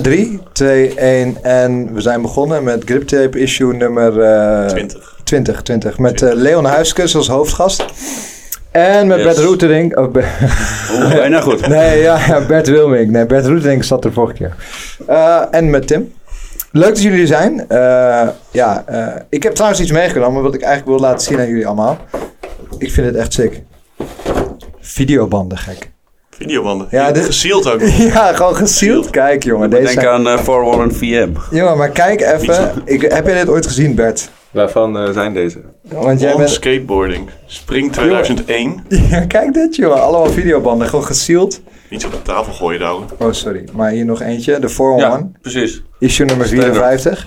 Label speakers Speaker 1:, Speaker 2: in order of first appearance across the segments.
Speaker 1: 3, 2, 1 en we zijn begonnen met Grip Tape issue nummer eh,
Speaker 2: 20.
Speaker 1: 20, 20. Met eh, Leon Huiskes als hoofdgast. En met
Speaker 2: Yes.
Speaker 1: Bert Roetering. Oh, Ber-
Speaker 2: Oeh,
Speaker 1: eh,
Speaker 2: bijna
Speaker 1: nou
Speaker 2: goed.
Speaker 1: nee, ja, ja, Bert Wilming. Nee, Bert Roetering zat er vorige keer. Eh, en met Tim. Leuk dat jullie er zijn. Eh, ja, eh, ik heb trouwens iets meegenomen wat ik eigenlijk wil laten zien aan jullie allemaal. Ik vind het echt sick. Videobanden, gek.
Speaker 2: Videobanden.
Speaker 1: Ja, dit-
Speaker 2: Gezield ook.
Speaker 1: Ja, gewoon gesield. Kijk, jongen. Deze
Speaker 3: Denk
Speaker 1: zijn-
Speaker 3: aan eh, 411 VM.
Speaker 1: Jongen, maar kijk even. Ik, heb jij dit ooit gezien, Bert?
Speaker 3: Waarvan
Speaker 4: eh,
Speaker 3: zijn deze?
Speaker 1: Want jij
Speaker 2: On
Speaker 1: bent...
Speaker 2: skateboarding. Spring 2001.
Speaker 1: Ja, kijk dit, jongen. Allemaal videobanden. Gewoon gesield.
Speaker 2: Niet zo op de tafel gooien, douwe.
Speaker 1: Oh, sorry. Maar hier nog eentje. De 411.
Speaker 3: precies. Je
Speaker 1: Issue nummer
Speaker 3: Steenhoek.
Speaker 1: 54.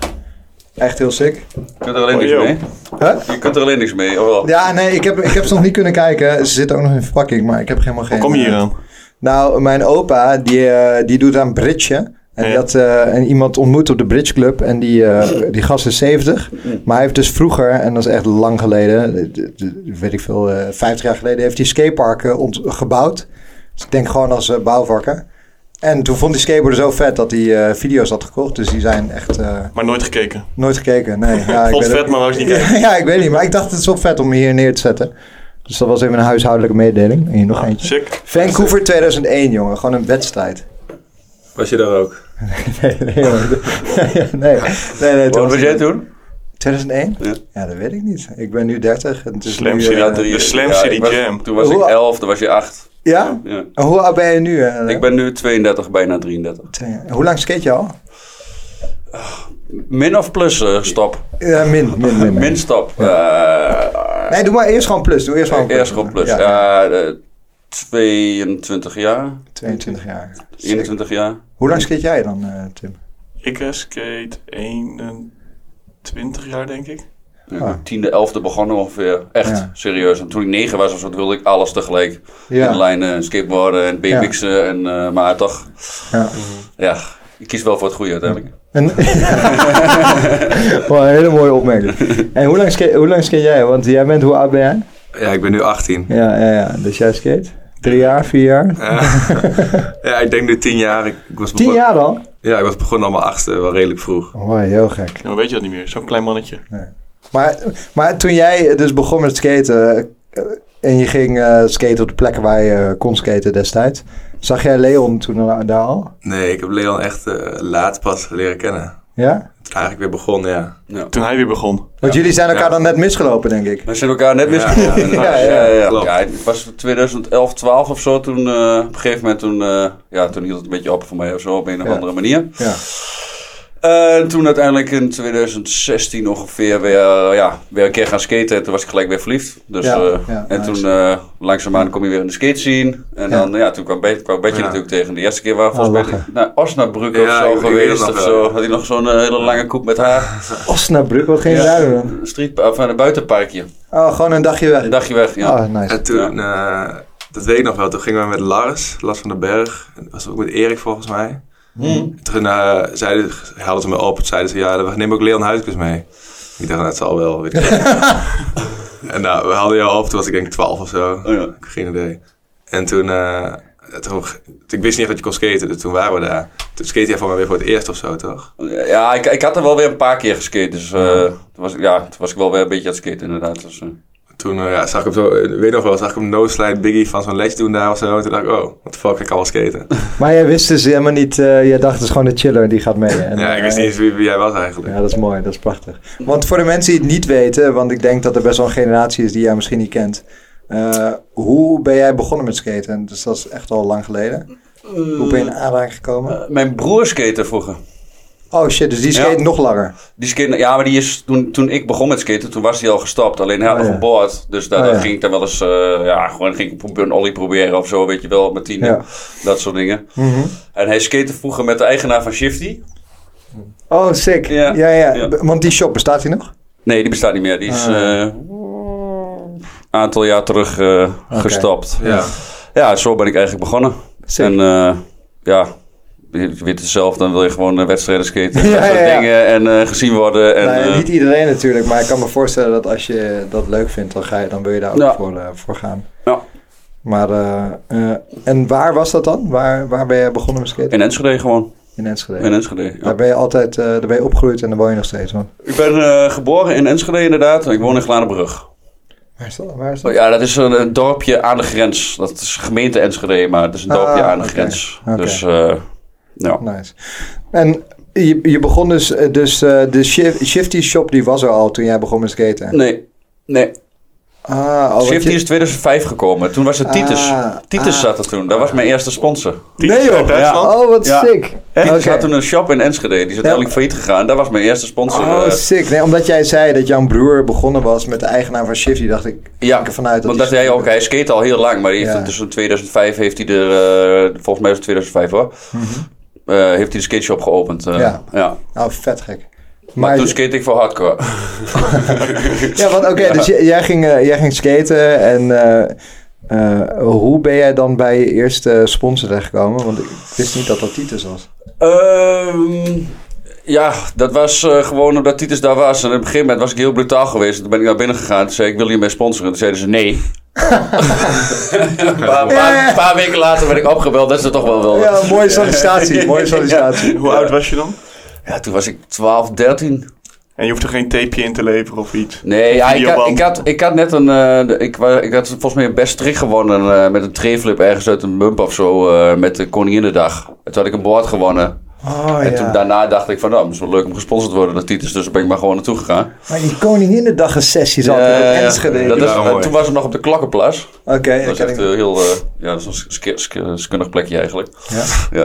Speaker 1: Echt heel sick.
Speaker 3: kunt er alleen
Speaker 2: Oh,
Speaker 3: niks
Speaker 2: joh.
Speaker 3: mee.
Speaker 1: Huh?
Speaker 3: Je kunt er alleen niks mee, of wel?
Speaker 1: Ja, nee, ik heb, ik heb ze nog niet kunnen kijken. Ze zitten ook nog in verpakking, maar ik heb helemaal geen...
Speaker 2: Kom je hier
Speaker 1: eh,
Speaker 2: aan?
Speaker 1: Nou, mijn opa, die, eh, die doet aan bridgen. En die
Speaker 2: Ja.
Speaker 1: had eh, en iemand ontmoet op de Bridge Club. En die, eh, die gast is 70. Maar hij heeft dus vroeger, en dat is echt lang geleden, d- d- d- weet ik veel, eh 50 jaar geleden, heeft hij skateparken ont- gebouwd. Dus ik denk gewoon als eh, bouwvakker. En toen vond die skateboarder zo vet dat hij eh, video's had gekocht. Dus die zijn echt eh,
Speaker 2: Maar nooit gekeken.
Speaker 1: nooit gekeken. Nee, ja,
Speaker 2: Vond
Speaker 1: weet
Speaker 2: vet,
Speaker 1: ook-
Speaker 2: maar wou ik niet kijken.
Speaker 1: Ja, ja, ik weet niet. Maar ik dacht het is wel vet om hier neer te zetten. Dus dat was even een huishoudelijke mededeling. En hier nog eentje.
Speaker 2: Sick.
Speaker 1: Vancouver 2001, jongen. Gewoon een wedstrijd.
Speaker 4: Was je daar ook?
Speaker 1: Nee, nee, jongen. nee. nee, nee, het
Speaker 3: Wat
Speaker 1: was-
Speaker 3: was jij toen?
Speaker 1: 2001?
Speaker 3: Ja.
Speaker 1: dat weet ik niet. Ik ben nu 30. en het is
Speaker 2: Slam
Speaker 1: nu,
Speaker 2: City.
Speaker 1: eh,
Speaker 2: Ja, drie- de Slam City
Speaker 3: ik was-
Speaker 2: Jam.
Speaker 3: Toen was ik
Speaker 1: Hoe-
Speaker 3: 11, toen was je 8.
Speaker 1: ja?
Speaker 3: Ja.
Speaker 1: En Hoe oud ben je nu? eh?
Speaker 3: Ik ben nu 32, bijna 33.
Speaker 1: Twee- Hoe lang skate je al?
Speaker 3: Min of plus eh, stop?
Speaker 1: Ja, min, min, min, min.
Speaker 3: Min stop. Eh,
Speaker 1: Nee, doe maar eerst gewoon plus. Doe eerst gewoon plus.
Speaker 3: eerst gewoon plus.
Speaker 1: Ja,
Speaker 3: Eh, eh, 22 jaar,
Speaker 1: 22 jaar. Sick.
Speaker 3: 21 jaar.
Speaker 1: Hoe lang skate jij dan, eh, Tim?
Speaker 2: Ik eh, skate 21 jaar, denk ik.
Speaker 3: Ja,
Speaker 1: Ah.
Speaker 3: de Tiende, elfde begonnen ongeveer. Echt,
Speaker 1: Ja.
Speaker 3: serieus. En toen ik negen was of zo, toen wilde ik alles tegelijk.
Speaker 1: Ja.
Speaker 3: Inlijnen, en skateboarden en BMX'en. En, eh, maar toch,
Speaker 1: Ja.
Speaker 3: ja, ik kies wel voor het goede uiteindelijk.
Speaker 1: En, Wel een hele mooie opmerking. En hoe lang, skate, hoe lang skate jij? Want jij bent, hoe oud ben jij?
Speaker 4: Ja, ik ben nu 18.
Speaker 1: Ja, ja, ja. Dus jij skate? Drie jaar, vier jaar?
Speaker 4: Ja, ik denk nu 10 jaar. Ik, ik was
Speaker 1: Tien
Speaker 4: begon-
Speaker 1: jaar dan?
Speaker 4: Ja, ik was begonnen aan mijn achtste, wel redelijk vroeg.
Speaker 1: Oh, heel gek.
Speaker 2: Ja, maar weet je dat niet meer. Zo'n klein mannetje.
Speaker 1: Maar, maar toen jij dus begon met skaten eh, en je ging eh, skaten op de plekken waar je eh, kon skaten destijds, zag jij Leon toen al- daar al?
Speaker 4: Nee, ik heb Leon echt eh, laat pas leren kennen.
Speaker 1: Ja?
Speaker 4: Toen eigenlijk weer begonnen, ja.
Speaker 3: Ja.
Speaker 2: Toen hij weer begon.
Speaker 1: Want jullie zijn elkaar
Speaker 4: Ja.
Speaker 1: dan net misgelopen, denk ik.
Speaker 3: We zijn elkaar net misgelopen.
Speaker 1: Ja,
Speaker 3: inderdaad.
Speaker 1: ja,
Speaker 3: ja, ja, ja.
Speaker 4: klopt.
Speaker 3: Ja, het was 2011, 12 of zo. Toen, eh, op een gegeven moment toen, eh, ja, toen hield het een beetje op voor mij of zo, op een of
Speaker 1: Ja.
Speaker 3: andere manier.
Speaker 1: Ja.
Speaker 3: Eh, En toen uiteindelijk in 2016 ongeveer weer, eh, ja, weer een keer gaan skaten. En toen was ik gelijk weer verliefd. Dus,
Speaker 1: Ja,
Speaker 3: eh,
Speaker 1: ja,
Speaker 3: en
Speaker 1: nice.
Speaker 3: toen eh, langzaamaan kom je weer in de skate scene.
Speaker 1: Ja.
Speaker 3: En dan, ja, toen kwam, Be- kwam Betje
Speaker 4: Ja.
Speaker 3: natuurlijk tegen. De eerste keer waren we
Speaker 1: Oh,
Speaker 3: volgens mij
Speaker 1: lachen.
Speaker 3: naar Osnabrück of
Speaker 4: Ja,
Speaker 3: zo
Speaker 4: ik- ik weet
Speaker 3: geweest.
Speaker 4: het nog
Speaker 3: Of
Speaker 4: wel,
Speaker 3: zo.
Speaker 4: ja.
Speaker 3: Had hij nog zo'n eh, hele lange koek met haar.
Speaker 1: Osnabrück, wat ging je daar doen dan?
Speaker 3: Een Street, of een buitenparkje.
Speaker 1: Oh, gewoon een dagje weg.
Speaker 3: Een dagje weg, ja.
Speaker 1: Oh, nice.
Speaker 4: En toen, eh, dat weet ik nog wel, toen gingen we met Lars, Lars van den Berg. En dat was ook met Erik volgens mij.
Speaker 3: Hmm.
Speaker 4: En Toen eh, zeiden, haalden ze me op, zeiden ze, ja, we nemen ook Leon Huiskes mee. Ik dacht, nou, het zal wel. Weet ik wel. en nou, we haalden jou op, toen was ik denk ik 12 of zo.
Speaker 3: Oh, ja.
Speaker 4: Ik heb geen idee. En toen, eh, toen, ik wist niet echt dat je kon skaten, dus toen waren we daar. Toen skate jij voor mij weer voor het eerst of zo, toch?
Speaker 3: Ja, ik, ik had er wel weer een paar keer geskate. Dus eh, toen, was, ik- ja, toen was ik wel weer een beetje aan het skaten inderdaad. Dus, eh,
Speaker 4: Toen eh, ja, zag ik hem zo, eh, weet nog wel, zag ik hem no-slide biggie van zo'n ledge doen daar of zo. En toen dacht ik, oh, wat de fuck, ik kan wel skaten.
Speaker 1: Maar jij wist dus helemaal niet, eh, jij dacht dus gewoon de chiller die gaat mee. En,
Speaker 4: ja, ik wist
Speaker 1: eh,
Speaker 4: niet eens wie, wie jij was eigenlijk.
Speaker 1: Ja, dat is mooi, dat is prachtig. Want voor de mensen die het niet weten, want ik denk dat er best wel een generatie is die jij misschien niet kent. eh, hoe ben jij begonnen met skaten? Dus dat is echt al lang geleden. Hoe ben je in aanraking gekomen?
Speaker 3: eh, mijn broer skate vroeger.
Speaker 1: Oh shit, dus die skate
Speaker 3: ja.
Speaker 1: nog langer.
Speaker 3: Die skate, ja, maar die is, toen, toen ik begon met skaten, toen was hij al gestapt. Alleen hij had
Speaker 1: Oh,
Speaker 3: nog
Speaker 1: ja.
Speaker 3: een board. Dus daar,
Speaker 1: Oh,
Speaker 3: daar
Speaker 1: ja.
Speaker 3: ging ik dan wel eens... eh, ja, gewoon ging ik pro- een ollie proberen of zo, weet je wel. Met tien,
Speaker 1: Ja. Mhm.
Speaker 3: dat soort dingen. En hij skate vroeger met de eigenaar van Shifty.
Speaker 1: Oh, sick. Ja.
Speaker 3: Ja.
Speaker 1: Ja,
Speaker 3: Ja.
Speaker 1: B- Want die shop, bestaat die nog?
Speaker 3: Nee, die bestaat niet meer. Die is...
Speaker 1: Ah, ja.
Speaker 3: eh, een aantal jaar terug eh, gestapt.
Speaker 4: Ja.
Speaker 3: Ja, zo ben ik eigenlijk begonnen.
Speaker 1: Sick.
Speaker 3: En eh, ja, je weet het zelf, dan wil je gewoon eh, wedstrijden skaten. en
Speaker 1: Ja,
Speaker 3: dat soort
Speaker 1: ja, ja.
Speaker 3: dingen en eh, gezien worden. En,
Speaker 1: nou, ja,
Speaker 3: eh,
Speaker 1: niet iedereen natuurlijk, maar ik kan me voorstellen dat als je dat leuk vindt, dan, ga je, dan wil je daar ook
Speaker 3: Ja.
Speaker 1: voor, eh, voor gaan.
Speaker 3: Ja.
Speaker 1: Maar, eh, eh, en waar was dat dan? Waar, waar ben jij begonnen met skaten?
Speaker 3: in Enschede gewoon.
Speaker 1: in Enschede.
Speaker 3: In Enschede. ja.
Speaker 1: Daar ben je altijd eh, daar ben je opgegroeid en daar woon je nog steeds. Man.
Speaker 3: Ik ben eh, geboren in Enschede inderdaad. en Ik woon in Gladenbrug.
Speaker 1: Waar is dat? Waar is dat?
Speaker 3: Oh, ja, dat is een, een dorpje aan de grens. Dat is gemeente Enschede, maar het is een
Speaker 1: Ah,
Speaker 3: dorpje aan de
Speaker 1: oké.
Speaker 3: grens.
Speaker 1: Oké.
Speaker 3: Dus eh, ja.
Speaker 1: Nice. En je, je begon dus, eh, dus eh, de shif- Shifty Shop die was er al toen jij begon met skaten.
Speaker 3: Nee. Nee,
Speaker 1: Ah, oh, want
Speaker 3: Shifty
Speaker 1: je-
Speaker 3: is 2005 gekomen. Toen was het Titus.
Speaker 1: Ah,
Speaker 3: Titus
Speaker 1: ah.
Speaker 3: zat er toen. Dat was mijn eerste sponsor.
Speaker 1: Nee joh,
Speaker 3: Duitsland?
Speaker 1: oh wat
Speaker 3: Ja.
Speaker 1: sick.
Speaker 3: Titus
Speaker 1: Oké.
Speaker 3: had toen een shop in Enschede. Die is uiteindelijk failliet gegaan. Dat was mijn eerste sponsor.
Speaker 1: Oh
Speaker 3: eh,
Speaker 1: sick, nee, omdat jij zei dat jouw broer begonnen was met de eigenaar van Shifty, dacht ik,
Speaker 3: Ja,
Speaker 1: ik ervan uit dat
Speaker 3: Want dat
Speaker 1: hij-
Speaker 3: hij ook, hij skate al heel lang, maar hij heeft
Speaker 1: Ja.
Speaker 3: het dus tussen 2005 heeft hij er, eh, volgens mij is het 2005 hoor, Eh, heeft hij de skate shop geopend. eh,
Speaker 1: Mhm. Ja.
Speaker 3: ja.
Speaker 1: Oh, vet gek.
Speaker 3: Maar
Speaker 1: Maar,
Speaker 3: toen skate ik voor hardcore.
Speaker 1: ja, want oké, dus jij, jij ging, eh, jij ging skaten en eh, eh, hoe ben jij dan bij je eerste sponsor terechtgekomen? Want ik wist niet dat dat Titus was.
Speaker 3: Ehm, ja, dat was eh, gewoon omdat Titus daar was. En op een gegeven moment was ik heel brutaal geweest. Toen ben ik naar binnen gegaan en zei ik, wil je mij sponsoren? Toen zeiden ze nee. een paar, paar- paar weken later werd ik opgebeld, dat is er toch wel wel.
Speaker 1: Oh, Ja, mooie sollicitatie, mooie sollicitatie.
Speaker 2: Hoe oud was je dan?
Speaker 3: Ja, toen was ik 12, 13.
Speaker 2: En je hoeft er geen tapeje in te leveren of iets.
Speaker 3: Nee, ja, ik, had,
Speaker 2: videoband.
Speaker 3: ik, had, ik had net een. eh, de- ik, wa- ik had volgens mij een best trick gewonnen eh, met een treeflip ergens uit een bump of zo. eh, met de Koninginnedag. En toen had ik een board gewonnen.
Speaker 1: Oh
Speaker 3: en toen, daarna dacht ik van, nou, het is wel leuk om gesponsord te worden, dat Titus. Dus daar ben ik maar gewoon naartoe gegaan.
Speaker 1: Maar die Koninginnendag-sessies altijd
Speaker 3: Eh,
Speaker 1: op Enschede.
Speaker 3: dat is,
Speaker 4: Ja,
Speaker 3: eh,
Speaker 4: mooi.
Speaker 3: toen was het nog op de Klokkenplas.
Speaker 1: Oké,
Speaker 3: Dat was
Speaker 1: ik
Speaker 3: echt eh, heel. eh, ja, dat is een ske- ske- skunnig plekje eigenlijk.
Speaker 1: Ja.
Speaker 3: ja.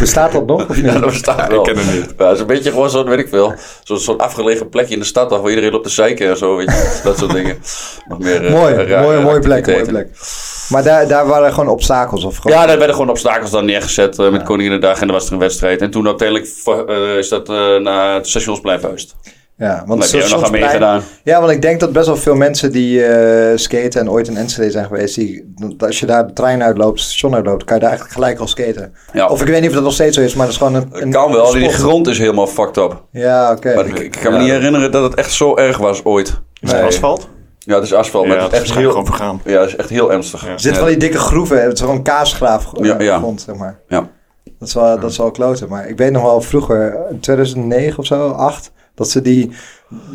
Speaker 1: bestaat dat nog? Of niet?
Speaker 3: eh, Ja, dat bestaat
Speaker 4: ik
Speaker 3: wel.
Speaker 4: ken het niet.
Speaker 3: Ja, het is een beetje gewoon zo'n, weet ik veel, zo'n zo'n afgelegen plekje in de stad waar iedereen op de zeiken en zo, weet je, dat soort dingen. Nog meer, eh,
Speaker 1: mooi,
Speaker 3: rare
Speaker 1: mooi, mooie plek, mooie
Speaker 3: activiteiten.
Speaker 1: plek. Maar daar, daar waren gewoon obstakels of gewoon...
Speaker 3: Ja, daar werden gewoon obstakels dan neergezet eh, met Koninginnedag en dan was er een wedstrijd. En toen uiteindelijk vo- eh, is dat eh, naar het stationsplein verhuisd.
Speaker 1: Ja,
Speaker 3: Dan
Speaker 1: want
Speaker 3: heb je
Speaker 1: zo-
Speaker 3: er nog
Speaker 1: soms
Speaker 3: aan
Speaker 1: blij-
Speaker 3: meegedaan.
Speaker 1: Ja, want ik denk dat best wel veel mensen die eh, skaten en ooit in Enschede zijn geweest, die, dat als je daar de trein uitloopt, het station uitloopt, kan je daar eigenlijk gelijk al skaten.
Speaker 3: Ja.
Speaker 1: Of ik weet niet of dat nog steeds zo is, maar dat is gewoon een...
Speaker 3: Dat
Speaker 1: een
Speaker 3: kan wel,
Speaker 1: een
Speaker 3: die
Speaker 1: sport.
Speaker 3: grond is helemaal fucked up.
Speaker 1: Ja, oké.
Speaker 3: Maar ik, ik kan me niet herinneren dat het echt zo erg was ooit.
Speaker 2: Is het
Speaker 1: Nee.
Speaker 2: asfalt?
Speaker 3: Ja, het is asfalt, maar
Speaker 2: ja,
Speaker 3: het
Speaker 2: dat
Speaker 3: is
Speaker 2: is
Speaker 3: echt
Speaker 2: gewoon
Speaker 3: heel,
Speaker 2: vergaan.
Speaker 3: ja, het is echt heel ernstig.
Speaker 2: Ja.
Speaker 1: Er zitten wel die dikke groeven, het is gewoon een kaasgraaf eh,
Speaker 3: Ja, ja.
Speaker 1: grond, zeg maar.
Speaker 3: Ja.
Speaker 1: Dat is, wel, dat is wel kloten. Maar ik weet nog wel vroeger, in 2009 of zo, 8, dat ze die...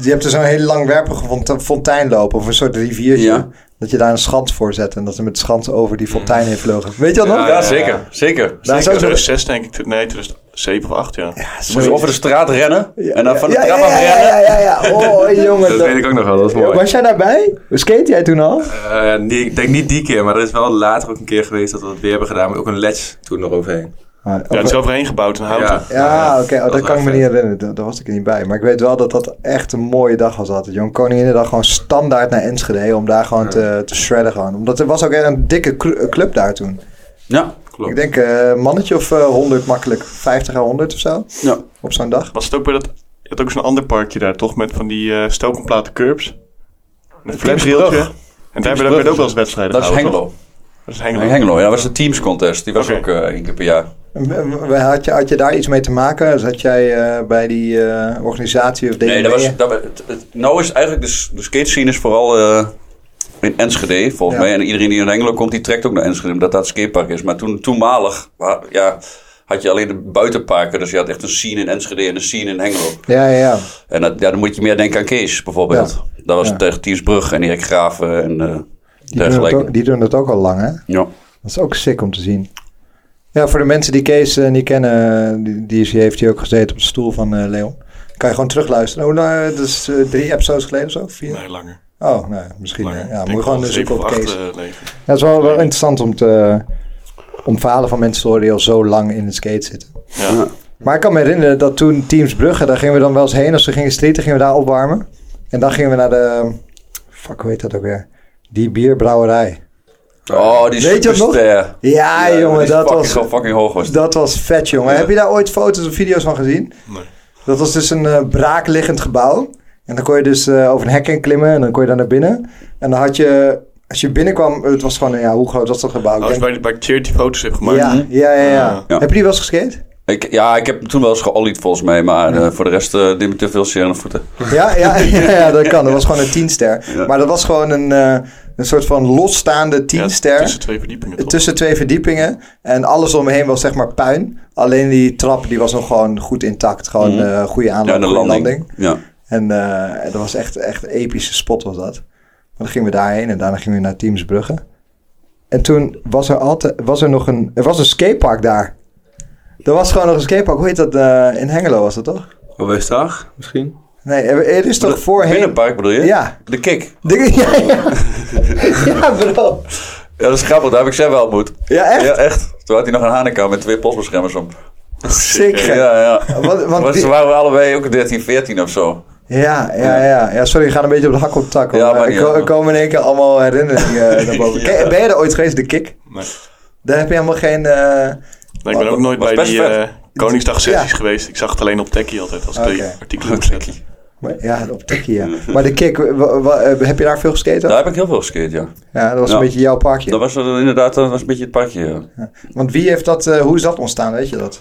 Speaker 1: Je hebt er zo'n hele langwerpige font- fontein lopen, of een soort riviertje.
Speaker 3: Ja.
Speaker 1: Dat je daar een schans voor zet en dat ze met de schans over die fontein heen vlogen. Weet je dat nog?
Speaker 4: Ja,
Speaker 3: Ja, zeker, zeker.
Speaker 1: Daar zou ze-
Speaker 2: 2006 denk ik. Nee, 2007 of 8 ja.
Speaker 3: Ze moesten over de straat rennen en dan van de
Speaker 1: Ah, ja,
Speaker 3: trap
Speaker 1: ja,
Speaker 3: af
Speaker 1: ja,
Speaker 3: rennen.
Speaker 1: ja, ja, ja. Oh, jongen.
Speaker 4: Dat weet ik ook nog wel, dat is mooi.
Speaker 1: Was jij daarbij? Skate jij toen al?
Speaker 4: Eh, nee, ik denk niet die keer, maar er is wel later ook een keer geweest dat we dat weer hebben gedaan. Maar ook een ledge toen nog overheen.
Speaker 3: Eh,
Speaker 1: Ah,
Speaker 2: Ja, het is overheen gebouwd
Speaker 3: Ah,
Speaker 2: in houten.
Speaker 4: Ja.
Speaker 1: Ja, oké. Oh,
Speaker 4: Dat
Speaker 1: dat
Speaker 4: was
Speaker 1: kan ik me
Speaker 4: echt
Speaker 1: niet herinneren. Daar, daar was ik er niet bij. Maar ik weet wel dat dat echt een mooie dag was altijd. Jong Koninginnedag gewoon standaard naar Enschede. Om daar gewoon te, te shredden gewoon. Omdat er was ook echt een dikke cl- club daar toen.
Speaker 3: Ja,
Speaker 4: Klopt.
Speaker 1: Ik denk eh, mannetje of eh, 100 makkelijk. 50 à 100 of zo.
Speaker 3: Ja.
Speaker 1: Op zo'n dag.
Speaker 2: Was het ook bij dat... Je had ook zo'n ander parkje daar, toch? Met van die eh stokenplaten curbs. Met een flapsrieltje. En daar
Speaker 3: Teamsbrug.
Speaker 2: werden ook wel eens wedstrijden
Speaker 3: dat is
Speaker 2: gehouden,
Speaker 3: Hengelo.
Speaker 2: toch? Dat is Hengelo.
Speaker 3: Nee, Hengelo, ja, dat was de Teams Contest. Die was
Speaker 2: Oké.
Speaker 3: ook eh, één keer per jaar.
Speaker 1: En w- w- Had je, had je daar iets mee te maken? Zat jij eh, bij die eh, organisatie of deed
Speaker 3: Nee,
Speaker 1: je
Speaker 3: dat
Speaker 1: mee?
Speaker 3: was, dat, wa- het, het- nou is het eigenlijk de, s- de skate scene is vooral eh, in Enschede, volgens
Speaker 1: Ja.
Speaker 3: mij. En iedereen die in Engeland komt, die trekt ook naar Enschede, omdat dat het skatepark is. Maar toen, toenmalig wa- ja, had je alleen de buitenparken. Dus je had echt een scene in Enschede en een scene in Hengelo.
Speaker 1: Ja, ja, ja.
Speaker 3: En dat, ja, dan moet je meer denken aan Kees, bijvoorbeeld. Dat was
Speaker 1: Ja.
Speaker 3: tegen Tiesbrug en Erik Graven en
Speaker 1: Die
Speaker 3: eh,
Speaker 1: doen, het
Speaker 3: dergelijke.
Speaker 1: ook, die doen het ook al lang, hè?
Speaker 3: Ja.
Speaker 1: Dat is ook sick om te zien. Ja, voor de mensen die Kees eh, niet kennen, eh, die, die is- die heeft hier ook gezeten op de stoel van eh, Leon. Kan je gewoon terugluisteren. Hoe lang? Dat is eh, drie episodes geleden of zo? Vier?
Speaker 2: Nee, langer.
Speaker 1: Oh, nee, misschien.
Speaker 2: langer.
Speaker 1: eh,
Speaker 2: Ik
Speaker 1: Ja,
Speaker 2: denk
Speaker 1: moet je
Speaker 2: wel
Speaker 1: gewoon
Speaker 2: zeven
Speaker 1: zoeken op
Speaker 2: of acht,
Speaker 1: Kees.
Speaker 2: eh, leven.
Speaker 1: Ja, het is wel, wel interessant om, te, eh, om verhalen van mensen te horen die al zo lang in het skate zitten.
Speaker 2: Ja.
Speaker 1: Maar ik kan me herinneren dat toen Teams Brugge, daar gingen we dan wel eens heen. Als we gingen streeten, gingen we daar opwarmen. En dan gingen we naar de... Fuck, hoe heet dat ook weer? Die bierbrouwerij.
Speaker 3: Oh, die
Speaker 1: Weet je dat nog?
Speaker 3: superster.
Speaker 1: Ja,
Speaker 3: Ja,
Speaker 1: jongen,
Speaker 3: die
Speaker 1: dat
Speaker 3: fucking,
Speaker 1: was...
Speaker 3: Zo fucking hoog was.
Speaker 1: Dus Dat was vet, jongen. Heb je daar ooit foto's of video's van gezien?
Speaker 2: Nee.
Speaker 1: Dat was dus een eh, braakliggend gebouw. En dan kon je dus eh, over een hek heen klimmen en dan kon je daar naar binnen. En dan had je, als je binnenkwam, het was gewoon, ja, hoe groot was dat gebouw? Ik
Speaker 2: Als
Speaker 1: denk-
Speaker 2: bij, bij Charity foto's heb gemaakt.
Speaker 1: ja, ja, ja, ja.
Speaker 3: Ja.
Speaker 1: Heb je die wel eens geskate?
Speaker 3: Ik, ja, ik heb toen wel eens geollied volgens mij, maar eh, voor de rest eh deed me te veel zeer aan de voeten.
Speaker 1: Ja, ja, ja, ja, dat kan. Dat was gewoon een tienster.
Speaker 3: Ja.
Speaker 1: Maar dat was gewoon een, eh, een soort van losstaande
Speaker 2: Ja,
Speaker 1: tienster.
Speaker 2: Tussen twee verdiepingen. toch?
Speaker 1: Tussen twee verdiepingen. En alles omheen was zeg maar puin. Alleen die trap die was nog gewoon goed intact. Gewoon
Speaker 3: Mhm.
Speaker 1: eh, goede aanloop,
Speaker 3: Ja, de
Speaker 1: goede landing.
Speaker 3: landing. Ja.
Speaker 1: En eh, dat was echt, echt een epische spot was dat. Maar dan gingen we daarheen en daarna gingen we naar Teamsbrugge. En toen was er altijd, was er nog een, er was een skatepark daar. Er was gewoon nog een skatepark. Hoe heet dat? eh, in Hengelo was dat toch?
Speaker 4: Op Weesdag misschien?
Speaker 1: Nee, er, er is toch voorheen...
Speaker 3: Binnenpark bedoel je?
Speaker 1: Ja,
Speaker 3: De kick.
Speaker 1: Dingen- ja, ja. ja, bro.
Speaker 3: Ja, dat is grappig, daar heb ik zelf wel ontmoet.
Speaker 1: Ja, echt?
Speaker 3: Ja, echt. Toen had hij nog een hanekam met twee postbeschermers om.
Speaker 1: Sick.
Speaker 3: Ja,
Speaker 1: gek. Ja.
Speaker 3: ja.
Speaker 1: Want, want
Speaker 3: Maar
Speaker 1: die-
Speaker 3: Ze waren we allebei ook 13, 14 of zo.
Speaker 1: ja, ja, ja, ja. Sorry, we gaan een beetje op de hak op de tak.
Speaker 3: Ja,
Speaker 1: Ja,
Speaker 3: maar
Speaker 1: maar
Speaker 3: niet
Speaker 1: er ko-
Speaker 3: uit,
Speaker 1: er komen in één keer allemaal herinneringen eh, naar boven.
Speaker 2: Ja.
Speaker 1: Ken- Ben je er ooit geweest, de kick?
Speaker 2: Nee.
Speaker 1: Daar heb je helemaal geen... eh,
Speaker 2: Nee, ik ben ook nooit
Speaker 3: Was
Speaker 2: bij
Speaker 3: best
Speaker 2: die
Speaker 3: vet.
Speaker 2: eh Koningsdag sessies
Speaker 1: Ja.
Speaker 2: geweest. Ik zag het alleen op Techie altijd als ik
Speaker 1: Oké.
Speaker 2: die artikelen moest zetten.
Speaker 1: maar- ja, op tikkie, ja. Maar de kick, wa- wa- eh, heb je daar veel
Speaker 3: Daar
Speaker 1: geskaten?
Speaker 3: heb ik heel veel geskeerd, ja.
Speaker 1: Ja, dat was
Speaker 3: Ja.
Speaker 1: een beetje jouw parkje.
Speaker 3: Dat was eh, inderdaad dat was een beetje het pakje. ja.
Speaker 1: Want wie heeft dat... eh, hoe is dat ontstaan, weet je dat?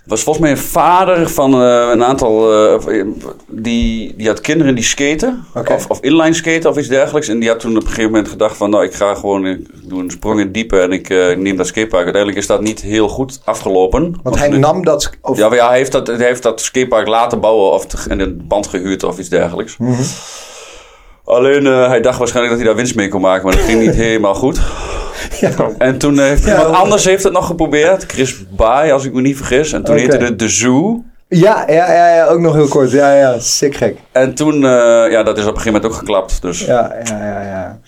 Speaker 3: Het was volgens mij een vader van eh, een aantal. eh, die, die had kinderen die skaten.
Speaker 1: Oké.
Speaker 3: Of, of inline skaten of iets dergelijks. En die had toen op een gegeven moment gedacht: van nou, ik ga gewoon. Ik doe een sprong in het diepe en ik eh, neem dat skatepark. Uiteindelijk is dat niet heel goed afgelopen.
Speaker 1: Want hij nam dat... sk- Of,
Speaker 3: Ja, maar ja, hij heeft dat, hij heeft dat skatepark laten bouwen of te- en een band gehuurd of iets dergelijks.
Speaker 1: Mhm.
Speaker 3: Alleen eh, hij dacht waarschijnlijk dat hij daar winst mee kon maken, maar dat ging niet helemaal goed.
Speaker 1: Ja.
Speaker 3: En toen heeft
Speaker 1: Ja,
Speaker 3: iemand
Speaker 1: maar-
Speaker 3: anders heeft het nog geprobeerd, Chris Baai, als ik me niet vergis. En toen
Speaker 1: Oké.
Speaker 3: heette het de Zoo.
Speaker 1: Ja, ja, ja, ja, ook nog heel kort. Ja, ja, sick gek.
Speaker 3: En toen, eh, ja, dat is op een gegeven moment ook geklapt. Dus
Speaker 1: Ja, ja, ja, ja.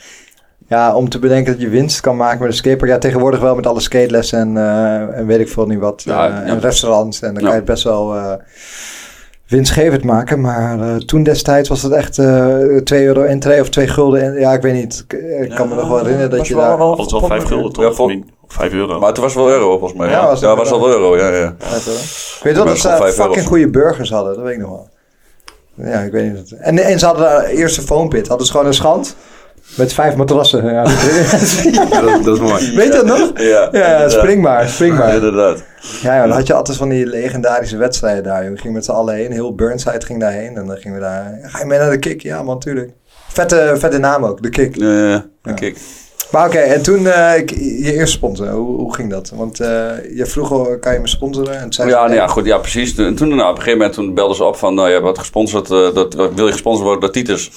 Speaker 1: Ja, om te bedenken dat je winst kan maken met een skatepark. Ja, tegenwoordig wel met alle skatelessen en, eh, en weet ik veel niet wat.
Speaker 3: Ja,
Speaker 1: eh,
Speaker 3: ja.
Speaker 1: En restaurants. En dan
Speaker 3: Ja.
Speaker 1: kan je het best wel eh, winstgevend maken. Maar eh, toen destijds was het echt eh 2 euro entree of 2 gulden. en- ja, ik weet niet. Ik, ik kan me nog wel herinneren dat je daar...
Speaker 2: Dat was wel 5 gulden
Speaker 3: Ja,
Speaker 2: toch?
Speaker 3: vol-
Speaker 2: Of 5 euro.
Speaker 3: maar toen was het wel euro volgens mij.
Speaker 1: Ja,
Speaker 3: Ja,
Speaker 1: was
Speaker 3: was,
Speaker 1: het
Speaker 3: ja, was al euro, ja, ja.
Speaker 1: Weet je wel? Ik weet wel
Speaker 3: Ja,
Speaker 1: dat ze
Speaker 3: gewoon
Speaker 1: daar
Speaker 3: vijf
Speaker 1: fucking
Speaker 3: euro's.
Speaker 1: goede burgers hadden. Dat weet ik nog wel. Ja, ik weet niet. wat- En, en ze hadden daar eerst een foampit. Hadden ze gewoon een schand met vijf matrassen. Ja,
Speaker 4: Ja, dat, dat is mooi.
Speaker 1: weet je dat nog?
Speaker 3: Ja,
Speaker 1: Ja,
Speaker 3: inderdaad.
Speaker 1: spring maar, spring maar.
Speaker 3: Inderdaad.
Speaker 1: Ja, joh, dan had je altijd van die legendarische wedstrijden daar. Joh. We gingen met z'n allen heen. Heel Burnside ging daarheen. En dan gingen we daar... Ga je mee naar de kick? Ja, man, tuurlijk. Vette, vette naam ook, de kick.
Speaker 3: Eh,
Speaker 1: Ja.
Speaker 3: Kijk,
Speaker 1: Maar oké, en toen eh, ik, je eerste sponsor. Hoe, hoe ging dat? Want eh, je vroeg al, kan je me sponsoren? En toen zei ze,
Speaker 3: Ja, nou
Speaker 1: nee.
Speaker 3: ja, goed, ja, precies. En toen, nou, op een gegeven moment toen belden ze op van, nou, je hebt wat gesponsord, eh, dat, wat- wil je gesponsord worden door Titus?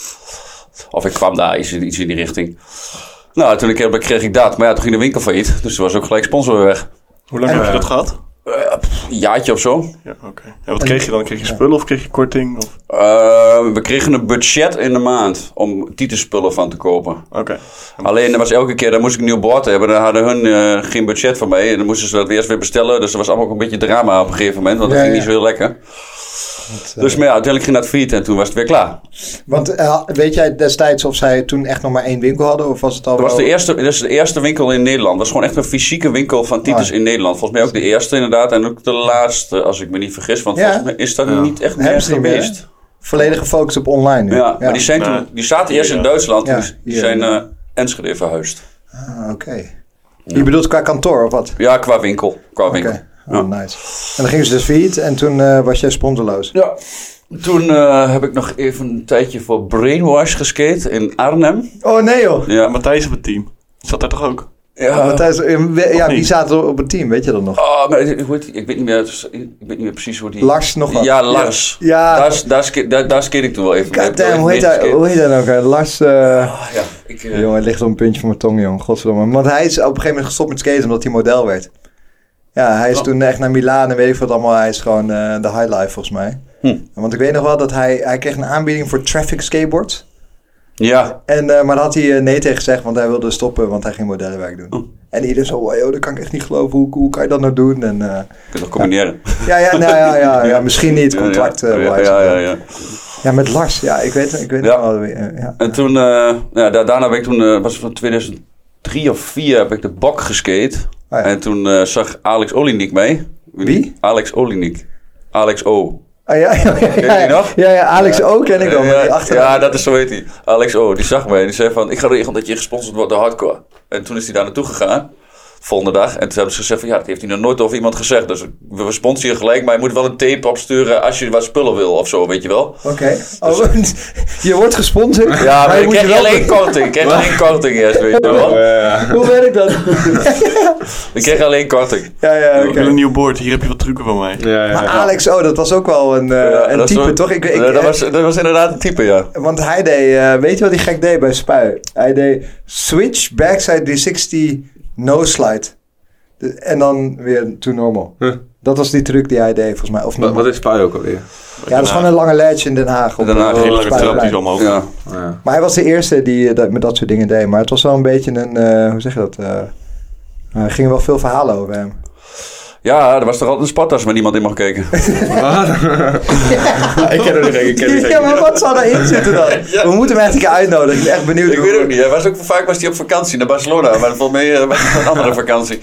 Speaker 3: Of ik kwam daar, iets, in- iets in die richting. Nou, toen ik heb, kreeg ik dat, maar ja, toen ging de winkel failliet, dus er was ook gelijk sponsor weer weg.
Speaker 2: Hoe lang
Speaker 1: En-
Speaker 2: heb je dat gehad?
Speaker 3: Eh, pff, Een jaartje of zo.
Speaker 2: Ja, oké. En wat kreeg je dan? Kreeg je spullen of kreeg je korting? Of...
Speaker 3: Eh, we kregen een budget in de maand om Titus spullen van te kopen.
Speaker 2: Oké.
Speaker 3: Alleen, er was elke keer, dan moest ik een nieuw bord hebben. Dan hadden hun eh, geen budget voor mij. En dan moesten ze dat eerst weer bestellen. Dus dat was allemaal ook een beetje drama op een gegeven moment. Want dat
Speaker 1: Ja,
Speaker 3: ging
Speaker 1: ja.
Speaker 3: niet zo heel lekker.
Speaker 1: Want, eh,
Speaker 3: Dus maar ja, uiteindelijk ging dat failliet en toen was het weer klaar.
Speaker 1: Want eh, weet jij destijds of zij toen echt nog maar één winkel hadden? Of was het al
Speaker 3: Dat was de
Speaker 1: wel-
Speaker 3: eerste, dat is de eerste winkel in Nederland. Dat is gewoon echt een fysieke winkel van Titus
Speaker 1: Ah.
Speaker 3: in Nederland. Volgens mij ook de eerste inderdaad. En ook de laatste, als ik me niet vergis. Want
Speaker 1: Ja.
Speaker 3: volgens mij is dat
Speaker 4: Ja.
Speaker 3: niet echt meer
Speaker 1: Hebben ze niet meer,
Speaker 3: geweest.
Speaker 1: Volledig gefocust op online nu?
Speaker 3: Ja, maar die, zijn
Speaker 2: Nee.
Speaker 3: toen, die zaten eerst in Duitsland.
Speaker 1: Ja,
Speaker 3: Die, die
Speaker 1: hier.
Speaker 3: zijn eh, Enschede verhuisd.
Speaker 1: Ah, oké. Je bedoelt qua kantoor of wat?
Speaker 3: Ja, qua winkel. Qua
Speaker 1: Oké,
Speaker 3: winkel. Ja.
Speaker 1: oh, nice. En dan gingen ze dus failliet en toen eh, was jij sponsorloos.
Speaker 3: Ja. Toen eh, heb ik nog even een tijdje voor Brainwash geskate in Arnhem.
Speaker 1: Oh nee joh!
Speaker 2: Ja,
Speaker 3: Ja,
Speaker 2: Matthijs op het team. Zat daar toch ook?
Speaker 1: Ja,
Speaker 3: ja.
Speaker 1: Matthijs, eh, we- ja,
Speaker 2: niet?
Speaker 1: wie zaten er op het team? Weet je dat nog?
Speaker 3: Oh, maar hoe heet die? ik, weet niet meer, ik weet niet meer precies hoe die...
Speaker 1: Lars nog wat?
Speaker 3: Ja, Lars.
Speaker 1: Ja.
Speaker 3: Daar, sk- daar, sk- daar, daar skate ik toen wel even. mee.
Speaker 1: God damn, hoe heet
Speaker 3: Daar
Speaker 1: hij,
Speaker 3: heb ik wel
Speaker 1: hoe
Speaker 3: even
Speaker 1: heet hij nou? ook, eh, Lars, eh,
Speaker 3: mee geskate. Ah, ja, ik, eh,
Speaker 1: jongen, het ligt op een puntje van mijn tong, jongen. Godverdomme. Want hij is op een gegeven moment gestopt met skaten omdat hij model werd. Ja, hij is
Speaker 2: Oh.
Speaker 1: toen echt naar Milaan en weet ik wat allemaal. Hij is gewoon eh, de highlife volgens mij.
Speaker 3: Hm.
Speaker 1: Want ik weet nog wel dat hij, hij kreeg een aanbieding voor traffic skateboards.
Speaker 3: ja.
Speaker 1: En, eh, maar daar had hij eh, nee tegen gezegd, want hij wilde stoppen, want hij ging modellenwerk doen.
Speaker 3: Hm.
Speaker 1: En iedereen zo, wow, joh, dat kan ik echt niet geloven, hoe, hoe kan je dat nou doen? En, eh,
Speaker 3: je kunt nog combineren.
Speaker 1: ja, ja, nou, ja, ja, ja, misschien niet, contract.
Speaker 3: Ja, Oh,
Speaker 1: eh,
Speaker 3: ja,
Speaker 1: wise.
Speaker 3: ja, ja, ja.
Speaker 1: Ja, met Lars, ja, ik weet ik weet
Speaker 3: Ja.
Speaker 1: nog wel. eh, ja.
Speaker 3: En toen, eh, ja, daar, daarna ben ik toen, eh, was het van 2003 of 4 heb ik de bak geskate.
Speaker 1: Ah, ja.
Speaker 3: En toen eh, zag Alex Olinik mee.
Speaker 1: Wie?
Speaker 3: Alex Olinik. Alex O.
Speaker 1: Ah, ja, ja, ja,
Speaker 3: je die nog?
Speaker 1: ja, ja, Alex ook ken ik wel, maar
Speaker 3: Ja,
Speaker 1: die
Speaker 3: ja,
Speaker 1: achternaam.
Speaker 3: ja, dat is zo heet hij. Alex O, die zag mij en die zei van, ik ga regelen dat je gesponsord wordt door Hardcore. En toen is hij daar naartoe gegaan. volgende dag. En toen hebben ze gezegd van ja, dat heeft hij nog nooit over iemand gezegd. Dus we sponsoren je gelijk, maar je moet wel een tape opsturen als je wat spullen wil of zo, weet je wel.
Speaker 1: Oké. Oh, je wordt gesponsord.
Speaker 3: Ja, maar
Speaker 1: je
Speaker 3: ik
Speaker 1: moet je
Speaker 3: krijg je
Speaker 1: wel-
Speaker 3: alleen korting. Ik krijg alleen korting eerst, weet je wel.
Speaker 1: Hoe werkt dat?
Speaker 3: Ik krijg alleen korting.
Speaker 1: ja, ja, oké.
Speaker 2: Ik wil een nieuw boord, hier heb je wat trucken van mij.
Speaker 4: Ja, ja.
Speaker 1: Maar Alex, oh, dat was ook wel een, eh,
Speaker 3: Ja,
Speaker 1: een
Speaker 3: dat is
Speaker 1: type,
Speaker 3: wel-
Speaker 1: toch? Ik, ik,
Speaker 3: Ja, dat, was, dat was inderdaad een type, ja.
Speaker 1: Want hij deed, eh, weet je wat hij gek deed bij Spui? Hij deed switch backside 360 no slide. De- en dan weer to normal.
Speaker 4: Huh.
Speaker 1: Dat was die truc die hij deed volgens mij. Of
Speaker 4: Wat,
Speaker 1: normal.
Speaker 4: wat is Spui ook alweer?
Speaker 1: ja, dat is gewoon een lange ledge in Den Haag. Op,
Speaker 3: Den Haag,
Speaker 1: eh,
Speaker 2: Geen lange
Speaker 1: Spuiplein.
Speaker 2: trap die zo omhoog.
Speaker 3: ja.
Speaker 4: Ja.
Speaker 1: Maar hij was de eerste die eh, dat, met dat soort dingen deed. Maar het was wel een beetje een, eh, hoe zeg je dat? eh, er gingen wel veel verhalen over hem.
Speaker 3: Ja, er was toch altijd een sporttas waar niemand in mag kijken.
Speaker 4: ik ken er niet ik
Speaker 1: Ja, maar wat zou daarin zitten dan? We moeten hem echt een keer uitnodigen. Ik ben echt benieuwd.
Speaker 3: Ik weet ook niet. Hij was ook, vaak was hij op vakantie naar Barcelona, maar volgens mij eh, was het een andere vakantie.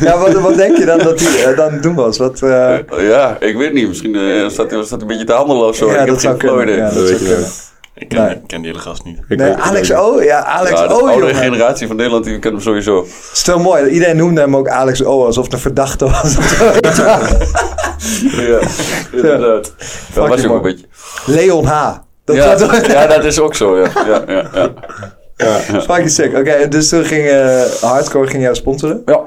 Speaker 1: Ja, wat, wat denk je dan dat hij eh, dan aan het doen was? Wat, eh,
Speaker 3: Ja, ik weet niet. Misschien eh staat hij staat hij een beetje te handelen of zo. ik
Speaker 1: ja,
Speaker 3: heb
Speaker 1: dat zou
Speaker 3: geen flauw
Speaker 1: kunnen. Ja,
Speaker 3: idee.
Speaker 1: dat zou
Speaker 4: weet je
Speaker 1: kunnen.
Speaker 2: Ik ken,
Speaker 1: Nee.
Speaker 2: ik ken die hele gast niet.
Speaker 1: Nee, Alex O. Ja, Alex
Speaker 3: Ja, de
Speaker 1: O.
Speaker 3: oudere
Speaker 1: jongen.
Speaker 3: generatie van Nederland, die kent hem sowieso.
Speaker 1: Stel mooi, iedereen noemde hem ook Alex O. alsof het een verdachte was.
Speaker 3: Ja, inderdaad. Dat was
Speaker 1: you,
Speaker 3: ook
Speaker 1: man.
Speaker 3: een beetje.
Speaker 1: Leon H. Dat
Speaker 3: Ja,
Speaker 1: was ook
Speaker 3: ja, dat is ook zo, ja. ja, ja, ja.
Speaker 1: fucking sick. Oké, dus toen ging eh, Hardcore ging jou sponsoren.
Speaker 3: Ja.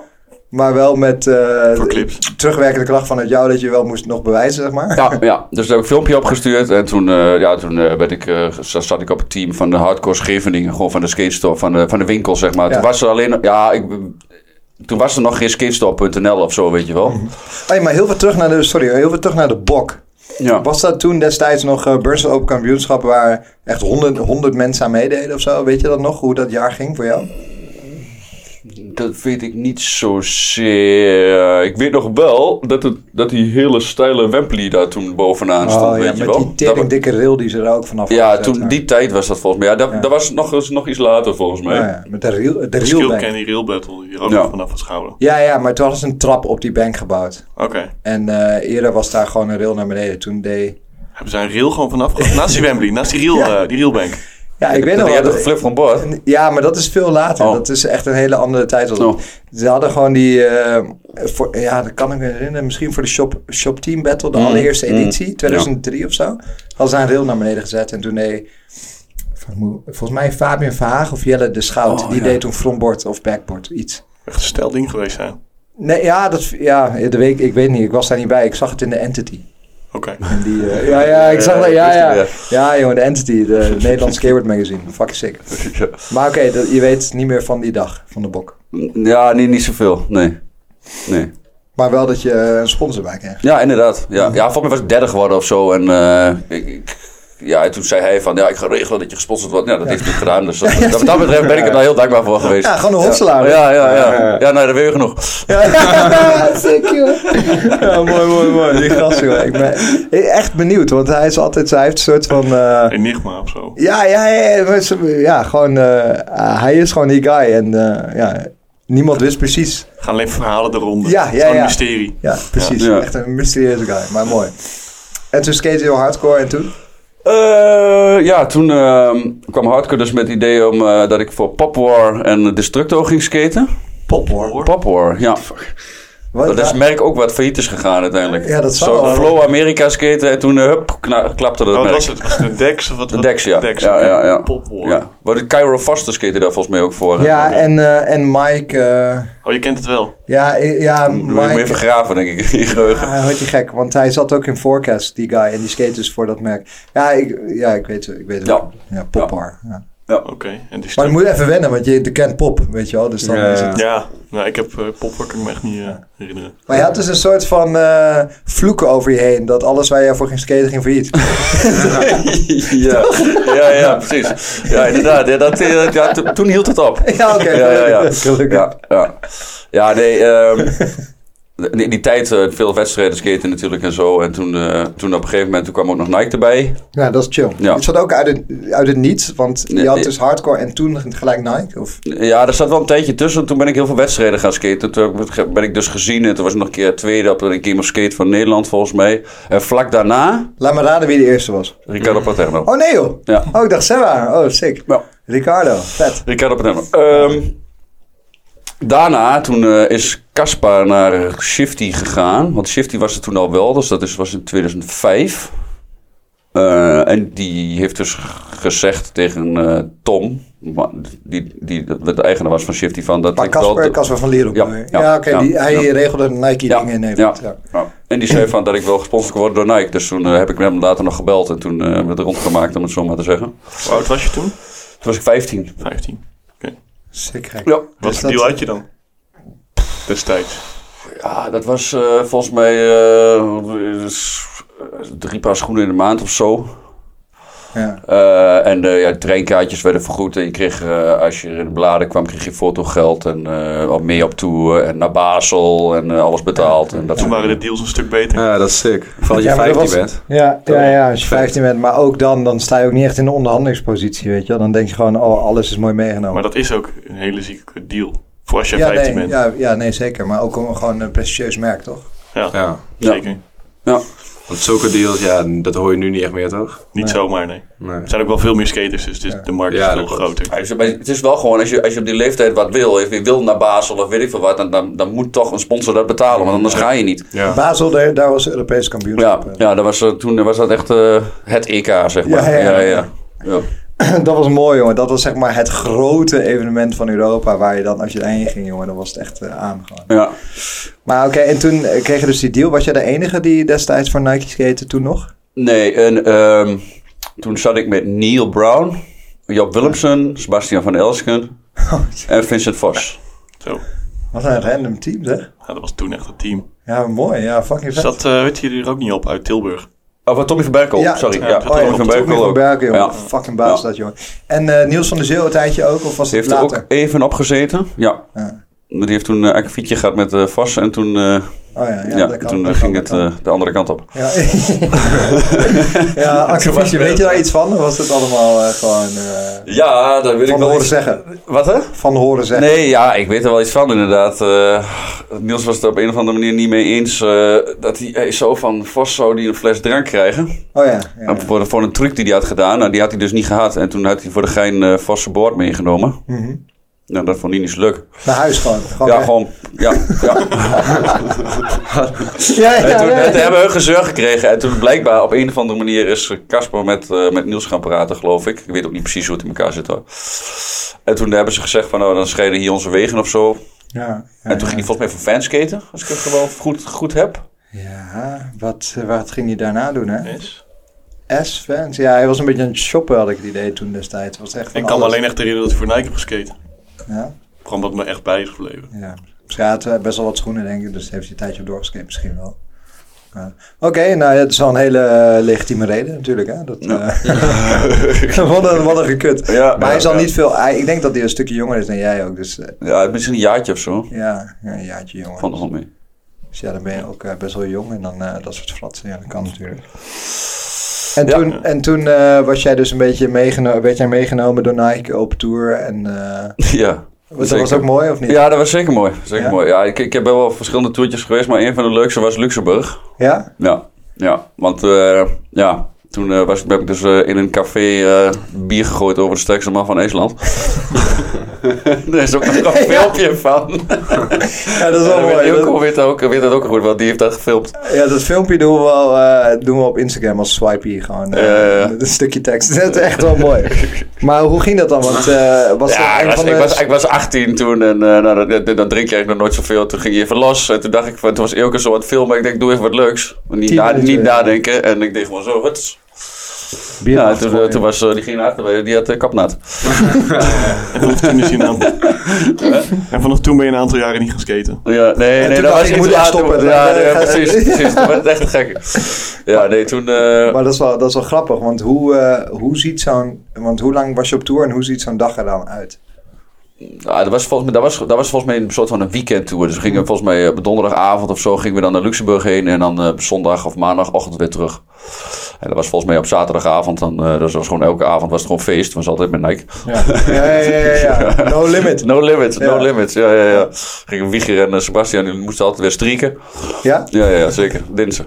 Speaker 1: Maar wel met eh,
Speaker 2: Voor clips.
Speaker 1: terugwerkende kracht vanuit jou dat je wel moest nog bewijzen, zeg maar.
Speaker 3: Ja, ja, dus daar heb ik een filmpje opgestuurd. En toen, eh, ja, toen eh, werd ik, eh, zat zat ik op het team van de Hardcore Scheveningen. Gewoon van de skatestore, van de, van de winkel, zeg maar.
Speaker 1: Ja.
Speaker 3: Toen was er alleen... Ja, ik, toen was er nog geen skatestore.nl of zo, weet je
Speaker 1: Mhm.
Speaker 3: wel.
Speaker 1: Hey, maar heel veel terug naar de, sorry, heel veel terug naar de bok.
Speaker 3: Ja.
Speaker 1: Was dat toen destijds nog eh Burns Open Kampioenschap waar echt honderd, honderd mensen aan meededen of zo? Weet je dat nog, hoe dat jaar ging voor jou?
Speaker 3: Dat weet ik niet zozeer. Ik weet nog wel dat, het, dat die hele steile Wembley daar toen bovenaan stond, weet
Speaker 1: Oh, ja,
Speaker 3: je
Speaker 1: met
Speaker 3: wel.
Speaker 1: die
Speaker 3: Dat-
Speaker 1: tering dikke rail die ze er ook vanaf
Speaker 3: ja,
Speaker 1: hadden
Speaker 3: toen,
Speaker 1: gezet.
Speaker 3: die tijd was dat volgens mij. Ja, dat,
Speaker 1: Ja.
Speaker 3: dat was nog, eens- nog iets later volgens mij.
Speaker 1: Ja, ja, met de rail, de
Speaker 2: De Skill
Speaker 1: railbank.
Speaker 2: Candy Rail Battle, hier ook
Speaker 3: Ja.
Speaker 2: nog vanaf het schouder.
Speaker 1: Ja, ja, maar toen hadden ze een trap op die bank gebouwd.
Speaker 2: Oké.
Speaker 1: En eh, eerder was daar gewoon een rail naar beneden. Toen deed...
Speaker 2: Hebben zij een rail gewoon vanaf? ge- Naast die Wembley, naast die, rail, eh, die railbank.
Speaker 1: Ja, ik weet
Speaker 3: dat
Speaker 1: nog
Speaker 3: jij
Speaker 1: wel.
Speaker 3: had geflipt van boord.
Speaker 1: Ja, maar dat is veel later.
Speaker 3: Oh.
Speaker 1: Dat is echt een hele andere tijd. dan dat.
Speaker 3: Oh.
Speaker 1: Ze hadden gewoon die... eh, voor, ja, dat kan ik me herinneren. Misschien voor de Shop, shop Team Battle, de
Speaker 3: Mm,
Speaker 1: allereerste editie. 2003 of zo. Hadden ze daar een rail naar beneden gezet. En toen deed... Volgens mij Fabian Verhaag of Jelle de Schout.
Speaker 3: Oh,
Speaker 1: die
Speaker 3: ja.
Speaker 1: deed toen frontboard of backboard. Iets.
Speaker 2: Echt een stel ding geweest zijn.
Speaker 1: Nee, ja, dat, ja de week, ik weet niet. Ik was daar niet bij. Ik zag het in de Entity.
Speaker 2: Oké.
Speaker 1: En die, eh, ja, ja, ik zag dat. Ja,
Speaker 3: wist
Speaker 1: ja.
Speaker 3: ik,
Speaker 1: Ja, jongen, de Entity, de Nederlands Skateboard Magazine. Fucking sick. Maar oké, dat- je weet niet meer van die dag, van de bok.
Speaker 3: Ja, niet, niet zoveel, nee. Nee.
Speaker 1: Maar wel dat je eh, een sponsor bij krijgt.
Speaker 3: Ja, inderdaad. Ja, ja volgens mij was ik derde geworden of zo. En eh, ik, ik- ja, en toen zei hij van, ja, ik ga regelen dat je gesponsord wordt. Ja, dat heeft hij gedaan. Dus dat, dat, wat dat betreft ben ik er daar heel dankbaar voor geweest.
Speaker 1: Ja, gewoon een
Speaker 3: Ja,
Speaker 1: hotselaar.
Speaker 3: ja, ja. Ja, nou, dat weet je genoeg.
Speaker 1: Ja, sick, joh. Ja, mooi, mooi, mooi. Die gast, joh. Ik ben echt benieuwd, want hij is altijd, hij heeft een soort van... eh,
Speaker 2: Enigma of zo.
Speaker 1: ja, ja, ja, ja, maar ze- ja, gewoon, eh, hij is gewoon die guy. En eh, ja, niemand wist precies.
Speaker 2: Gaan alleen verhalen de ronde.
Speaker 1: Ja,
Speaker 2: Het is
Speaker 1: ja,
Speaker 2: gewoon
Speaker 1: ja.
Speaker 2: een mysterie.
Speaker 1: Ja, precies.
Speaker 3: Ja.
Speaker 1: Echt een mysterieuze guy, maar mooi. En toen skate je heel hardcore en toen?
Speaker 3: Eh, ja, toen ehm, kwam Hardcore dus met het idee om, eh, dat ik voor Pop War en Destructo ging skaten.
Speaker 1: Pophoor.
Speaker 3: Pop War, ja.
Speaker 1: Wat-
Speaker 3: Dat is een merk ook wat failliet is gegaan uiteindelijk.
Speaker 1: Ja, dat zou
Speaker 3: Zo
Speaker 1: wel.
Speaker 3: Flow Amerika skaten en toen eh, hup, kna- klapte dat
Speaker 2: Oh, wat
Speaker 3: merk.
Speaker 2: was het? Was het een Dex of wat?
Speaker 3: De
Speaker 2: wat-
Speaker 3: Dex, ja.
Speaker 2: Dex,
Speaker 3: ja,
Speaker 2: oké.
Speaker 3: ja, ja.
Speaker 2: Popwar.
Speaker 3: Ja. Waar de Cairo Foster skaten daar volgens mij ook voor.
Speaker 1: Ja,
Speaker 3: Eh,
Speaker 1: en, eh, en Mike. eh,
Speaker 2: Oh, je kent het wel.
Speaker 1: ja, eh, ja,
Speaker 3: Dan moet je hem even
Speaker 1: Mike. Ah,
Speaker 3: graven, denk ik, in je geheugen.
Speaker 1: Hij wordt je gek, want hij zat ook in Forecast, die guy. En die skate dus voor dat merk. Ja, ik, ja, ik weet het. Ik weet het.
Speaker 3: Ja.
Speaker 1: wel. ja popar. Ja.
Speaker 2: Oké. En die
Speaker 1: Maar je
Speaker 2: stem-
Speaker 1: moet even wennen, want je de kent pop, weet je wel. Dus dan
Speaker 4: Ja,
Speaker 1: is
Speaker 4: ja.
Speaker 1: het...
Speaker 2: Ja, nou, ik heb uh, kan ik me echt niet eh, herinneren.
Speaker 1: Maar je had dus een soort van eh, vloeken over je heen. Dat alles waar je voor ging skaten ging failliet. Ah, nou.
Speaker 3: ja. ja, ja, precies. Ja, inderdaad. Ja, dat, eh, dat- ja, to- toen hield het op.
Speaker 1: ja, oké.
Speaker 3: Ja, ja, ja.
Speaker 1: Gelukkig.
Speaker 3: Ja, ja. ja nee. ehm, in die tijd eh, veel wedstrijden skaten natuurlijk en zo. En toen, eh, toen op een gegeven moment toen kwam ook nog Nike erbij.
Speaker 1: Ja, dat is chill.
Speaker 3: Ja.
Speaker 1: Het zat ook uit het, uit het niets, want je
Speaker 3: Nee,
Speaker 1: had
Speaker 3: eh.
Speaker 1: dus hardcore en toen gelijk Nike. Of...
Speaker 3: Ja, daar zat wel een tijdje tussen. Toen ben ik heel veel wedstrijden gaan skaten. Toen heb ik- ben ik dus gezien. En toen was ik nog een keer tweede op een Game of Skate van Nederland volgens mij. En vlak daarna
Speaker 1: Laat me raden wie de eerste was.
Speaker 3: Ricardo Paterno.
Speaker 1: Oh nee joh.
Speaker 3: Ja.
Speaker 1: Oh, ik dacht Sarah. Oh, sick.
Speaker 3: Ja.
Speaker 1: Ricardo, vet.
Speaker 3: Ricardo Paterno. Ehm Daarna, toen eh, is Caspar naar Shifty gegaan. Want Shifty was er toen al wel, dus dat is, was in 2005. Eh, en die heeft dus g- gezegd tegen eh, Tom, wa- die, die de, de eigenaar was van Shifty, van dat
Speaker 1: Maar
Speaker 3: ik wel
Speaker 1: Casper,
Speaker 3: de-
Speaker 1: Casper van Leerom.
Speaker 3: Ja,
Speaker 1: Ja,
Speaker 3: ja,
Speaker 1: oké.
Speaker 3: ja,
Speaker 1: die- hij
Speaker 3: ja.
Speaker 1: regelde Nike-dingen in
Speaker 3: ja.
Speaker 1: Nederland. Ja.
Speaker 3: ja. En die zei van dat ik wel gesponsord kon worden door Nike. Dus toen eh, heb ik hem later nog gebeld en toen eh, hebben we het rondgemaakt, om het zo maar te zeggen.
Speaker 2: Hoe oud was je toen?
Speaker 3: Toen was ik 15.
Speaker 2: 15.
Speaker 1: Sick, gek.
Speaker 3: Ja.
Speaker 2: Wat
Speaker 1: Is
Speaker 2: voor
Speaker 1: dat-
Speaker 2: deal had je dan? Destijds.
Speaker 3: Ja, dat was eh, volgens mij eh, s- drie paar schoenen in de maand of zo.
Speaker 1: Ja.
Speaker 3: Eh, en eh ja, treinkaartjes werden vergoed. En je kreeg, eh, als je in de bladen kwam, kreeg je fotogeld. En eh, wat mee op tour. En naar Basel. En eh, alles betaald. En dat
Speaker 2: Toen
Speaker 3: soort
Speaker 2: waren de
Speaker 3: dingen.
Speaker 2: deals een stuk beter.
Speaker 4: Ja, dat is sick. Vooral als je
Speaker 1: Ja, maar dat
Speaker 4: 15
Speaker 1: was-
Speaker 4: bent.
Speaker 1: Ja, ja, ja, als je 15 bent. Maar ook dan, dan sta je ook niet echt in de onderhandelingspositie, weet je wel. Dan denk je gewoon, oh, alles is mooi meegenomen.
Speaker 2: Maar dat is ook een hele zieke deal. Voor als je
Speaker 1: ja, nee,
Speaker 2: 15 bent.
Speaker 1: ja, ja, nee, zeker. Maar ook om gewoon een prestigieus merk, toch?
Speaker 4: Ja.
Speaker 2: Zeker.
Speaker 4: Want zulke deals, ja, dat hoor je nu niet echt meer, toch?
Speaker 2: Niet
Speaker 1: Nee.
Speaker 2: zomaar, nee.
Speaker 4: Nee.
Speaker 2: Er zijn ook wel veel meer skaters, dus dit- de markt is
Speaker 4: Ja,
Speaker 2: veel
Speaker 4: dat klopt.
Speaker 2: groter.
Speaker 3: Maar het is- Het is wel gewoon, als je, als je op die leeftijd wat wil, je wil naar Basel of weet ik veel wat, dan, dan, dan moet toch een sponsor dat betalen, want anders ga je niet.
Speaker 4: Ja.
Speaker 1: Basel, daar, daar was Europees
Speaker 3: Ja,
Speaker 1: kampioenschap.
Speaker 3: ja dat was, eh, toen was dat echt eh, het EK, zeg maar.
Speaker 1: Ja, ja, ja.
Speaker 3: ja.
Speaker 1: eh. dat was mooi, jongen. Dat was zeg maar het grote evenement van Europa. Waar je dan, als je erheen ging, jongen, dan was het echt eh, aan gewoon.
Speaker 3: ja.
Speaker 1: Maar oké, en toen eh, kreeg je dus die deal. Was jij de enige die destijds voor Nike skate toen nog?
Speaker 3: Nee, en ehm, toen zat ik met Neil Brown, Job Willemsen, Sebastian van Elsken en Vincent Vos.
Speaker 2: Zo.
Speaker 1: Wat een random team, zeg.
Speaker 2: Ja, dat was toen echt het team.
Speaker 1: Ja, mooi. Ja, fucking vet.
Speaker 2: Zat, eh weet je er ook niet op uit Tilburg?
Speaker 3: Oh, van Tommy van Berkel, sorry.
Speaker 1: t-
Speaker 3: Ja,
Speaker 1: oh,
Speaker 3: Tommy van Berkel
Speaker 1: Tommy
Speaker 3: ook.
Speaker 1: van Berkel, jongen.
Speaker 3: Ja.
Speaker 1: Fucking baas
Speaker 3: Ja.
Speaker 1: dat, jongen. En eh, Niels van der Zeel een tijdje ook, of was
Speaker 3: Die
Speaker 1: het
Speaker 3: heeft er
Speaker 1: later?
Speaker 3: ook even op gezeten. Ja.
Speaker 1: Ja.
Speaker 3: Die heeft toen eh akkefietje gehad met eh, Vos en toen, eh,
Speaker 1: Oh ja, ja,
Speaker 3: ja,
Speaker 1: dat kan,
Speaker 3: toen
Speaker 1: dat
Speaker 3: eh, ging
Speaker 1: kan,
Speaker 3: het
Speaker 1: dat kan.
Speaker 3: eh, de andere kant op.
Speaker 1: Ja, ja acrobatie, weet je daar iets van? Of was het allemaal eh, gewoon eh,
Speaker 3: Ja, dat eh, weet
Speaker 1: van horen zeggen?
Speaker 3: Wat hè?
Speaker 1: Van horen zeggen.
Speaker 3: Nee, ja, ik weet er wel iets van inderdaad. Eh, Niels was het er op een of andere manier niet mee eens eh, dat hij, hij zo van Vos zou die een fles drank krijgen.
Speaker 1: Oh ja, ja, ja.
Speaker 3: En Voor, voor een truc die hij had gedaan, nou, die had hij dus niet gehad. En toen had hij voor de gein eh vaste boord meegenomen.
Speaker 1: Mhm.
Speaker 3: Nou, dat vond hij niet zo leuk.
Speaker 1: Naar huis gewoon. gewoon
Speaker 3: ja,
Speaker 1: weg.
Speaker 3: gewoon, ja, ja.
Speaker 1: Ja, ja,
Speaker 3: En toen
Speaker 1: ja,
Speaker 3: het hebben we gezeur gekregen. En toen blijkbaar op een of andere manier is Casper met, eh, met Niels gaan praten, geloof ik. Ik weet ook niet precies hoe het in elkaar zit hoor. En toen hebben ze gezegd van, nou, dan scheiden hier onze wegen of zo.
Speaker 1: Ja, ja,
Speaker 3: En toen ging hij volgens mij van fanskaten, als ik het gewoon goed, goed heb.
Speaker 1: Ja, wat, eh, wat ging hij daarna doen, hè?
Speaker 2: Yes.
Speaker 1: S-fans. Ja, hij was een beetje aan het shoppen, had ik het idee toen destijds. Was echt van
Speaker 2: Ik kan me
Speaker 1: alles.
Speaker 2: alleen echt herinneren dat ik voor Nike heb geskate.
Speaker 1: Ja,
Speaker 2: Gewoon wat me echt bij is gebleven.
Speaker 1: ja. Dus hij had eh, best wel wat schoenen, denk ik. Dus daar heeft hij een tijdje op doorgeskate misschien wel. Ja. Oké, nou ja, het is wel een hele eh, legitieme reden natuurlijk, hè? Dat, eh, wat, een, wat een gekut.
Speaker 3: Ja,
Speaker 1: Maar hij is al
Speaker 3: ja.
Speaker 1: niet veel... hij- ik denk dat hij een stukje jonger is dan jij ook, dus... eh,
Speaker 3: Ja, misschien een jaartje of zo.
Speaker 1: ja, ja, een jaartje jonger.
Speaker 3: Van de hand mee.
Speaker 1: Dus ja, dan ben je ook eh, best wel jong en dan eh, dat soort fratsen, ja, dat kan natuurlijk. En
Speaker 3: Ja.
Speaker 1: toen, en toen eh, was jij dus een beetje meegenomen, werd jij meegenomen door Nike op tour en eh,
Speaker 3: Ja.
Speaker 1: dat was
Speaker 3: Zeker.
Speaker 1: ook mooi of niet?
Speaker 3: Ja, dat was zeker mooi. Zeker
Speaker 1: Ja?
Speaker 3: mooi. Ja, ik, ik heb wel verschillende toertjes geweest, maar een van de leukste was Luxemburg.
Speaker 1: Ja?
Speaker 3: Ja, ja. want eh, ja, toen eh, was, heb ik dus eh, in een café eh, bier gegooid over de sterkste man van IJsland. Daar is ook nog een filmpje van.
Speaker 1: Ja, dat is wel
Speaker 3: En
Speaker 1: mooi.
Speaker 3: Wilco
Speaker 1: Dat-
Speaker 3: weet dat ook, weet dat ook goed, want die heeft dat gefilmd.
Speaker 1: ja, dat filmpje doen we, wel, eh, doen we op Instagram als swipey gewoon. eh,
Speaker 3: Ja, ja, ja.
Speaker 1: Een stukje tekst. Dat is echt wel mooi. Maar hoe ging dat dan? Want eh, was
Speaker 3: Ja,
Speaker 1: dat
Speaker 3: ik
Speaker 1: een
Speaker 3: was,
Speaker 1: van
Speaker 3: ik,
Speaker 1: de...
Speaker 3: was, ik was 18 toen en eh, nou, dat- dat- dan drink je eigenlijk nog nooit zoveel. Toen ging je even los en toen dacht ik, van- toen was Ilke zo aan het filmen. Ik denk, doe even wat leuks. Niet,
Speaker 1: Tien
Speaker 3: na-
Speaker 1: minuten,
Speaker 3: niet
Speaker 1: ja.
Speaker 3: nadenken. En ik deed gewoon zo, huts.
Speaker 1: bier
Speaker 3: Ja, toen,
Speaker 1: afgegooid?
Speaker 3: toen was eh, diegene achter mij, die had eh, kapnaad.
Speaker 2: En vanaf toen is hij een aantal... en vanaf toen ben je een aantal jaren niet gaan skaten.
Speaker 3: Ja, nee,
Speaker 1: En toen
Speaker 3: nee, dat
Speaker 1: dacht
Speaker 3: was
Speaker 1: ik,
Speaker 3: iets
Speaker 1: moet je
Speaker 3: later.
Speaker 1: stoppen.
Speaker 3: Ja,
Speaker 1: Eh,
Speaker 3: ja,
Speaker 1: ga-
Speaker 3: precies, precies. Dat werd echt gek. Ja, nee, toen... eh,
Speaker 1: Maar dat is, wel, dat is wel grappig, want hoe, eh, hoe ziet zo'n... Want hoe lang was je op tour en hoe ziet zo'n dag er dan uit?
Speaker 3: ah, dat, was volgens mij, dat, was, dat was volgens mij een soort van een weekendtour. Dus we gingen volgens mij eh, op donderdagavond of zo gingen we dan naar Luxemburg heen. En dan eh, op zondag of maandagochtend weer terug. En dat was volgens mij op zaterdagavond. Dan, eh, dat was gewoon elke avond was het gewoon feest. was altijd met Nike.
Speaker 1: Ja, ja, ja, ja, ja. No limit.
Speaker 3: No limits, no
Speaker 1: Ja.
Speaker 3: limits. Ja, ja, ja. Gingen Wieger en eh, Sebastian, die moesten altijd weer strieken.
Speaker 1: Ja?
Speaker 3: Ja, ja, ja zeker. Dinsen.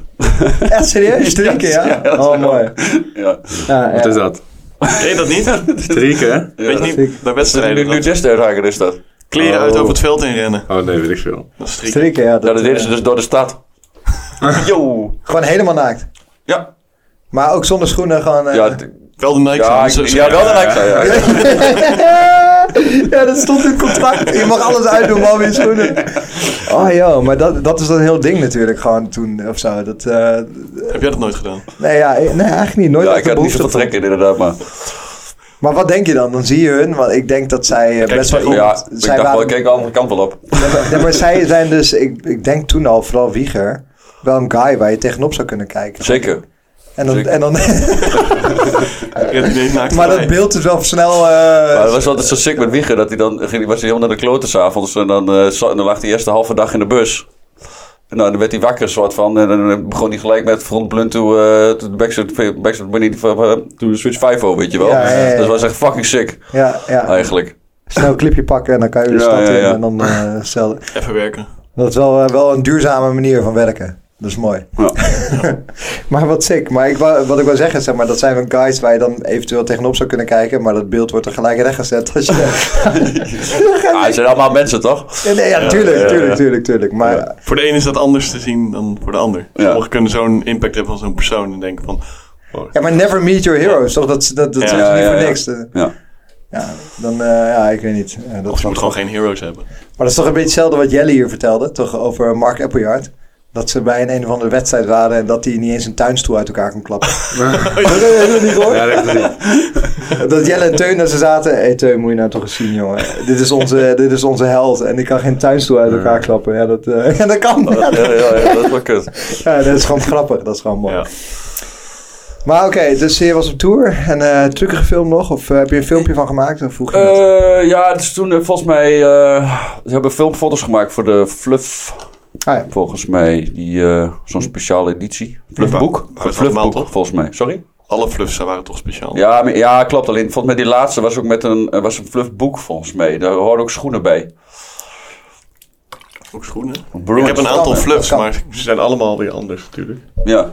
Speaker 1: Echt serieus? Drie keer, ja? Oh, mooi.
Speaker 3: Ja.
Speaker 1: Ja,
Speaker 4: Wat is
Speaker 1: ja.
Speaker 4: dat?
Speaker 2: Ken je dat niet?
Speaker 4: Strieken, hè?
Speaker 2: Weet je niet, bij
Speaker 1: zeker.
Speaker 2: wedstrijden.
Speaker 3: Nu, nu
Speaker 2: dat-
Speaker 3: Jess te uithaken is dat.
Speaker 2: Kleren uit
Speaker 4: Oh.
Speaker 2: over het veld heen rennen.
Speaker 4: Oh nee, weet ik veel.
Speaker 2: Dat is strikken.
Speaker 1: Strikken, ja.
Speaker 3: Ja,
Speaker 1: Dat, eh,
Speaker 3: dat deden ze dus door de stad. Yo!
Speaker 1: Gewoon helemaal naakt.
Speaker 3: Ja.
Speaker 1: Maar ook zonder schoenen gewoon... eh,
Speaker 3: Ja, d-
Speaker 2: Wel de Nike.
Speaker 3: ja,
Speaker 2: Ja,
Speaker 3: ik- ja, wel de Nike. Ja, ja.
Speaker 1: ja, dat stond in het contract. Je mag alles uitdoen, maar weer schoenen. Oh joh, maar dat, dat is een heel ding natuurlijk gewoon toen of zo. Dat, eh,
Speaker 2: Heb jij dat nooit gedaan?
Speaker 1: nee, ja, eh, nee, eigenlijk niet. Nooit
Speaker 3: Ja,
Speaker 1: echt
Speaker 3: ik
Speaker 1: de
Speaker 3: had niet zoveel
Speaker 1: behoefte
Speaker 3: trek in, inderdaad, maar...
Speaker 1: van. Maar wat denk je dan? Dan zie je hun, want ik denk dat zij eh, best wel goed...
Speaker 3: Ja, ik
Speaker 1: zij
Speaker 3: dacht wel,
Speaker 1: waren-
Speaker 3: ik keek de andere kant wel op.
Speaker 1: Nee, maar, nee, maar zij zijn dus, ik, ik denk toen al, vooral Wieger, wel een guy waar je tegenop zou kunnen kijken.
Speaker 3: Zeker.
Speaker 1: En dan, en dan, maar
Speaker 2: Maar
Speaker 1: dat beeld is wel snel... eh,
Speaker 3: Maar dat was altijd zo sick met Wieger, dat hij dan ging, die was hij helemaal naar de kloten s'avonds en dan, eh, za- en dan lag hij eerst de halve dag in de bus. En nou, dan werd hij wakker, soort van. En dan eh, begon hij gelijk met Front Blunt to, eh, to the Backstreet, backstreet eh, Bunny to, to Switch 5 over, weet je wel. Dus
Speaker 1: Ja, ja, ja, ja.
Speaker 3: Dat was echt fucking sick,
Speaker 1: ja, ja,
Speaker 3: eigenlijk.
Speaker 1: snel een clipje pakken en dan kan je weer de
Speaker 3: Ja,
Speaker 1: stad
Speaker 3: ja, ja.
Speaker 1: in en dan eh, zelden.
Speaker 2: Even werken.
Speaker 1: Dat is wel, eh, wel een duurzame manier van werken. Dat is mooi.
Speaker 3: Ja.
Speaker 1: Maar wat sick. Maar ik wou- wat ik wil zeggen, zeg maar, dat zijn wel guys waar je dan eventueel tegenop zou kunnen kijken. Maar dat beeld wordt er gelijk rechtgezet. Als je...
Speaker 3: Ah, het zijn allemaal mensen, toch?
Speaker 1: nee, ja, tuurlijk,
Speaker 3: ja, ja.
Speaker 1: tuurlijk, tuurlijk, tuurlijk. Maar
Speaker 2: Voor de een is dat anders te zien dan voor de ander.
Speaker 3: Ja.
Speaker 2: Sommigen kunnen zo'n impact hebben van zo'n persoon en denken van... "Oh,
Speaker 1: Ja, maar never meet your heroes, toch? Dat, dat, dat
Speaker 2: Ja,
Speaker 1: zeggen ze niet
Speaker 3: ja,
Speaker 1: voor
Speaker 3: ja.
Speaker 1: niks. Eh,
Speaker 3: Ja.
Speaker 1: Ja, dan, eh, ja, ik weet niet. Eh, dat
Speaker 2: Of
Speaker 1: is
Speaker 2: je moet
Speaker 1: wel-
Speaker 2: gewoon geen heroes hebben.
Speaker 1: Maar dat is toch een beetje hetzelfde wat Jelle hier vertelde, toch? Over Mark Appleyard. Dat ze bij een een of andere wedstrijd waren en dat hij niet eens een tuinstoel uit elkaar kon klappen. dat heb je niet gehoord?
Speaker 4: Ja, dat heb ik gezien.
Speaker 1: Dat Jelle en Teun daar ze zaten. Hé hey, Teun, moet je nou toch eens zien, jongen. Dit is onze, dit is onze held en die kan geen tuinstoel uit elkaar klappen. Ja, dat, eh, ja, dat kan. Ja, dat,
Speaker 3: Ja, ja, ja, dat is wel kut.
Speaker 1: ja, dat is gewoon grappig. Dat is gewoon mooi.
Speaker 2: Ja.
Speaker 1: Maar oké, dus je was op tour en eh truckige film nog? Of eh, heb je een filmpje van gemaakt? Of vroeg je dat?
Speaker 3: Eh, ja, dus toen eh, volgens mij... eh, ze hebben filmfoto's gemaakt voor de Fluff
Speaker 1: Ah, ja.
Speaker 3: Volgens mij die, eh, zo'n speciale editie. Fluffboek?
Speaker 2: Maar dat is allemaal,
Speaker 3: Fluffboek,
Speaker 2: toch? Oh.
Speaker 3: volgens mij. Sorry?
Speaker 2: Alle fluffs waren toch speciaal?
Speaker 3: Ja, maar- ja, klopt. Alleen volgens mij die laatste was ook met een, eh, was een fluffboek, volgens mij. Daar hoorden ook schoenen bij.
Speaker 2: Ook schoenen? Ik
Speaker 3: Bruins.
Speaker 2: heb een aantal
Speaker 1: kan,
Speaker 2: fluffs,
Speaker 1: dat kan.
Speaker 2: maar ze zijn allemaal weer anders natuurlijk.
Speaker 3: Ja,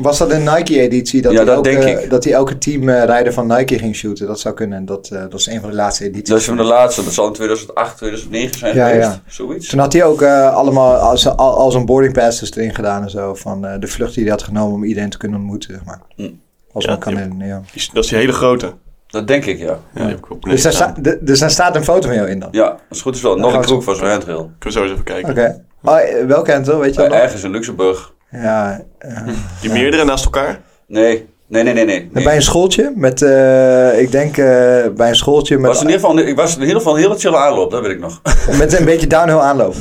Speaker 1: Was dat een Nike-editie? Dat
Speaker 3: Ja,
Speaker 1: hij
Speaker 3: dat
Speaker 1: elke-
Speaker 3: denk ik.
Speaker 1: Dat hij elke teamrijder van Nike ging shooten. Dat zou kunnen. Dat, eh, dat is een van de laatste edities.
Speaker 3: dat is van de laatste. Dat zal in 2008, 2009 zijn
Speaker 1: Ja,
Speaker 3: geweest.
Speaker 1: ja.
Speaker 3: Zoiets.
Speaker 1: Toen had hij ook eh, allemaal als, al- als een boarding passes erin gedaan en zo. Van eh, de vlucht die hij had genomen om iedereen te kunnen ontmoeten. Zeg maar.
Speaker 3: Mm.
Speaker 1: Als
Speaker 2: Ja,
Speaker 1: man kan
Speaker 2: die-
Speaker 1: herinneren, ja.
Speaker 2: Die is- dat is die hele grote.
Speaker 3: Dat denk ik, ja.
Speaker 2: Ja, die heb ik ook beneden
Speaker 1: Dus daar,
Speaker 2: staan.
Speaker 1: sta- de- dus daar staat een foto van jou in dan?
Speaker 3: Ja, als het goed is wel. Nog
Speaker 1: gaan
Speaker 3: een
Speaker 1: we
Speaker 3: kroeg
Speaker 1: zo-
Speaker 3: van zo'n handrail.
Speaker 2: Kunnen we zo eens even kijken.
Speaker 1: Oké. Oh, eh, welke Anton, weet je
Speaker 3: Eh,
Speaker 1: wel nog?
Speaker 3: ergens in Luxemburg.
Speaker 1: Ja. eh,
Speaker 2: Die meerdere naast elkaar?
Speaker 3: Nee, nee, nee, nee. nee. nee.
Speaker 1: Bij een schooltje met, eh, ik denk eh, bij een schooltje met,
Speaker 3: Was in ieder geval, ik was in ieder geval een hele chill aanloop, dat weet ik nog.
Speaker 1: met een beetje downhill aanloop.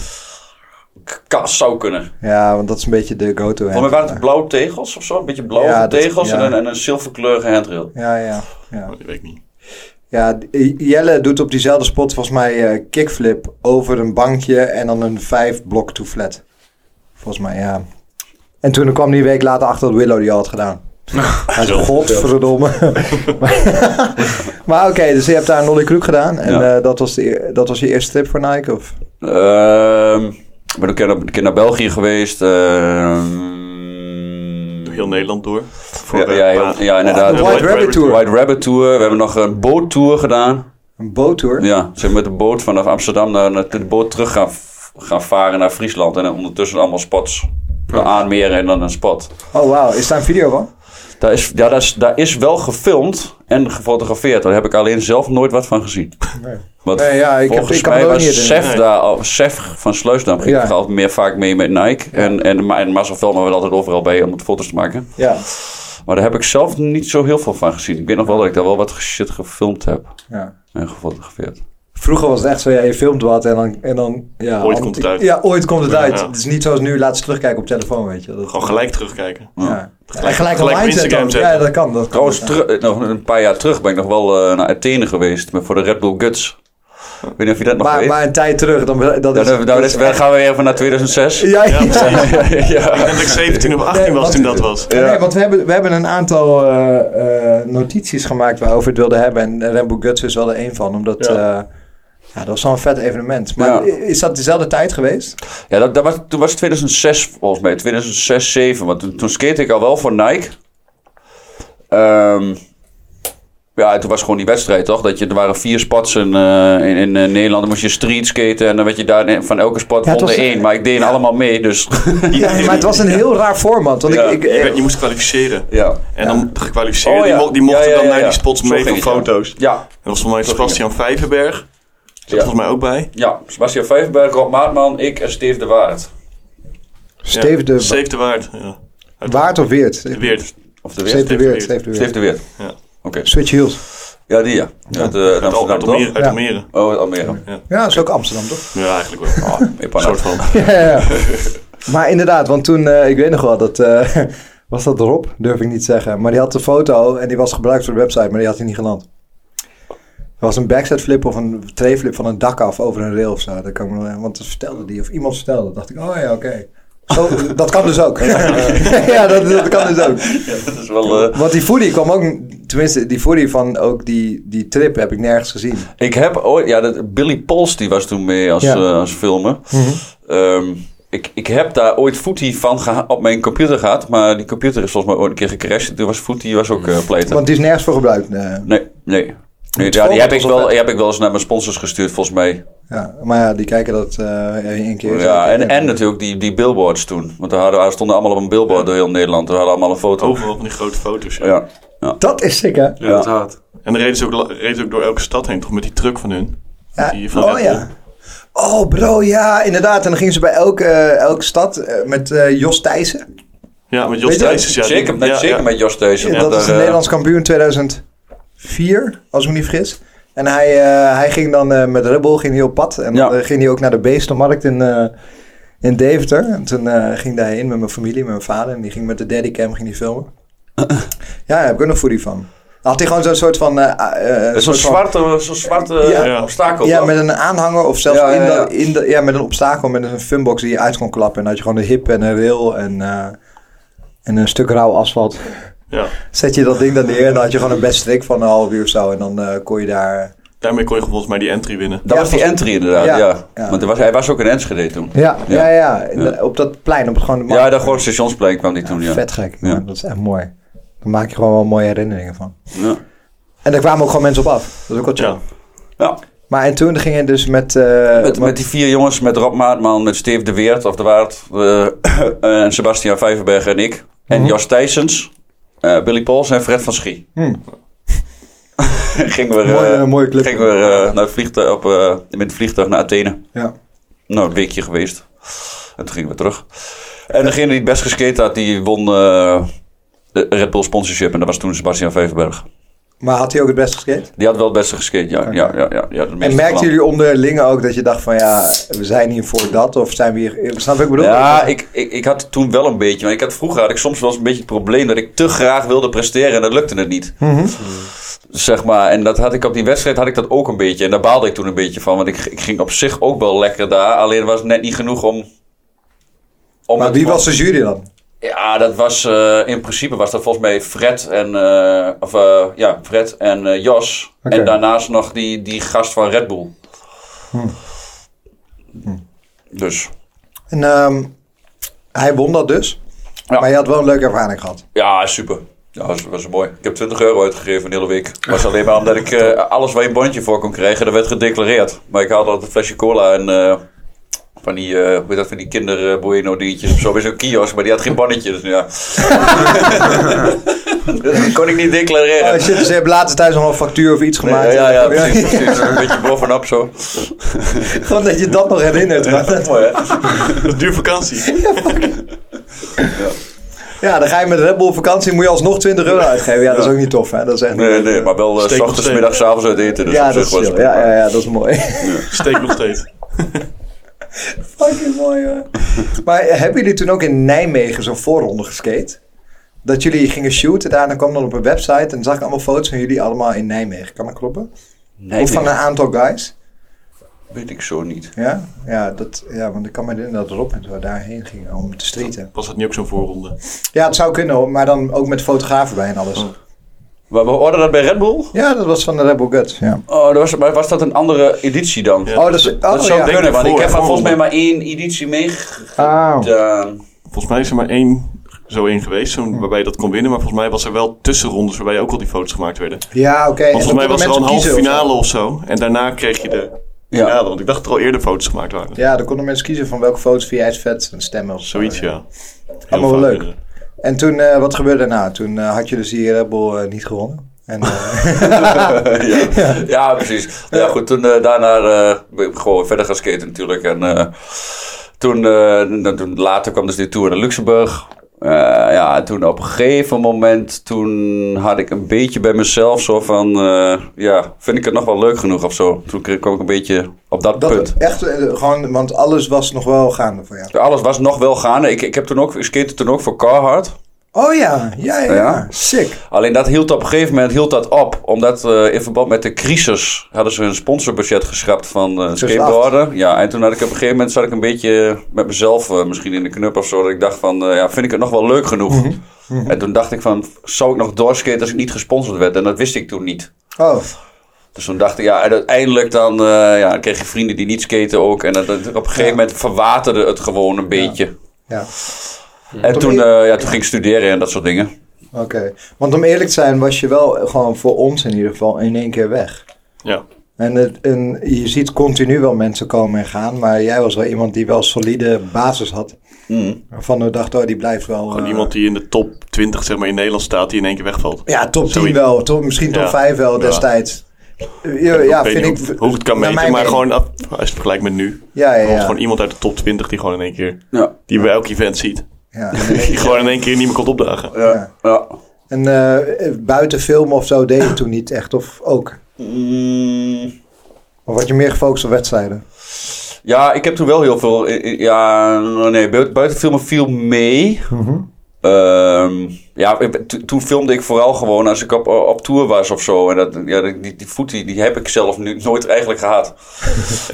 Speaker 3: K- Kas zou kunnen.
Speaker 1: Ja, want dat is een beetje de go-to.
Speaker 3: Volgens mij waren het blauwe tegels of zo. Een beetje blauwe
Speaker 1: Ja, dat-
Speaker 3: tegels en,
Speaker 1: ja.
Speaker 3: een, en een zilverkleurige handrail.
Speaker 1: Ja, ja. ja.
Speaker 2: Oh, die weet ik niet.
Speaker 1: Ja, Jelle doet op diezelfde spot volgens mij eh, kickflip over een bankje en dan een vijf blok to flat. Volgens mij, ja. En toen kwam die week later achter dat Willow die al had gedaan. Hij zei, godverdomme. maar maar oké, dus je hebt daar een Nolly Kroek gedaan. En
Speaker 3: Ja.
Speaker 1: eh, dat, was de, eer- dat was je eerste trip voor Nike? Of?
Speaker 3: Ehm, Ik ben ook een keer naar, een keer naar België geweest. ehm,
Speaker 2: Door heel Nederland door. Voor,
Speaker 3: ja,
Speaker 2: eh,
Speaker 3: ja,
Speaker 2: Paas.
Speaker 3: heel- ja, inderdaad.
Speaker 1: de
Speaker 3: De
Speaker 1: White
Speaker 3: White,
Speaker 1: Rabbit Tour.
Speaker 3: White Rabbit Tour. We hebben nog een boottour gedaan.
Speaker 1: Een boottour?
Speaker 3: Ja, ze hebben met de boot vanaf Amsterdam naar, naar de boot terug gaan, gaan varen naar Friesland. En dan ondertussen allemaal spots. Een aanmeren en dan een spot.
Speaker 1: Oh wauw, is daar een video van?
Speaker 3: Daar is, ja, daar, is, daar is wel gefilmd en gefotografeerd. Daar heb ik alleen zelf nooit wat van gezien.
Speaker 1: Nee.
Speaker 3: Want
Speaker 1: Nee, ja, ik heb-
Speaker 3: volgens
Speaker 1: ik kan
Speaker 3: mij
Speaker 1: me ook
Speaker 3: was
Speaker 1: niet herinneren.
Speaker 3: Sef,
Speaker 2: Nee.
Speaker 3: daar, al- Sef van Sleusdam ging
Speaker 1: Ja.
Speaker 3: toch altijd meer vaak mee met Nike. En, en, Ma- en Marcel Velman was altijd overal bij om het foto's te maken.
Speaker 1: Ja.
Speaker 3: Maar daar heb ik zelf niet zo heel veel van gezien. Ik weet nog wel dat ik daar wel wat shit gefilmd heb
Speaker 1: ja.
Speaker 3: en gefotografeerd.
Speaker 1: Vroeger was het echt zo, ja, je filmt wat en dan... En dan ja,
Speaker 2: Ooit
Speaker 1: al-
Speaker 2: komt het uit.
Speaker 1: Ja, ooit komt het uit.
Speaker 2: Ja.
Speaker 1: Het is niet zoals nu, laat ze terugkijken op telefoon, weet je. Dat,
Speaker 2: Gewoon gelijk terugkijken.
Speaker 1: ja.
Speaker 3: Ja.
Speaker 1: Ja, Gelijk, online
Speaker 2: op
Speaker 1: zetten
Speaker 2: Instagram
Speaker 1: ook.
Speaker 2: zetten.
Speaker 1: Ja, dat kan. Dat kan.
Speaker 3: Trouwens, teru- eh, nog een paar jaar terug ben ik nog wel eh, naar Athene geweest maar voor de Red Bull Guts. Ik weet niet of je dat nog
Speaker 1: maar,
Speaker 3: weet.
Speaker 1: maar een tijd terug, dan, dat is...
Speaker 3: Ja, dan, dan
Speaker 1: dat
Speaker 3: is- dan gaan we weer even naar 2006.
Speaker 1: ja, ja.
Speaker 2: Ja, precies. Ik
Speaker 3: ja.
Speaker 2: denk dat ik 17 of 18
Speaker 1: Nee,
Speaker 2: was
Speaker 1: wat-
Speaker 2: toen dat was.
Speaker 1: Nee, want we hebben, we hebben een aantal eh, eh, notities gemaakt waarover we het wilden hebben. En eh, Rainbow Guts is wel er één van, omdat... eh, Ja. dat was zo'n vet evenement. Maar
Speaker 3: Ja.
Speaker 1: i- is dat dezelfde tijd geweest?
Speaker 3: Ja, dat, dat was, toen was het 2006 volgens mij, 2006, 2007. Want toen, toen skate ik al wel voor Nike. Ehm, Ja, en toen was gewoon die wedstrijd, toch? Dat je, er waren vier spots in, eh, in, in, eh, Nederland. Dan moest je street skaten en dan werd je daar van elke spot
Speaker 1: Ja, het
Speaker 3: vond er
Speaker 1: was-
Speaker 3: één. Maar ik deed allemaal mee, dus...
Speaker 1: Ja, maar het was een heel raar format. Want
Speaker 3: Ja.
Speaker 1: ik, ik,
Speaker 2: Je, werd- je moest kwalificeren.
Speaker 3: ja.
Speaker 2: En dan de gekwalificeerden,
Speaker 3: Oh, ja.
Speaker 2: die, mo- die mochten
Speaker 3: Ja, ja,
Speaker 2: dan
Speaker 3: ja,
Speaker 2: naar
Speaker 3: ja.
Speaker 2: die spots
Speaker 3: Zo
Speaker 2: mee
Speaker 3: ging
Speaker 2: van
Speaker 3: het, ja.
Speaker 2: foto's.
Speaker 3: Ja,
Speaker 2: En dat was volgens mij Sebastian Vijverberg. Zat
Speaker 3: Ja.
Speaker 2: volgens mij ook bij.
Speaker 3: ja. Sebastian Vijverberg, Rob Maatman, ik en Steve de Waard.
Speaker 2: Ja.
Speaker 1: Steve de
Speaker 2: Steve de Waard. Ja.
Speaker 1: Waard of Weert? Steve
Speaker 2: Weert.
Speaker 3: Of de Weert?
Speaker 1: de Weert. Steve de
Speaker 3: Steve
Speaker 1: Weert.
Speaker 3: de Weert.
Speaker 2: Ja.
Speaker 3: Oké.
Speaker 1: Switch Heels.
Speaker 3: Ja, die ja. Uit, eh, uit
Speaker 2: Uit, Al-
Speaker 3: Amsterdam,
Speaker 2: uit Almere.
Speaker 3: toch?
Speaker 2: Uit
Speaker 1: Ja.
Speaker 2: Almere.
Speaker 3: Oh, uit Almere.
Speaker 1: Ja, dat is ook Amsterdam, toch?
Speaker 2: Ja, eigenlijk wel.
Speaker 3: Oh, ik
Speaker 2: Een
Speaker 3: ben
Speaker 2: soort
Speaker 3: uit.
Speaker 2: van.
Speaker 1: Ja, ja, ja. Maar inderdaad, want toen, eh, ik weet nog wel, dat, eh, was dat Rob? Durf ik niet zeggen. Maar die had de foto en die was gebruikt voor de website, maar die had hij niet geland. Er was een backside flip of een trayflip van een dak af over een rail of zo. Dat kan ik me nog- want dat vertelde die, of iemand vertelde. Dat dacht ik, oh ja, oké. Zo, dat kan dus ook. ja, dat, dat kan dus ook.
Speaker 3: Dat is wel... eh,
Speaker 1: Want die foodie kwam ook, tenminste, die foodie van ook die, die trip heb ik nergens gezien.
Speaker 3: Ik heb ooit, ja, dat, Billy Pols die was toen mee als,
Speaker 1: Ja. Mhm.
Speaker 3: eh, als filmer. Ehm, ik, ik heb daar ooit footy van geha- op mijn computer gehad, maar die computer is volgens mij ooit een keer gecrashed. Toen was footy was ook eh pleiten.
Speaker 1: Want die is nergens voor gebruikt. eh.
Speaker 3: Nee, nee. nee
Speaker 1: Het
Speaker 3: ja, die, heb ik
Speaker 1: voorbeeld
Speaker 3: wel,
Speaker 1: was-
Speaker 3: die heb ik wel eens naar mijn sponsors gestuurd, volgens mij.
Speaker 1: ja, maar ja, die kijken dat eh één keer.
Speaker 3: Ja, en, en natuurlijk die, die billboards toen. Want daar hadden, daar stonden allemaal op een billboard door heel Nederland. We hadden allemaal een foto.
Speaker 2: Overal van die grote foto's. Oh. ja.
Speaker 3: Ja.
Speaker 1: Dat is sick, hè?
Speaker 4: Ja,
Speaker 3: Ja.
Speaker 4: dat is hard.
Speaker 2: En dan reden ze, ook, la- reden ze ook door elke stad heen, toch? Met die truck van hun.
Speaker 1: Ja.
Speaker 2: Die van
Speaker 1: Oh
Speaker 2: Apple.
Speaker 1: ja. Oh bro, ja, inderdaad. En dan gingen ze bij elke, eh, elke stad eh, met eh, Jos Thijssen.
Speaker 2: Ja, met Jos
Speaker 1: Weet je-
Speaker 2: Thijsens. Ja, die-
Speaker 3: Zeker, met,
Speaker 2: ja,
Speaker 3: zeker
Speaker 2: ja.
Speaker 3: met Jos Thijssen.
Speaker 1: dat is een Nederlands kampioen 2004, als ik me niet vergis. En hij, eh, hij ging dan eh, met Red Bull ging hij op pad. En
Speaker 3: Ja.
Speaker 1: dan eh, ging hij ook naar de beestenmarkt in, eh, in Deventer. En toen eh, ging hij heen met mijn familie, met mijn vader. En die ging met de daddycam ging die filmen. ja, daar heb ik ook nog foodie van. Dan had hij gewoon zo'n soort van... eh, eh, een
Speaker 3: Zo'n
Speaker 1: soort van-
Speaker 3: zwarte, zo'n zwarte
Speaker 1: Ja.
Speaker 3: eh, obstakel.
Speaker 1: Ja,
Speaker 3: toch?
Speaker 1: met een aanhanger of zelfs
Speaker 3: Ja, ja,
Speaker 1: in de-
Speaker 3: ja.
Speaker 1: In de, ja, met een obstakel, met een funbox die je uit kon klappen. En dan had je gewoon een hip en een rail en, eh, en een stuk rauw asfalt.
Speaker 2: Ja.
Speaker 1: Zet je dat ding dan neer en dan had je gewoon een best strik van een half uur of zo. En dan eh, kon je daar...
Speaker 2: Daarmee kon je volgens mij die entry winnen.
Speaker 3: Dat
Speaker 1: Ja,
Speaker 3: was die
Speaker 1: volgens-
Speaker 3: entry inderdaad, ja.
Speaker 1: Ja, ja.
Speaker 3: Want er was, hij was ook in Enschede toen.
Speaker 1: Ja,
Speaker 3: Ja.
Speaker 1: ja, ja. En dan Op dat plein, op het gewoon...
Speaker 3: Ja, daar gewoon stationsplein kwam die toen, ja.
Speaker 1: Vet gek.
Speaker 3: Ja.
Speaker 1: man. Dat is echt mooi. Daar maak je gewoon wel mooie herinneringen van.
Speaker 3: Ja.
Speaker 1: En daar kwamen ook gewoon mensen op af. Dat is ook wel chill.
Speaker 2: Ja.
Speaker 3: Ja.
Speaker 1: Maar en toen ging je dus met... eh,
Speaker 3: Met, met die vier jongens, met Rob Maatman, met Steve de Weert of de Waard, eh, en Sebastian Vijverberg en ik. En
Speaker 1: Mhm.
Speaker 3: Jos Thijsens, eh, Billy Pols en Fred van Schie.
Speaker 1: Hmm.
Speaker 3: gingen we, eh,
Speaker 1: Mooie- mooie club.
Speaker 3: gingen we eh, naar het vliegtuig, op, eh, met het vliegtuig naar Athene.
Speaker 1: ja.
Speaker 3: Nou, een weekje geweest. En toen gingen we terug. En degene die het best geskaten had, die won eh, de Red Bull sponsorship. En dat was toen Sebastian Vijverberg.
Speaker 1: Maar had hij ook het best geskate?
Speaker 3: Die had wel het beste geskate, ja. ja, ja, ja, ja de meeste
Speaker 1: En merkten
Speaker 3: van.
Speaker 1: jullie onderling ook dat je dacht van ja, we zijn hier voor dat of zijn we hier... Snap je wat ik bedoel?
Speaker 3: Ja, ik, ik, ik had toen wel een beetje. Maar ik had, vroeger had ik soms wel eens een beetje het probleem dat ik te graag wilde presteren en dat lukte het niet.
Speaker 1: Mhm.
Speaker 3: Zeg maar, en dat had ik op die wedstrijd had ik dat ook een beetje. En daar baalde ik toen een beetje van, want ik, ik ging op zich ook wel lekker daar. Alleen was het net niet genoeg om... om
Speaker 1: Maar
Speaker 3: het-
Speaker 1: wie was de jury dan?
Speaker 3: Ja, dat was eh, in principe was dat volgens mij Fred en, eh, of, eh, ja, Fred en eh, Jos.
Speaker 1: Oké.
Speaker 3: En daarnaast nog die, die gast van Red Bull.
Speaker 1: Hm.
Speaker 3: Hm. Dus
Speaker 1: En ehm, hij won dat dus.
Speaker 3: Ja.
Speaker 1: Maar je had wel een leuke ervaring gehad.
Speaker 3: ja, super. Ja, was, was mooi. Ik heb 20 euro uitgegeven een hele week. Was alleen maar omdat ik eh, alles waar je een bondje voor kon krijgen, dat werd gedeclareerd. Maar ik haalde altijd een flesje cola en eh, van die, eh, hoe heet dat, van die kinder eh, bueno dingetjes of zo. Bij zo'n kiosk, maar die had geen bonnetje. Dus ja. dat kon ik niet declareren.
Speaker 1: Oh shit, dus je hebt later thuis nog een factuur of iets gemaakt.
Speaker 3: Nee, ja, ja, precies, precies. Een beetje bovenop zo.
Speaker 1: Gewoon dat je dat nog herinnert.
Speaker 3: Dat
Speaker 1: Ja.
Speaker 3: is mooi, hè?
Speaker 2: Dat is duur vakantie.
Speaker 1: dan ga je met Red Bull vakantie moet je alsnog 20 euro uitgeven. Ja, dat is ook niet tof hè. Dat is echt niet
Speaker 3: Nee, nee, maar wel eh, s
Speaker 2: Steek op
Speaker 3: ochtends,
Speaker 2: steek.
Speaker 3: middags, avonds uit eten. Dus
Speaker 1: ja, dat
Speaker 3: op zich
Speaker 1: is
Speaker 3: was het
Speaker 1: chill. Ja,
Speaker 3: prima.
Speaker 1: ja, ja, dat is mooi.
Speaker 2: Steek nog steeds.
Speaker 1: Fucking mooi, hoor. Maar eh, hebben jullie toen ook in Nijmegen zo'n voorronde geskate? Dat jullie gingen shooten, daarna kwam dan op een website en dan zag ik allemaal foto's van jullie allemaal in Nijmegen. Kan dat kloppen?
Speaker 3: Nee,
Speaker 1: of van
Speaker 3: nee,
Speaker 1: een aantal guys?
Speaker 3: weet ik zo niet.
Speaker 1: Ja, ja, dat, ja want ik kan me herinneren dat Rob en zo daarheen gingen om te streeten.
Speaker 2: Was dat niet ook zo'n voorronde?
Speaker 1: Ja, het zou kunnen hoor, maar dan ook met fotografen bij en alles.
Speaker 2: Oh.
Speaker 3: Maar we hoorden dat bij Red Bull?
Speaker 1: Ja, dat was van de Rebel Guts, ja.
Speaker 3: Oh, dat was, maar was dat een andere editie dan?
Speaker 2: Ja.
Speaker 1: Oh, dat, is, oh,
Speaker 3: Dat zou
Speaker 1: ja.
Speaker 2: denk
Speaker 3: kunnen,
Speaker 2: ik
Speaker 3: want ik
Speaker 2: voor-
Speaker 3: heb van
Speaker 2: voor-
Speaker 3: volgens mij maar één editie meegedaan.
Speaker 1: Ah.
Speaker 2: Volgens mij is er maar één zo in geweest, zo'n- waarbij je dat kon winnen. Maar volgens mij was er wel tussenrondes waarbij ook al die foto's gemaakt werden.
Speaker 1: Ja, oké. En
Speaker 2: Want
Speaker 1: dan
Speaker 2: volgens mij
Speaker 1: konden
Speaker 2: was er al
Speaker 1: mensen
Speaker 2: een halve
Speaker 1: kiezen of zo.
Speaker 2: finale of zo. En daarna kreeg je de
Speaker 3: Ja.
Speaker 2: finale. Want ik dacht dat er al eerder foto's gemaakt waren.
Speaker 1: Ja, dan konden mensen kiezen van welke foto's vind jij het vet en stemmen. Of zo.
Speaker 2: Zoiets, ja. Heel
Speaker 1: Allemaal wel
Speaker 2: vaak,
Speaker 1: leuk.
Speaker 2: eh,
Speaker 1: En toen, eh, wat gebeurde er nou? Toen eh, had je dus die Red Bull eh, niet gewonnen. En, eh,
Speaker 3: ja. ja, precies. Ja, goed, toen eh, daarna eh, ben ik gewoon verder gaan skaten natuurlijk. En eh, toen, eh, dan- toen later kwam dus die tour naar Luxemburg. Eh, ja, en toen op een gegeven moment, toen had ik een beetje bij mezelf zo van, eh, ja, vind ik het nog wel leuk genoeg of zo. Toen kreeg- kwam ik een beetje op dat,
Speaker 1: dat
Speaker 3: punt.
Speaker 1: echt eh, gewoon, want alles was nog wel gaande voor jou.
Speaker 3: Alles was nog wel gaande. Ik, ik heb toen ook, ik skate toen ook voor Carhartt.
Speaker 1: Oh ja, ja, ja. ja.
Speaker 3: Ja.
Speaker 1: Sick.
Speaker 3: Alleen dat hield op een gegeven moment hield dat op. Omdat eh, in verband met de crisis hadden ze hun sponsorbudget geschrapt van eh skateboarden. Ja, en toen had ik op een gegeven moment zat ik een beetje met mezelf eh, misschien in de knup of zo. Dat ik dacht van, eh, ja, vind ik het nog wel leuk genoeg? En toen dacht ik van, zou ik nog doorskaten als ik niet gesponsord werd? En dat wist ik toen niet.
Speaker 1: Oh,
Speaker 3: Dus toen dacht ik, ja, en uiteindelijk dan, eh, ja, dan kreeg je vrienden die niet skaten ook. En dat, dat- op een gegeven moment verwaterde het gewoon een beetje.
Speaker 1: ja.
Speaker 3: En toen, eh, ja, toen ging ik studeren en dat soort dingen.
Speaker 1: Oké. Want om eerlijk te zijn was je wel gewoon voor ons in ieder geval in één keer weg.
Speaker 2: Ja.
Speaker 1: En, het, en je ziet continu wel mensen komen en gaan, maar jij was wel iemand die wel solide basis had.
Speaker 3: Mm.
Speaker 1: Waarvan we dachten, oh, die blijft wel...
Speaker 2: Gewoon
Speaker 1: eh,
Speaker 2: iemand die in de top 20 zeg maar, in Nederland staat, die in één keer wegvalt.
Speaker 1: Ja, top 10
Speaker 2: Zoiets.
Speaker 1: wel. Top, misschien top
Speaker 2: Ja.
Speaker 1: 5 wel
Speaker 2: Ja.
Speaker 1: destijds. Eh, Ja, ja,
Speaker 2: weet
Speaker 1: vind ik...
Speaker 2: niet hoe, hoe het kan
Speaker 1: naar
Speaker 2: meten, maar
Speaker 1: mijn mening.
Speaker 2: gewoon af- als je het vergelijkt met nu.
Speaker 1: Ja, ja,
Speaker 2: Gewoon-
Speaker 1: ja.
Speaker 2: Gewoon iemand uit de top 20 die gewoon in één keer,
Speaker 3: Ja.
Speaker 2: die je bij elk event ziet.
Speaker 1: Ja.
Speaker 2: Die gewoon in één keer niet meer komt opdagen.
Speaker 1: Ja.
Speaker 3: ja.
Speaker 1: En eh, buiten film of zo deed je toen niet echt, of ook?
Speaker 3: Mm.
Speaker 1: Of had je meer gefocust op wedstrijden?
Speaker 3: Ja, ik heb toen wel heel veel. i- i- Ja, nee, bui- buiten filmen viel mee. Ehm, ja, ik- to- toen filmde ik vooral gewoon als ik op, op tour was of zo. En dat, ja, die, die voet die, die heb ik zelf nu nooit eigenlijk gehad.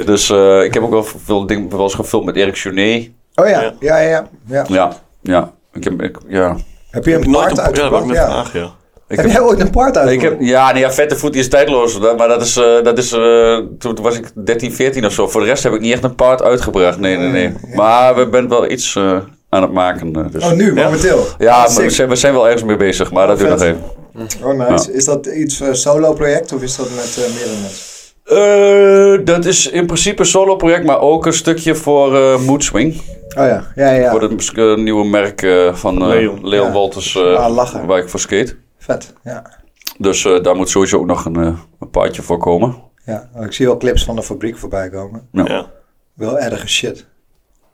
Speaker 3: dus eh, ik heb ook wel veel dingen wel eens gefilmd met Eric Journet.
Speaker 1: Oh ja, ja,
Speaker 2: Ja.
Speaker 1: ja, ja.
Speaker 3: Ja, ja. Ik heb, ik, ja.
Speaker 1: Heb je
Speaker 2: Heb je
Speaker 1: een
Speaker 2: nooit
Speaker 1: part
Speaker 2: een- Ja, dat wou ik
Speaker 1: uitgebracht?
Speaker 2: net
Speaker 1: Ja.
Speaker 2: vragen, ja.
Speaker 3: Ik
Speaker 1: Heb jij ooit een part
Speaker 3: Ik
Speaker 1: uitgebracht?
Speaker 3: heb, ja, nee, ja, vette voet die is tijdloos. Dat- Maar dat is, eh, dat is eh, toen was ik 13, 14 of zo. Voor de rest heb ik niet echt een part uitgebracht. Nee, nee, nee. Maar we zijn wel iets eh, aan het maken. eh, dus.
Speaker 1: Oh, nu, momenteel?
Speaker 3: Ja, maar we
Speaker 1: Sick.
Speaker 3: zijn, we zijn wel ergens mee bezig, maar dat duurt nog
Speaker 1: vet.
Speaker 3: even.
Speaker 1: Oh, nice. Is dat iets voor een solo-project of is dat met eh, meerdere mensen?
Speaker 3: Eh, dat is in principe een solo-project, maar ook een stukje voor eh Moodswing.
Speaker 1: Oh ja, ja, ja.
Speaker 3: Voor het eh, nieuwe merk eh, van eh,
Speaker 2: Leon.
Speaker 3: Leon
Speaker 1: Ja.
Speaker 3: Walters, eh,
Speaker 1: Ah, lachen.
Speaker 3: waar ik voor skate.
Speaker 1: Vet, ja.
Speaker 3: Dus eh, daar moet sowieso ook nog een, eh, een paardje voor komen.
Speaker 1: ja. Oh, ik zie wel clips van de fabriek voorbij komen.
Speaker 3: Ja.
Speaker 2: Ja.
Speaker 1: Wel erge shit.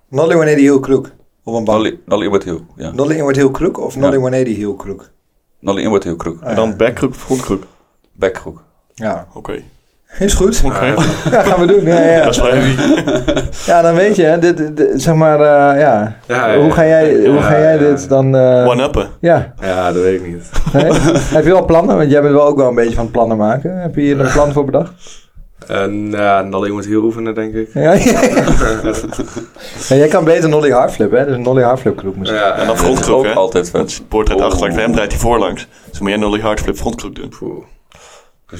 Speaker 1: Nolly wanneer die heel kroek op een bank.
Speaker 3: Nolly Nolly Inward Hill, ja.
Speaker 1: Nolly in wordt heel kroek of Nolly wanneer die heel kroek?
Speaker 3: Nolly Inward Hill kroeg.
Speaker 2: En dan backhook of fronthook.
Speaker 3: Backhoek.
Speaker 1: Ja,
Speaker 2: Oké.
Speaker 1: is goed.
Speaker 2: Oké.
Speaker 1: Ja, gaan we doen. Ja, ja.
Speaker 2: Dat is wel heavy.
Speaker 1: Ja, dan weet je, hè, dit, dit- zeg maar, eh, ja.
Speaker 4: Ja, ja,
Speaker 1: Hoe ga jij, hoe
Speaker 4: Ja,
Speaker 1: ga jij
Speaker 4: ja.
Speaker 1: dit dan... eh,
Speaker 2: One-uppen.
Speaker 1: ja,
Speaker 4: Ja, dat weet ik niet.
Speaker 1: nee? heb je al plannen? Want jij bent wel ook wel een beetje van plannen maken. Heb je hier een plan voor bedacht?
Speaker 4: En ja, dan alleen moet heel oefenen, denk ik.
Speaker 1: Ja, ja. Ja, jij kan beter Nolly Hardflip, hè? Dus een Nolly Hardflip kroeg misschien.
Speaker 4: Ja,
Speaker 2: En dan fronthook,
Speaker 3: Ook
Speaker 2: hè.
Speaker 3: altijd
Speaker 2: Want
Speaker 3: vet.
Speaker 2: het bord rijdt
Speaker 3: Oh.
Speaker 2: achterlangs, bij hem rijdt hij voorlangs. Dus dan moet jij nolly hardflip frontkroek doen.
Speaker 4: eh, Poeh.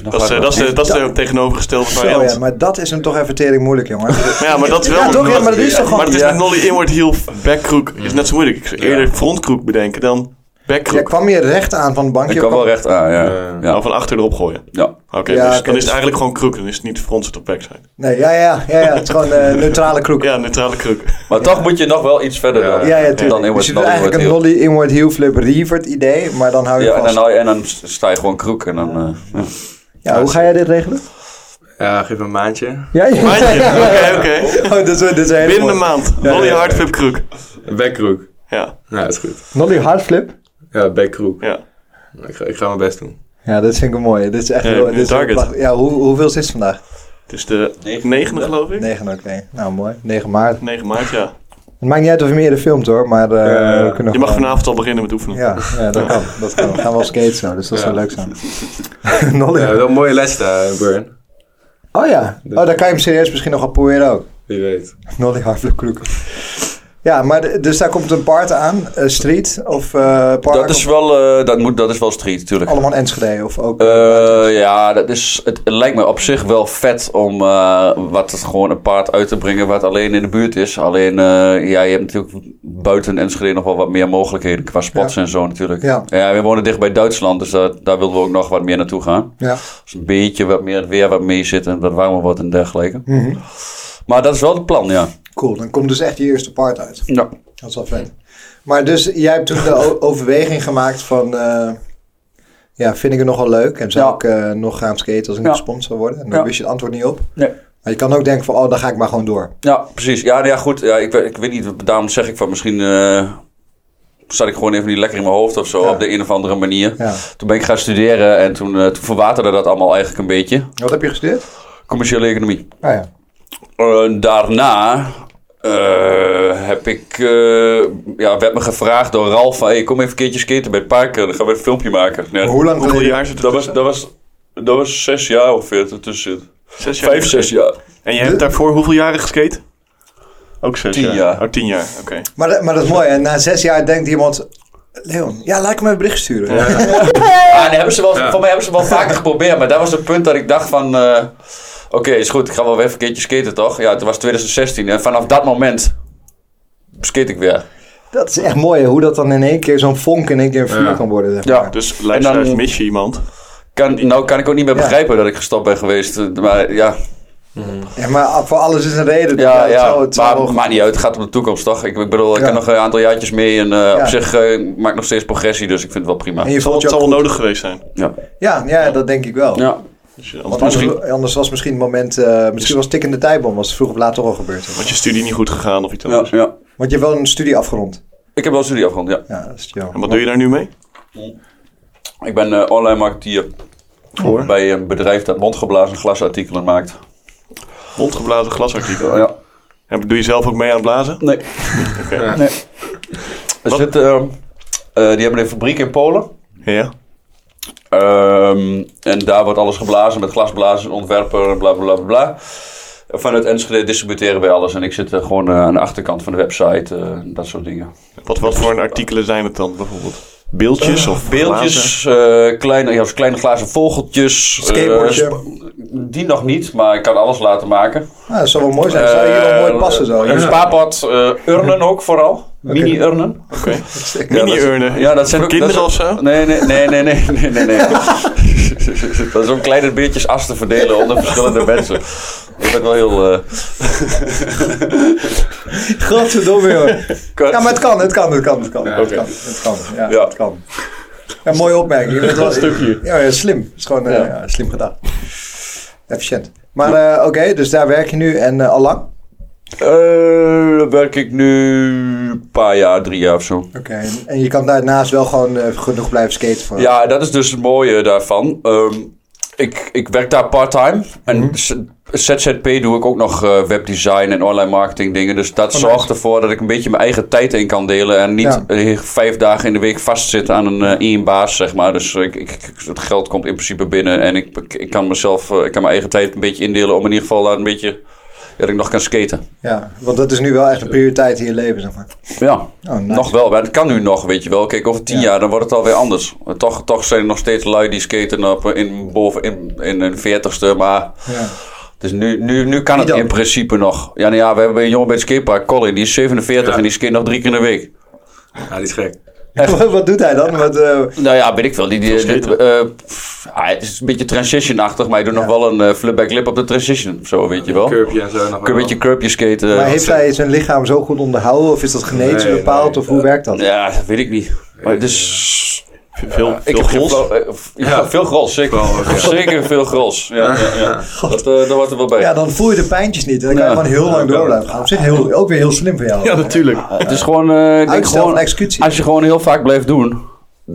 Speaker 2: Dat is, eh, dat is, de- dat is de tegenovergestelde
Speaker 1: Zo,
Speaker 2: variant.
Speaker 1: ja, maar dat is hem toch even tering moeilijk, jongen.
Speaker 2: Maar ja, maar dat is wel...
Speaker 1: Ja, toch? Ja, maar dat is toch
Speaker 2: Maar het
Speaker 1: gewoon...
Speaker 2: is
Speaker 1: Ja.
Speaker 2: met nolly inward heel backhook is net zo moeilijk. Ik zou eerder frontkroek bedenken dan
Speaker 1: Jij
Speaker 2: backhook.
Speaker 1: kwam hier recht aan van het bankje.
Speaker 3: Ik kan wel recht aan, ja.
Speaker 4: Ja.
Speaker 3: ja.
Speaker 2: Nou, van achter erop gooien.
Speaker 3: ja.
Speaker 2: Oké,
Speaker 1: Ja,
Speaker 2: dus
Speaker 1: oké,
Speaker 2: dan is
Speaker 1: dus-
Speaker 2: het eigenlijk gewoon kroek. Dan is het niet frontside of backside.
Speaker 1: Nee, ja, ja, ja, ja. Het is gewoon een neutrale kroek. Ja,
Speaker 2: Ja, neutrale kroek.
Speaker 3: Maar toch moet je nog wel iets verder
Speaker 4: Ja.
Speaker 3: dan.
Speaker 1: ja,
Speaker 3: dan
Speaker 1: tuurlijk. Dus
Speaker 3: Inward
Speaker 1: je doet
Speaker 3: Nolly
Speaker 1: eigenlijk een
Speaker 3: Inward
Speaker 1: Nolly Inward Heel Flip Revert idee, maar dan hou je
Speaker 3: Hill. Ja, en
Speaker 1: vast.
Speaker 3: dan, hou je- en dan sta je gewoon kroek en dan... eh, ja.
Speaker 1: ja, hoe ga jij dit regelen?
Speaker 4: Ja, geef me een maandje.
Speaker 1: Ja, ja.
Speaker 2: Maandje. Oké, oké.
Speaker 1: Oh, dit is, dit is een hele
Speaker 2: Binnen
Speaker 1: mooie.
Speaker 2: een maand. Nolly hardflip kroek.
Speaker 4: Een Backrook.
Speaker 2: Ja,
Speaker 4: Ja, dat is goed.
Speaker 1: Nolly hardflip?
Speaker 4: Ja, backrook.
Speaker 2: ja.
Speaker 4: Ik, ga- ik ga mijn best doen.
Speaker 1: Ja, dat vind ik een mooie. Dit is echt
Speaker 2: Ja,
Speaker 1: heel, dit is
Speaker 2: target.
Speaker 1: prachtig. Ja, hoe, hoeveel is het vandaag?
Speaker 2: Het is de
Speaker 3: Negen.
Speaker 2: negende, geloof ik.
Speaker 1: 9, oké. Nou, mooi. 9 maart.
Speaker 2: 9 maart, ja.
Speaker 1: Het maakt niet uit of je meer de filmt hoor, maar eh,
Speaker 4: Ja,
Speaker 1: we kunnen
Speaker 2: Je mag
Speaker 1: gewoon-
Speaker 2: vanavond al beginnen met oefenen.
Speaker 1: Ja, ja, dat kan. Dat kan. We gaan wel skaten zo, dus dat zou
Speaker 4: Ja.
Speaker 1: leuk zijn. Nolly.
Speaker 4: Ja, wel een mooie les daar, eh, Burn.
Speaker 1: Oh ja. Oh, dan kan je hem serieus misschien nog wel proberen ook.
Speaker 4: Wie weet.
Speaker 1: Nolly hardflip kroek. Ja, maar de- dus daar komt een part aan, eh, street of eh park.
Speaker 3: Dat is
Speaker 1: of
Speaker 3: wel, eh, dat moet, dat is wel street, natuurlijk.
Speaker 1: allemaal Enschede of ook.
Speaker 3: Eh, ja, dat is, het lijkt me op zich wel vet om eh, wat het gewoon een paard uit te brengen wat alleen in de buurt is. Alleen, eh, ja, je hebt natuurlijk buiten Enschede nog wel wat meer mogelijkheden qua spots en zo natuurlijk.
Speaker 1: Ja.
Speaker 3: we wonen dicht bij Duitsland, dus daar, daar wilden we ook nog wat meer naartoe gaan.
Speaker 1: ja.
Speaker 3: Dus een beetje wat meer het weer wat mee zit en wat warmer wordt en dergelijke.
Speaker 1: Mhm.
Speaker 3: Maar dat is wel het plan, ja.
Speaker 1: Cool, dan komt dus echt je eerste part uit.
Speaker 3: ja.
Speaker 1: Dat is wel vet. Maar dus jij hebt toen de o- overweging gemaakt van... eh, ja, vind ik het nogal leuk en zou
Speaker 3: Ja.
Speaker 1: ik eh, nog gaan skaten als ik
Speaker 3: Ja.
Speaker 1: gesponsord zou worden? En dan
Speaker 3: Ja.
Speaker 1: wist je het antwoord niet op.
Speaker 3: Nee.
Speaker 1: Maar je kan ook denken van, oh, dan ga ik maar gewoon door.
Speaker 3: Ja, precies. Ja, nou ja goed. Ja, ik, weet- ik weet niet, daarom zeg ik van misschien eh, zat ik gewoon even niet lekker in mijn hoofd of zo
Speaker 1: Ja.
Speaker 3: op de een of andere manier.
Speaker 1: Ja.
Speaker 3: Toen ben ik gaan studeren en toen, eh, toen verwaterde dat allemaal eigenlijk een beetje.
Speaker 1: Wat heb je gestudeerd?
Speaker 3: Commerciële economie.
Speaker 1: Ah ja.
Speaker 3: Eh, daarna eh, heb ik, eh, ja, werd me gevraagd door Ralf van, hey, kom even een keertje skaten bij het park, eh, dan gaan we een filmpje maken. Ja,
Speaker 1: Maar hoe lang
Speaker 2: Hoeveel
Speaker 1: geleden?
Speaker 2: jaar zit
Speaker 3: dat,
Speaker 2: er
Speaker 3: was, dat, was, dat was zes jaar ongeveer dat tussen zit.
Speaker 2: Zes jaar.
Speaker 3: Vijf, zes jaar.
Speaker 2: En je hebt daarvoor hoeveel jaren geskate? Ook zes
Speaker 3: Tien
Speaker 2: jaar.
Speaker 3: jaar.
Speaker 2: Oh, tien jaar, oké.
Speaker 1: Maar, dat- maar dat is mooi. En na zes jaar denkt iemand... Leon, ja, laat ik me een bericht sturen.
Speaker 3: Ja, en Ah, hebben ze wel, Voor mij hebben ze wel vaker geprobeerd, maar dat was het punt dat ik dacht van... eh, Oké, is goed, ik ga wel weer even een keertje skaten, toch? Ja, toen was 2016 en vanaf dat moment skate ik weer.
Speaker 1: Dat is echt mooi, hè, hoe dat dan in één keer zo'n vonk in één keer een vuur
Speaker 4: Ja.
Speaker 1: kan worden. Zeg
Speaker 3: Ja.
Speaker 1: maar.
Speaker 2: Dus luisteraars,
Speaker 3: dan-
Speaker 2: mis je iemand?
Speaker 3: Kan, nou kan ik ook niet meer
Speaker 1: Ja.
Speaker 3: begrijpen dat ik gestopt ben geweest. eh, Maar ja,
Speaker 1: Ja, maar voor alles is een reden.
Speaker 3: ja,
Speaker 1: het
Speaker 3: ja,
Speaker 1: zou- het zou-
Speaker 3: maar maakt niet uit. Het gaat om de toekomst, toch? Ik, ik bedoel, ik
Speaker 1: Ja.
Speaker 3: kan nog een aantal jaartjes mee en eh,
Speaker 1: Ja.
Speaker 3: op zich eh, maak ik nog steeds progressie, dus ik vind het wel prima.
Speaker 1: en je
Speaker 2: Het zal,
Speaker 1: voelt
Speaker 2: het
Speaker 1: je
Speaker 2: zal
Speaker 1: ook
Speaker 2: wel
Speaker 1: goed.
Speaker 2: nodig geweest zijn.
Speaker 3: Ja,
Speaker 1: Ja, ja, dat denk ik wel.
Speaker 3: ja.
Speaker 2: Dus je-
Speaker 1: Want
Speaker 2: anders
Speaker 1: anders,
Speaker 2: misschien
Speaker 1: anders was misschien het moment, eh, misschien was tikkende tijdbom, was het vroeg of laat toch al gebeurd.
Speaker 2: was je studie niet goed gegaan of iets
Speaker 3: ja,
Speaker 2: anders.
Speaker 3: ja.
Speaker 1: Want je hebt wel een studie afgerond.
Speaker 3: Ik heb wel studie afgerond, ja.
Speaker 1: Ja, dat is jammer.
Speaker 2: En wat doe je daar nu mee?
Speaker 3: Ik ben eh, online marketeer
Speaker 2: Hoor.
Speaker 3: bij een bedrijf dat mondgeblazen glasartikelen maakt.
Speaker 2: Rondgeblazen glasartikel.
Speaker 3: Ja.
Speaker 2: En doe je zelf ook mee aan het blazen?
Speaker 3: Nee. nee. Er zit, ehm, eh, die hebben een fabriek in Polen.
Speaker 2: Ja.
Speaker 3: Ehm, en daar wordt alles geblazen met glasblazen, ontwerpen en bla bla bla bla. Vanuit Enschede distributeren wij alles. En ik zit eh, gewoon eh, aan de achterkant van de website. eh, dat soort dingen.
Speaker 2: Wat, wat voor een artikelen zijn het dan bijvoorbeeld? Beeldjes of glazen?
Speaker 3: Eh, Beeldjes, eh, kleine, ja, dus kleine glazen vogeltjes. eh,
Speaker 1: Skateboardje.
Speaker 3: sp- die nog niet, maar ik kan alles laten maken.
Speaker 1: Ah, dat zou wel mooi zijn. Dat zou hier wel mooi
Speaker 3: Eh,
Speaker 1: passen zo.
Speaker 3: Een spaarpad, eh, urnen ook vooral. Mini-urnen.
Speaker 2: Oké.
Speaker 3: Ja,
Speaker 2: Mini-urnen.
Speaker 3: dat- Ja, dat zijn
Speaker 2: Voor
Speaker 3: ook dat
Speaker 2: kinderen
Speaker 3: zijn-
Speaker 2: of zo?
Speaker 3: Nee, nee, nee, nee, nee, nee, nee. nee. dat is om kleine beertjes as te verdelen onder verschillende mensen. Ik ben wel heel. eh,
Speaker 1: Godverdomme, joh.
Speaker 3: kut.
Speaker 1: Ja, maar het kan, het kan, het kan, het kan. het
Speaker 3: oké.
Speaker 1: kan, het kan, ja,
Speaker 3: Ja.
Speaker 1: het kan. Ja, mooie opmerking. Dat was stukje. Ja, ja, slim. Het is gewoon eh, ja. slim gedaan. Efficiënt. Maar eh, oké, dus daar werk je nu en eh, al lang?
Speaker 3: Eh, dan werk ik nu een paar jaar, drie jaar of zo.
Speaker 1: Oké, en- en je kan daarnaast wel gewoon eh, genoeg blijven skaten voor.
Speaker 3: Ja, dat is dus het mooie daarvan. Ehm, ik, ik werk daar part-time. En z- ZZP doe ik ook nog eh, webdesign en online marketing dingen. Dus dat zorgt ervoor dat ik een beetje mijn eigen tijd in kan delen. En niet eh, vijf dagen in de week vastzit aan een eh, één baas, zeg maar. Dus ik, ik, ik- het geld komt in principe binnen. En ik, ik, ik kan mezelf, eh, ik kan mijn eigen tijd een beetje indelen. Om in ieder geval daar een beetje, ja, dat ik nog kan skaten.
Speaker 1: Ja, want dat is nu wel echt een prioriteit in je leven, zeg maar.
Speaker 3: Ja.
Speaker 1: Oh, nice.
Speaker 3: Nog wel, maar dat kan nu nog, weet je wel. Kijk, over tien
Speaker 1: Ja.
Speaker 3: jaar dan wordt het alweer anders. Toch, toch zijn er nog steeds lui die skaten op, eh, in, boven, in, in hun veertigste, maar...
Speaker 1: Ja.
Speaker 3: Dus nu, nu, nu kan
Speaker 1: Wie
Speaker 3: het
Speaker 1: dan?
Speaker 3: in principe nog. Ja, nou ja, we hebben een jongen bij het skatepark, Colin, die is 47
Speaker 4: Ja.
Speaker 3: en die skate nog drie keer in de week.
Speaker 4: Ja, die is gek.
Speaker 1: Wat doet hij dan? Wat, eh,
Speaker 3: Nou ja, weet ik veel. Die, die, dit, eh, pff, ah, het is een beetje transition-achtig, maar hij doet nog wel een eh, flipback lip op de transition, of zo, weet je wel.
Speaker 4: Curbje en zo. Nog
Speaker 3: Kun je een beetje curbje skaten.
Speaker 1: maar heeft hij zijn lichaam zo goed onderhouden? Of is dat genetisch
Speaker 4: Nee,
Speaker 1: bepaald?
Speaker 4: nee,
Speaker 1: of hoe werkt dat?
Speaker 3: Ja, dat weet ik niet. Maar het is...
Speaker 2: Veel, veel
Speaker 3: Ik heb
Speaker 2: gros?
Speaker 3: geen flauw- eh, f- ja, veel gros, zeker.
Speaker 4: Wel, ja.
Speaker 3: Zeker veel gros. Ja, ja, ja. Dat, eh, daar wordt er wel bij.
Speaker 1: Ja, dan voel je de pijntjes niet. En dan kan je
Speaker 3: Ja.
Speaker 1: gewoon heel lang door blijven gaan. Op zich heel, ook weer heel slim van jou.
Speaker 2: Ja, natuurlijk.
Speaker 3: het is gewoon, eh, ik denk
Speaker 1: Uitstel
Speaker 3: gewoon,
Speaker 1: van executie.
Speaker 3: als je gewoon heel vaak blijft doen,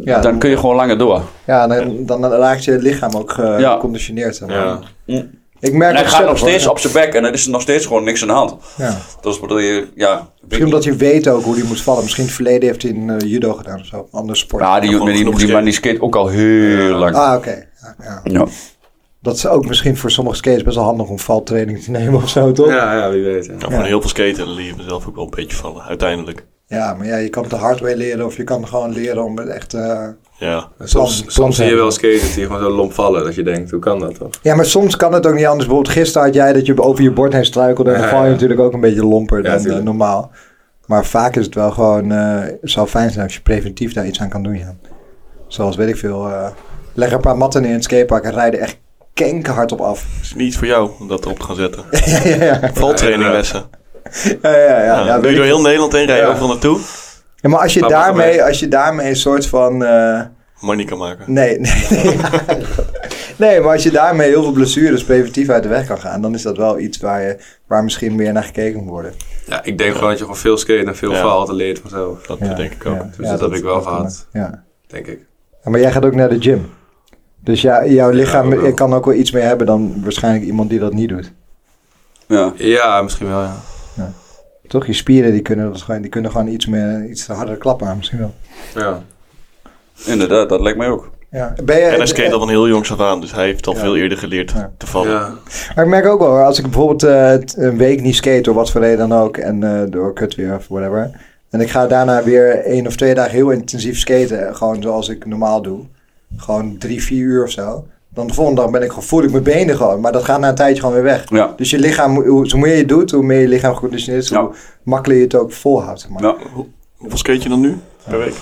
Speaker 1: Ja,
Speaker 3: dan
Speaker 1: dan,
Speaker 3: kun je gewoon langer door.
Speaker 1: ja, dan, dan raakt je lichaam ook eh,
Speaker 3: Ja.
Speaker 1: geconditioneerd. zeg maar.
Speaker 4: Ja.
Speaker 1: Ik merk
Speaker 3: En hij
Speaker 1: het
Speaker 3: gaat
Speaker 1: zelf,
Speaker 3: nog
Speaker 1: hoor.
Speaker 3: steeds op zijn bek en er is nog steeds gewoon niks aan de hand.
Speaker 1: Ja.
Speaker 3: Dus bedoel je, ja... weet
Speaker 1: Misschien
Speaker 3: ik
Speaker 1: omdat je weet ook hoe die moet vallen. Misschien in het verleden heeft hij in eh, judo gedaan of zo. Andere sport.
Speaker 3: niet. ja, die, die, die, die man die skate ook al heel lang.
Speaker 1: Ah, oké. Ja, ja.
Speaker 3: Ja.
Speaker 1: Dat is ook misschien voor sommige skaters best wel handig om valtraining te nemen of zo, toch? Ja,
Speaker 4: Ja, ja, wie weet. Ja.
Speaker 2: Nou, gewoon heel veel skaten, dan leer je mezelf ook wel een beetje vallen, uiteindelijk.
Speaker 1: maar ja, je kan het de hard way leren of je kan gewoon leren om het echt... eh,
Speaker 2: Ja.
Speaker 4: Soms,
Speaker 1: plan
Speaker 4: soms zie je
Speaker 1: zijn.
Speaker 4: wel skaters die gewoon zo lomp vallen. Dat je denkt, hoe kan dat toch?
Speaker 1: Ja, maar soms kan het ook niet anders. Bijvoorbeeld gisteren had jij dat je over je bord heen struikelde. En dan
Speaker 4: Ja,
Speaker 1: val je
Speaker 4: ja.
Speaker 1: natuurlijk ook een beetje lomper
Speaker 4: Ja,
Speaker 1: dan eh,
Speaker 4: tuurlijk.
Speaker 1: normaal. Maar vaak is het wel gewoon... eh, het zou fijn zijn als je preventief daar iets aan kan doen, ja. Zoals, weet ik veel... eh, leg een paar matten neer in het skatepark en rijden echt kenkerhard op af.
Speaker 2: Het is niet voor jou om dat erop te gaan zetten.
Speaker 1: ja, ja, ja.
Speaker 2: Valtraininglessen.
Speaker 1: ja, ja, ja,
Speaker 2: Ja,
Speaker 1: ja,
Speaker 2: doe
Speaker 1: weet
Speaker 2: je
Speaker 1: ik
Speaker 2: door heel Nederland heen, rij je
Speaker 4: Ja.
Speaker 2: overal naartoe.
Speaker 1: Ja, maar als je,
Speaker 2: Snap wat er
Speaker 1: daarmee, als je daarmee een soort van... eh,
Speaker 2: Money kan maken.
Speaker 1: nee, nee, nee. nee, maar als je daarmee heel veel blessures preventief uit de weg kan gaan... dan is dat wel iets waar, je, waar misschien meer naar gekeken moet worden.
Speaker 4: Ja, ik denk gewoon dat je gewoon veel skate en veel
Speaker 2: Ja.
Speaker 4: valt en leert vanzelf.
Speaker 2: Dat
Speaker 1: Ja,
Speaker 2: denk ik ook.
Speaker 1: ja,
Speaker 4: Dus dat heb ik wel
Speaker 1: kan
Speaker 4: gehad.
Speaker 1: ook. Ja.
Speaker 4: Denk ik.
Speaker 1: Ja, Maar jij gaat ook naar de gym. Dus ja, jouw lichaam
Speaker 4: ook wel.
Speaker 1: kan ook wel iets meer hebben dan waarschijnlijk iemand die dat niet doet.
Speaker 3: Ja.
Speaker 4: Ja, misschien wel, ja.
Speaker 1: Toch? Je spieren die kunnen, dat gewoon, die kunnen gewoon iets, meer, iets harder klappen aan misschien wel.
Speaker 4: ja.
Speaker 3: Inderdaad, dat lijkt mij ook.
Speaker 1: Ja. Ben je,
Speaker 2: En hij skate al van heel jongs af aan, dus hij heeft al
Speaker 1: Ja.
Speaker 2: veel eerder geleerd
Speaker 1: Ja.
Speaker 2: te vallen.
Speaker 4: Ja.
Speaker 1: Maar ik merk ook wel, hoor, als ik bijvoorbeeld eh, t- een week niet skate door wat voor reden dan ook en eh, door kut weer of whatever. En ik ga daarna weer één of twee dagen heel intensief skaten, gewoon zoals ik normaal doe. Gewoon drie, vier uur of zo. Dan de volgende dag ben ik, gewoon- voel ik mijn benen gewoon, maar dat gaat na een tijdje gewoon weer weg.
Speaker 3: Ja.
Speaker 1: Dus je lichaam, hoe- hoe hoe meer je doet, hoe meer je lichaam geconditioneerd is, hoe
Speaker 3: Ja.
Speaker 1: makkelijker je het ook volhoudt. Maar,
Speaker 3: Ja.
Speaker 2: Hoeveel skate je dan nu per week?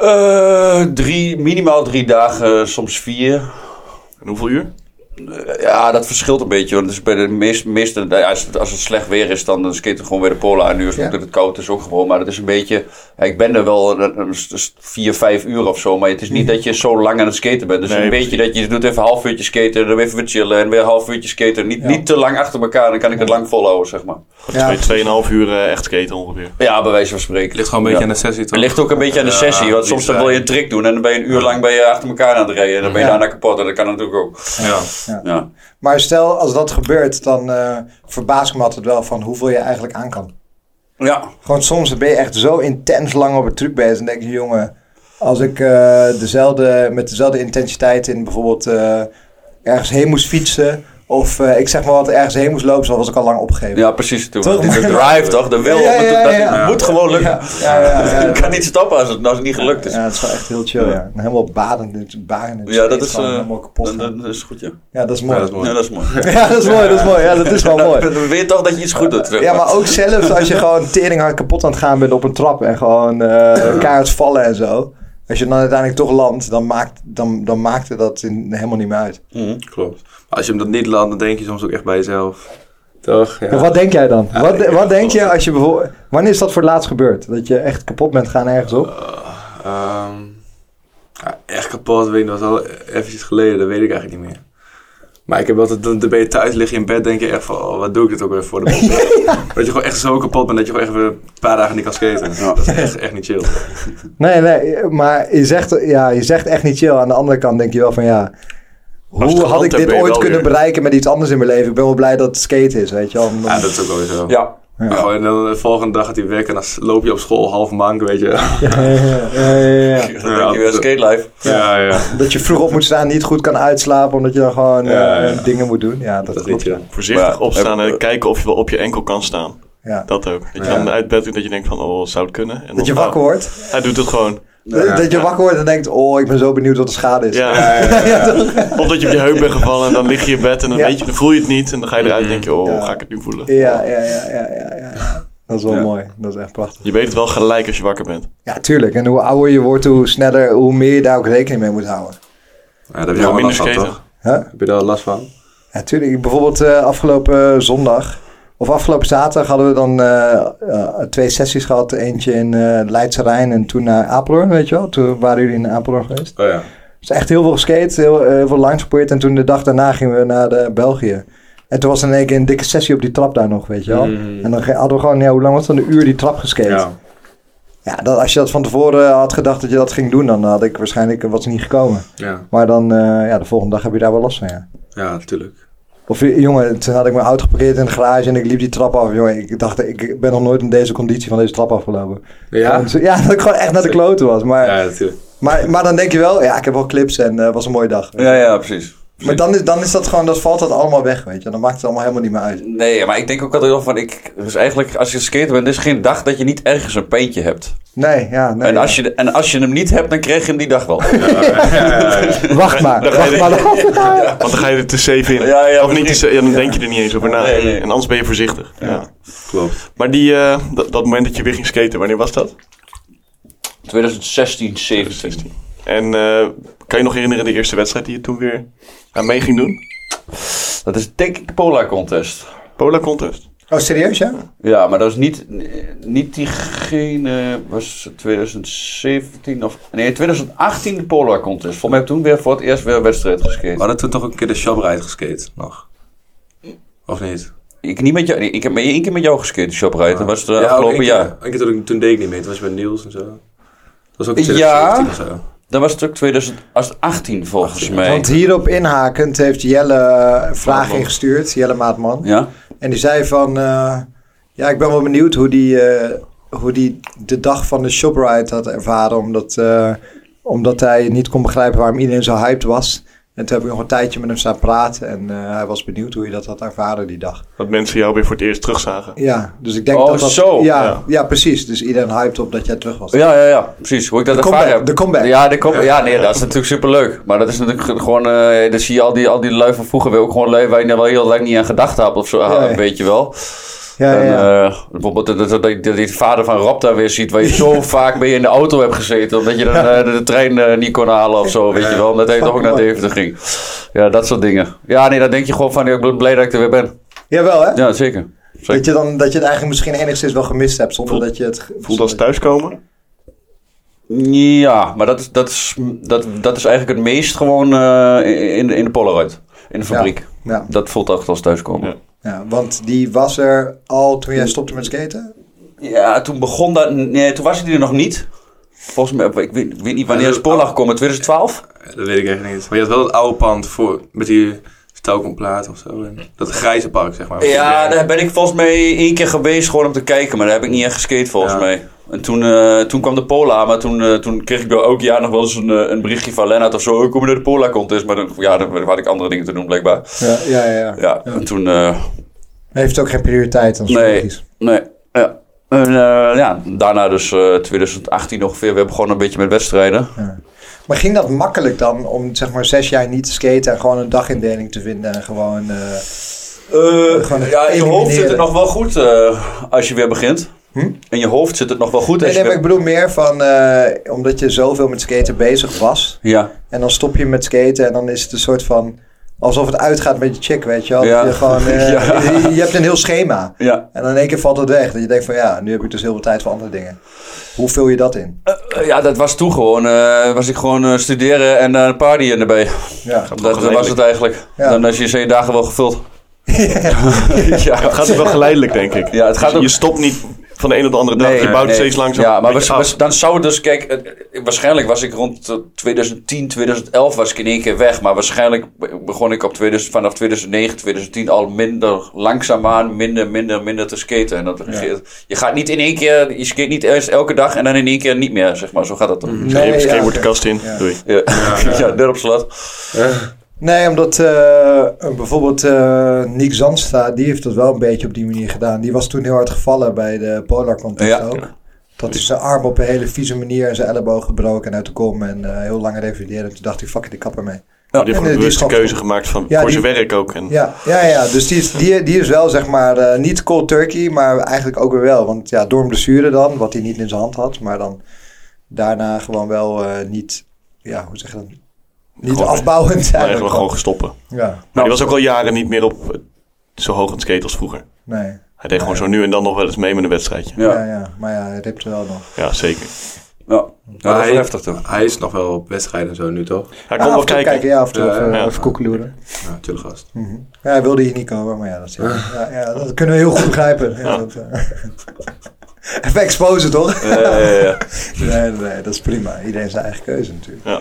Speaker 3: Eh, drie, minimaal drie dagen, soms vier.
Speaker 2: En hoeveel uur?
Speaker 3: Eh, Ja, dat verschilt een beetje. Want het is bij de meest, meeste, nou ja, als, het, als het slecht weer is, dan eh, skate er gewoon weer de pola. En nu is het
Speaker 1: Ja.
Speaker 3: dat het koud is ook gewoon. Maar het is een beetje... ja, ik ben er wel eh, eh, s- s- vier, vijf uur of zo. Maar het is niet
Speaker 1: Mhm.
Speaker 3: dat je zo lang aan het skaten bent. Dus
Speaker 2: Nee,
Speaker 3: een beetje dat je doet even een half uurtje skaten. Dan even weer chillen. En weer een half uurtje skaten. Niet,
Speaker 1: Ja.
Speaker 3: niet te lang achter elkaar. Dan kan ik het lang volhouden, zeg maar.
Speaker 1: Ja.
Speaker 2: Twee, tweeënhalf uur eh, echt skaten ongeveer.
Speaker 3: Ja, bij wijze van spreken.
Speaker 4: Het ligt gewoon een beetje
Speaker 3: Ja.
Speaker 4: aan de sessie, toch?
Speaker 3: Het ligt ook een beetje aan de
Speaker 4: Ja,
Speaker 3: sessie, want
Speaker 4: die
Speaker 3: soms dan
Speaker 4: zijn-
Speaker 3: wil je een trick doen en dan ben je een uur lang ben je achter elkaar aan het rijden. En dan ben je
Speaker 1: Ja.
Speaker 3: daarna kapot en dat kan natuurlijk ook.
Speaker 4: Ja.
Speaker 3: Ja.
Speaker 1: maar stel, als dat gebeurt, dan eh verbaas ik me altijd wel van hoeveel je eigenlijk aan kan.
Speaker 3: ja.
Speaker 1: Gewoon soms ben je echt zo intens lang op een truc bezig. En denk je, jongen, als ik eh, dezelfde, met dezelfde intensiteit in bijvoorbeeld eh, ergens heen moest fietsen. Of eh, ik zeg maar wat, ergens heen moest lopen, zo was ik al lang opgegeven.
Speaker 3: ja, precies. Toen.
Speaker 1: Toch?
Speaker 3: De drive toch, de wil,
Speaker 1: Ja, ja, ja,
Speaker 3: dat
Speaker 1: ja.
Speaker 3: moet gewoon lukken.
Speaker 1: Ja, ja, ja, ja,
Speaker 3: Je kan niet stoppen als het, als het niet gelukt is.
Speaker 1: Ja, het is wel echt heel chill, ja. En Helemaal badend, badend.
Speaker 3: Ja, dat is, eh,
Speaker 1: helemaal kapot.
Speaker 3: dat,
Speaker 1: gaan.
Speaker 3: dat is goed, ja.
Speaker 1: ja, dat is mooi.
Speaker 4: Ja, dat is mooi.
Speaker 3: Ja, dat is mooi.
Speaker 1: Ja, dat is mooi, dat is mooi. Ja, dat is wel mooi.
Speaker 3: Dan weet je toch dat je iets goed doet. zeg
Speaker 1: Ja, maar ook zelfs als je gewoon teringhard kapot aan het gaan bent op een trap en gewoon eh kaart vallen en zo. Als je dan uiteindelijk toch landt, dan maakt, dan, dan maakt het dat in, helemaal niet meer uit.
Speaker 3: Mhm.
Speaker 4: Klopt. Maar als je hem dat niet laat, dan denk je soms ook echt bij jezelf. Toch? Ja.
Speaker 1: En wat denk jij dan? wat
Speaker 4: ik-
Speaker 1: wat denk je als je bijvoorbeeld... Wanneer is dat voor het laatst gebeurd? Dat je echt kapot bent gaan ergens op?
Speaker 4: Ehm, ja, echt kapot, weet ik, dat was al eventjes geleden, dat weet ik eigenlijk niet meer. Maar ik heb altijd, dan dan ben je thuis, lig je in bed, denk je echt van, oh, wat doe ik dit ook weer voor de boel? Dat je gewoon echt zo kapot bent dat je gewoon echt weer een paar dagen niet kan skaten. Dat is echt, echt niet chill.
Speaker 1: Nee, nee, maar je zegt, ja, je zegt echt niet chill. Aan de andere kant denk je wel van ja...
Speaker 2: het
Speaker 1: Hoe
Speaker 2: geland
Speaker 1: had ik
Speaker 2: hebt,
Speaker 1: dit
Speaker 2: ben je
Speaker 1: ooit
Speaker 2: wel
Speaker 1: kunnen
Speaker 2: weer-
Speaker 1: bereiken met iets anders in mijn leven? Ik ben wel blij dat het skate is, weet je wel. Om-
Speaker 4: Ja, dat is ook wel weer zo.
Speaker 3: Ja.
Speaker 4: Maar gewoon, en dan de volgende dag gaat hij weg en dan loop je op school half mank, weet je. Ja,
Speaker 1: Ja, ja, ja, ja, ja.
Speaker 3: Dan denk je weer skate life.
Speaker 4: ja.
Speaker 1: Dat je vroeg op moet staan, niet goed kan uitslapen, omdat je dan gewoon
Speaker 4: Ja,
Speaker 1: eh,
Speaker 4: ja.
Speaker 1: dingen moet doen. Ja, dat,
Speaker 4: Dat is niet
Speaker 1: klopt.
Speaker 4: chill.
Speaker 2: Voorzichtig
Speaker 3: Maar-
Speaker 2: opstaan en
Speaker 3: eh,
Speaker 2: kijken of je wel op je enkel kan staan.
Speaker 1: Ja.
Speaker 2: Dat ook. Dat je
Speaker 4: Ja.
Speaker 2: dan uit bed doet dat je denkt van, oh, zou het kunnen? En dan-
Speaker 1: Dat je wakker
Speaker 2: oh,
Speaker 1: wordt.
Speaker 2: Hij doet het gewoon.
Speaker 1: Dat-
Speaker 4: ja.
Speaker 1: dat je wakker wordt en denkt, oh, ik ben zo benieuwd wat de schade is.
Speaker 2: Ja. Of dat je op je heup bent gevallen en dan lig je in bed en dan,
Speaker 1: Ja. Mm-hmm.
Speaker 2: weet je, dan voel je het niet. En dan ga je eruit en denk je, oh,
Speaker 1: Ja.
Speaker 2: ga ik het nu voelen?
Speaker 1: Ja, ja, ja, ja, ja, ja. Dat is wel
Speaker 3: Ja.
Speaker 1: mooi. Dat is echt prachtig.
Speaker 2: Je weet het wel gelijk als je wakker bent.
Speaker 1: Ja, tuurlijk. En hoe ouder je wordt, hoe sneller, hoe meer je daar ook rekening mee moet houden.
Speaker 4: daar heb je
Speaker 2: Ja,
Speaker 4: wel
Speaker 2: minder
Speaker 4: last van,
Speaker 2: skaten.
Speaker 4: toch?
Speaker 1: Huh?
Speaker 4: Heb je daar last van?
Speaker 1: Ja, tuurlijk. Ik- Bijvoorbeeld eh, afgelopen eh, zondag of afgelopen zaterdag hadden we dan eh, eh, twee sessies gehad. Eentje in eh Leidse Rijn en toen naar Apeldoorn, weet je wel. Toen waren jullie in Apeldoorn geweest.
Speaker 4: Oh ja.
Speaker 1: Dus echt heel veel geskate, heel, eh, heel veel lines geprobeerd. En toen de dag daarna gingen we naar eh, België. En toen was er in één keer een dikke sessie op die trap daar nog, weet je wel.
Speaker 4: Mm.
Speaker 1: En dan ge- hadden we gewoon, ja, hoe lang was het dan? Een uur die trap geskate. Ja,
Speaker 4: Ja.
Speaker 1: dat, als je dat van tevoren eh, had gedacht dat je dat ging doen, dan had ik waarschijnlijk, eh, was het niet gekomen.
Speaker 4: Ja,
Speaker 1: Maar dan, eh, ja, de volgende dag heb je daar wel last van, ja.
Speaker 4: ja, natuurlijk.
Speaker 1: Of eh, jongen, toen had ik mijn auto geparkeerd in de garage en ik liep die trap af. Jongen, ik dacht, ik ben nog nooit in deze conditie van deze trap afgelopen.
Speaker 4: Ja?
Speaker 1: Want, ja, dat ik gewoon echt naar de kloten was. Maar,
Speaker 4: Ja, natuurlijk.
Speaker 1: maar, maar dan denk je wel, ja, ik heb wel clips en eh, het was een mooie dag.
Speaker 3: Ja, ja, precies.
Speaker 1: Maar dan is, dan is dat gewoon, dat valt dat allemaal weg, weet je. Dan maakt het allemaal helemaal niet meer uit.
Speaker 3: Nee, maar ik denk ook altijd wel van, ik, dus eigenlijk als je skater bent, is geen dag dat je niet ergens een peentje hebt.
Speaker 1: Nee, ja, nee.
Speaker 3: en, als je, de- en als je hem niet hebt, dan krijg je hem die dag wel.
Speaker 1: Wacht maar, wacht maar. wacht maar.
Speaker 2: Want dan ga je er te safe in.
Speaker 3: Ja, ja,
Speaker 2: of niet te
Speaker 3: precies.
Speaker 2: sa- ja, dan denk je er niet eens over na.
Speaker 3: Nee, nee.
Speaker 2: En anders ben je voorzichtig. Ja.
Speaker 4: Klopt.
Speaker 2: Maar die, eh, dat, dat moment dat je weer ging skaten, wanneer was dat?
Speaker 3: 2016, 17.
Speaker 2: En eh, kan je nog herinneren de eerste wedstrijd die je toen weer aan mee ging doen?
Speaker 3: Dat is denk ik de Polar Contest.
Speaker 2: Pola Contest.
Speaker 1: Oh, serieus, ja?
Speaker 3: Ja, maar dat is niet, niet diegene, was het 2017 of... Nee, 2018 de Polar Contest. Volgens mij heb ik toen weer voor het eerst weer een wedstrijd
Speaker 4: We
Speaker 3: geskate.
Speaker 4: hadden toen toch een keer de shopride geskate nog. Of niet?
Speaker 3: Ik, niet met jou, nee, ik heb maar één keer met jou geskate, de
Speaker 1: Ah.
Speaker 3: shopride. Dat was het eh,
Speaker 4: ook
Speaker 3: afgelopen
Speaker 4: één keer.
Speaker 3: jaar.
Speaker 4: Eén keer toen, ik- toen deed ik niet mee. Toen was je bij Niels en zo. Dat was ook in
Speaker 3: Ja.
Speaker 4: 2017 of zo.
Speaker 3: Dat was het ook 2018 volgens mij.
Speaker 1: Want hierop inhakend heeft Jelle eh, een vraag ingestuurd, Jelle Maatman.
Speaker 3: Ja?
Speaker 1: En die zei van, eh, ja, ik ben wel benieuwd hoe die, eh, hoe die de dag van de ShopRite had ervaren. Omdat, eh, omdat hij niet kon begrijpen waarom iedereen zo hyped was. En toen heb ik nog een tijdje met hem staan praten. En eh, hij was benieuwd hoe hij dat had ervaren die dag.
Speaker 2: Dat mensen jou weer voor het eerst terugzagen.
Speaker 1: Ja, dus ik denk
Speaker 3: Oh,
Speaker 1: dat dat...
Speaker 3: zo,
Speaker 1: Ja,
Speaker 2: ja.
Speaker 1: ja. precies. Dus iedereen hyped op dat jij terug was.
Speaker 3: Ja, ja, ja, precies. Hoe ik dat
Speaker 1: De
Speaker 3: ervaren
Speaker 1: comeback,
Speaker 3: heb.
Speaker 1: de comeback.
Speaker 3: Ja, de comeback. Ja, nee, dat is natuurlijk superleuk. Maar dat is natuurlijk ge- gewoon... eh dan zie je al die, al die lui van vroeger weer ook gewoon lui waar je nou wel heel lang niet aan gedacht had of zo. ah,
Speaker 1: ja.
Speaker 3: Weet je wel.
Speaker 1: Ja,
Speaker 3: en,
Speaker 1: ja, ja.
Speaker 3: eh, bijvoorbeeld dat, dat, dat, dat je de vader van Rob daar weer ziet, waar je zo vaak mee in de auto hebt gezeten, omdat je dan eh, de, de trein eh, niet kon halen of zo, weet je wel. Omdat hij toch ook naar
Speaker 1: Fucking
Speaker 3: Deventer ging. Ja, dat soort dingen. Ja, nee, dan denk je gewoon van, ja, ik ben blij dat ik er weer ben.
Speaker 1: Jawel, hè?
Speaker 3: Ja, zeker. Zeker.
Speaker 1: Dat je, dan, dat je het eigenlijk misschien enigszins wel gemist hebt, zonder
Speaker 2: Voel-
Speaker 1: dat je het... ge-
Speaker 2: Voelde als thuiskomen.
Speaker 3: Ja, maar dat is, dat is, dat, dat is eigenlijk het meest gewoon eh, in, in de Polaroid. In de fabriek.
Speaker 1: Ja,
Speaker 3: Dat voelt echt als thuiskomen.
Speaker 2: Ja.
Speaker 3: Ja.
Speaker 1: ja, want die was er al toen jij stopte met skaten?
Speaker 3: toen begon dat... Nee, toen was hij er nog niet. Volgens mij, ik weet, ik weet niet wanneer is Polar gekomen. 2012?
Speaker 4: Dat weet ik echt niet. Maar je had wel dat oude pand voor, met die stelkomplaat of zo. En dat grijze park, zeg maar.
Speaker 3: Ja, daar ben ik volgens mij één keer geweest gewoon om te kijken. Maar daar heb ik niet echt geskate volgens
Speaker 4: Ja.
Speaker 3: mij. En toen, eh, toen kwam de Pola, maar toen, eh, toen kreeg ik wel elk jaar nog wel eens een, eh, een berichtje van Lennart of zo. "Oh, Kom je naar de Pola contest? Maar dan, ja, dan had ik andere dingen te doen blijkbaar.
Speaker 1: Ja, ja, ja.
Speaker 3: Ja, en toen... eh,
Speaker 1: Heeft ook geen prioriteit dan
Speaker 3: Nee. Nee, ja. En, eh, ja, daarna dus eh 2018 ongeveer. We hebben gewoon een beetje met wedstrijden.
Speaker 1: Maar ging dat makkelijk dan om zeg maar zes jaar niet te skaten en gewoon een dagindeling te vinden en gewoon... eh, gaan het
Speaker 3: ja, in je hoofd
Speaker 1: elimineren.
Speaker 3: zit het nog wel goed eh, als je weer begint.
Speaker 1: Hm?
Speaker 3: In je hoofd zit het nog wel goed
Speaker 1: Nee,
Speaker 3: als
Speaker 1: nee,
Speaker 3: je
Speaker 1: maar ik
Speaker 3: weer...
Speaker 1: bedoel meer van eh, omdat je zoveel met skaten bezig was
Speaker 3: Ja,
Speaker 1: en dan stop je met skaten en dan is het een soort van alsof het uitgaat met je chick, weet je wel? Dat
Speaker 3: Ja.
Speaker 1: Je, gewoon, eh,
Speaker 3: Ja.
Speaker 1: je, je hebt een heel schema
Speaker 3: ja.
Speaker 1: en dan in één keer valt het weg. Dat je denkt van ja, nu heb ik dus heel veel tijd voor andere dingen. Hoe vul je dat in?
Speaker 3: Eh, ja, dat was toen gewoon. eh, was ik gewoon eh, studeren en eh partyen erbij.
Speaker 1: Ja.
Speaker 2: Gaat wel
Speaker 3: Dat was het
Speaker 2: geleidelijk.
Speaker 3: eigenlijk.
Speaker 1: Ja.
Speaker 3: Dan is je zeven dagen wel gevuld.
Speaker 2: Het gaat wel geleidelijk, denk ik.
Speaker 3: Ja, het gaat
Speaker 2: Dus
Speaker 3: ook-
Speaker 2: je stopt niet van de een op de andere dag. je bouwt het steeds langzaam
Speaker 3: Ja, maar
Speaker 2: een
Speaker 3: was,
Speaker 2: beetje
Speaker 3: was,
Speaker 2: af.
Speaker 3: dan zou het dus, kijk, eh, waarschijnlijk was ik rond eh, 2010, 2011 was ik in één keer weg. Maar waarschijnlijk be- begon ik op 2000, vanaf 2009, 2010 al minder langzaamaan, minder, minder, minder te skaten. En dat, Je gaat niet in één keer, je skate niet eerst elke dag en dan in één keer niet meer, zeg maar. Zo gaat dat dan.
Speaker 1: Nee,
Speaker 2: Even
Speaker 1: ja,
Speaker 2: skateboard
Speaker 1: oké.
Speaker 2: de kast in.
Speaker 1: Ja.
Speaker 2: Doei.
Speaker 3: Ja, ja, deur op slot.
Speaker 1: Nee, omdat eh, bijvoorbeeld eh Nick Zandstra, die heeft dat wel een beetje op die manier gedaan. Die was toen heel hard gevallen bij de Polar Contest
Speaker 3: Ja.
Speaker 1: ook. Dat is zijn arm op een hele vieze manier en zijn elleboog gebroken en uit de kom en eh, heel lang revalideerde. Toen dacht hij, fuck it, ik kap ermee.
Speaker 2: Maar Oh, die
Speaker 1: en,
Speaker 2: heeft
Speaker 1: eh,
Speaker 2: een
Speaker 1: die
Speaker 2: bewuste
Speaker 1: schap-
Speaker 2: keuze gemaakt van,
Speaker 1: Ja,
Speaker 2: voor
Speaker 1: die-
Speaker 2: zijn werk ook. En
Speaker 1: Ja, ja, ja. Dus die is, die, die is wel zeg maar eh, niet cold turkey, maar eigenlijk ook weer wel. Want ja, door een blessure dan, wat hij niet in zijn hand had, maar dan daarna gewoon wel eh, niet, ja, hoe zeg je dat? Niet
Speaker 2: Gewoon-
Speaker 1: afbouwend
Speaker 2: eigenlijk wel
Speaker 1: eigenlijk.
Speaker 2: gewoon gestoppen. Maar
Speaker 1: Ja,
Speaker 2: die was ook al jaren niet meer op eh, zo hoog aan het skaten als vroeger.
Speaker 1: nee.
Speaker 2: Hij deed gewoon zo nu en dan nog wel eens mee met een wedstrijdje.
Speaker 1: Ja, ja.
Speaker 3: Ja,
Speaker 1: Maar ja, het heeft er wel nog.
Speaker 2: Ja, zeker.
Speaker 3: ja. ja dat
Speaker 4: hij,
Speaker 3: was heftig toen.
Speaker 4: Hij is nog wel op wedstrijden en zo nu, toch?
Speaker 2: Hij kon
Speaker 1: Ah,
Speaker 2: wel
Speaker 1: af en toe
Speaker 2: kijken.
Speaker 1: Ja, af en toe
Speaker 4: Ja,
Speaker 1: even,
Speaker 2: ja.
Speaker 1: even koekeloeren.
Speaker 4: Ja, chille gast.
Speaker 1: Mhm. Ja, hij wilde hier niet komen, maar ja, dat, is- ja, ja, dat kunnen we heel goed begrijpen. Ja, dat, eh, even exposen, toch?
Speaker 3: Ja, ja, ja, ja. Dus-
Speaker 1: Nee, nee, dat is prima. Iedereen zijn eigen keuze natuurlijk.
Speaker 2: Ja.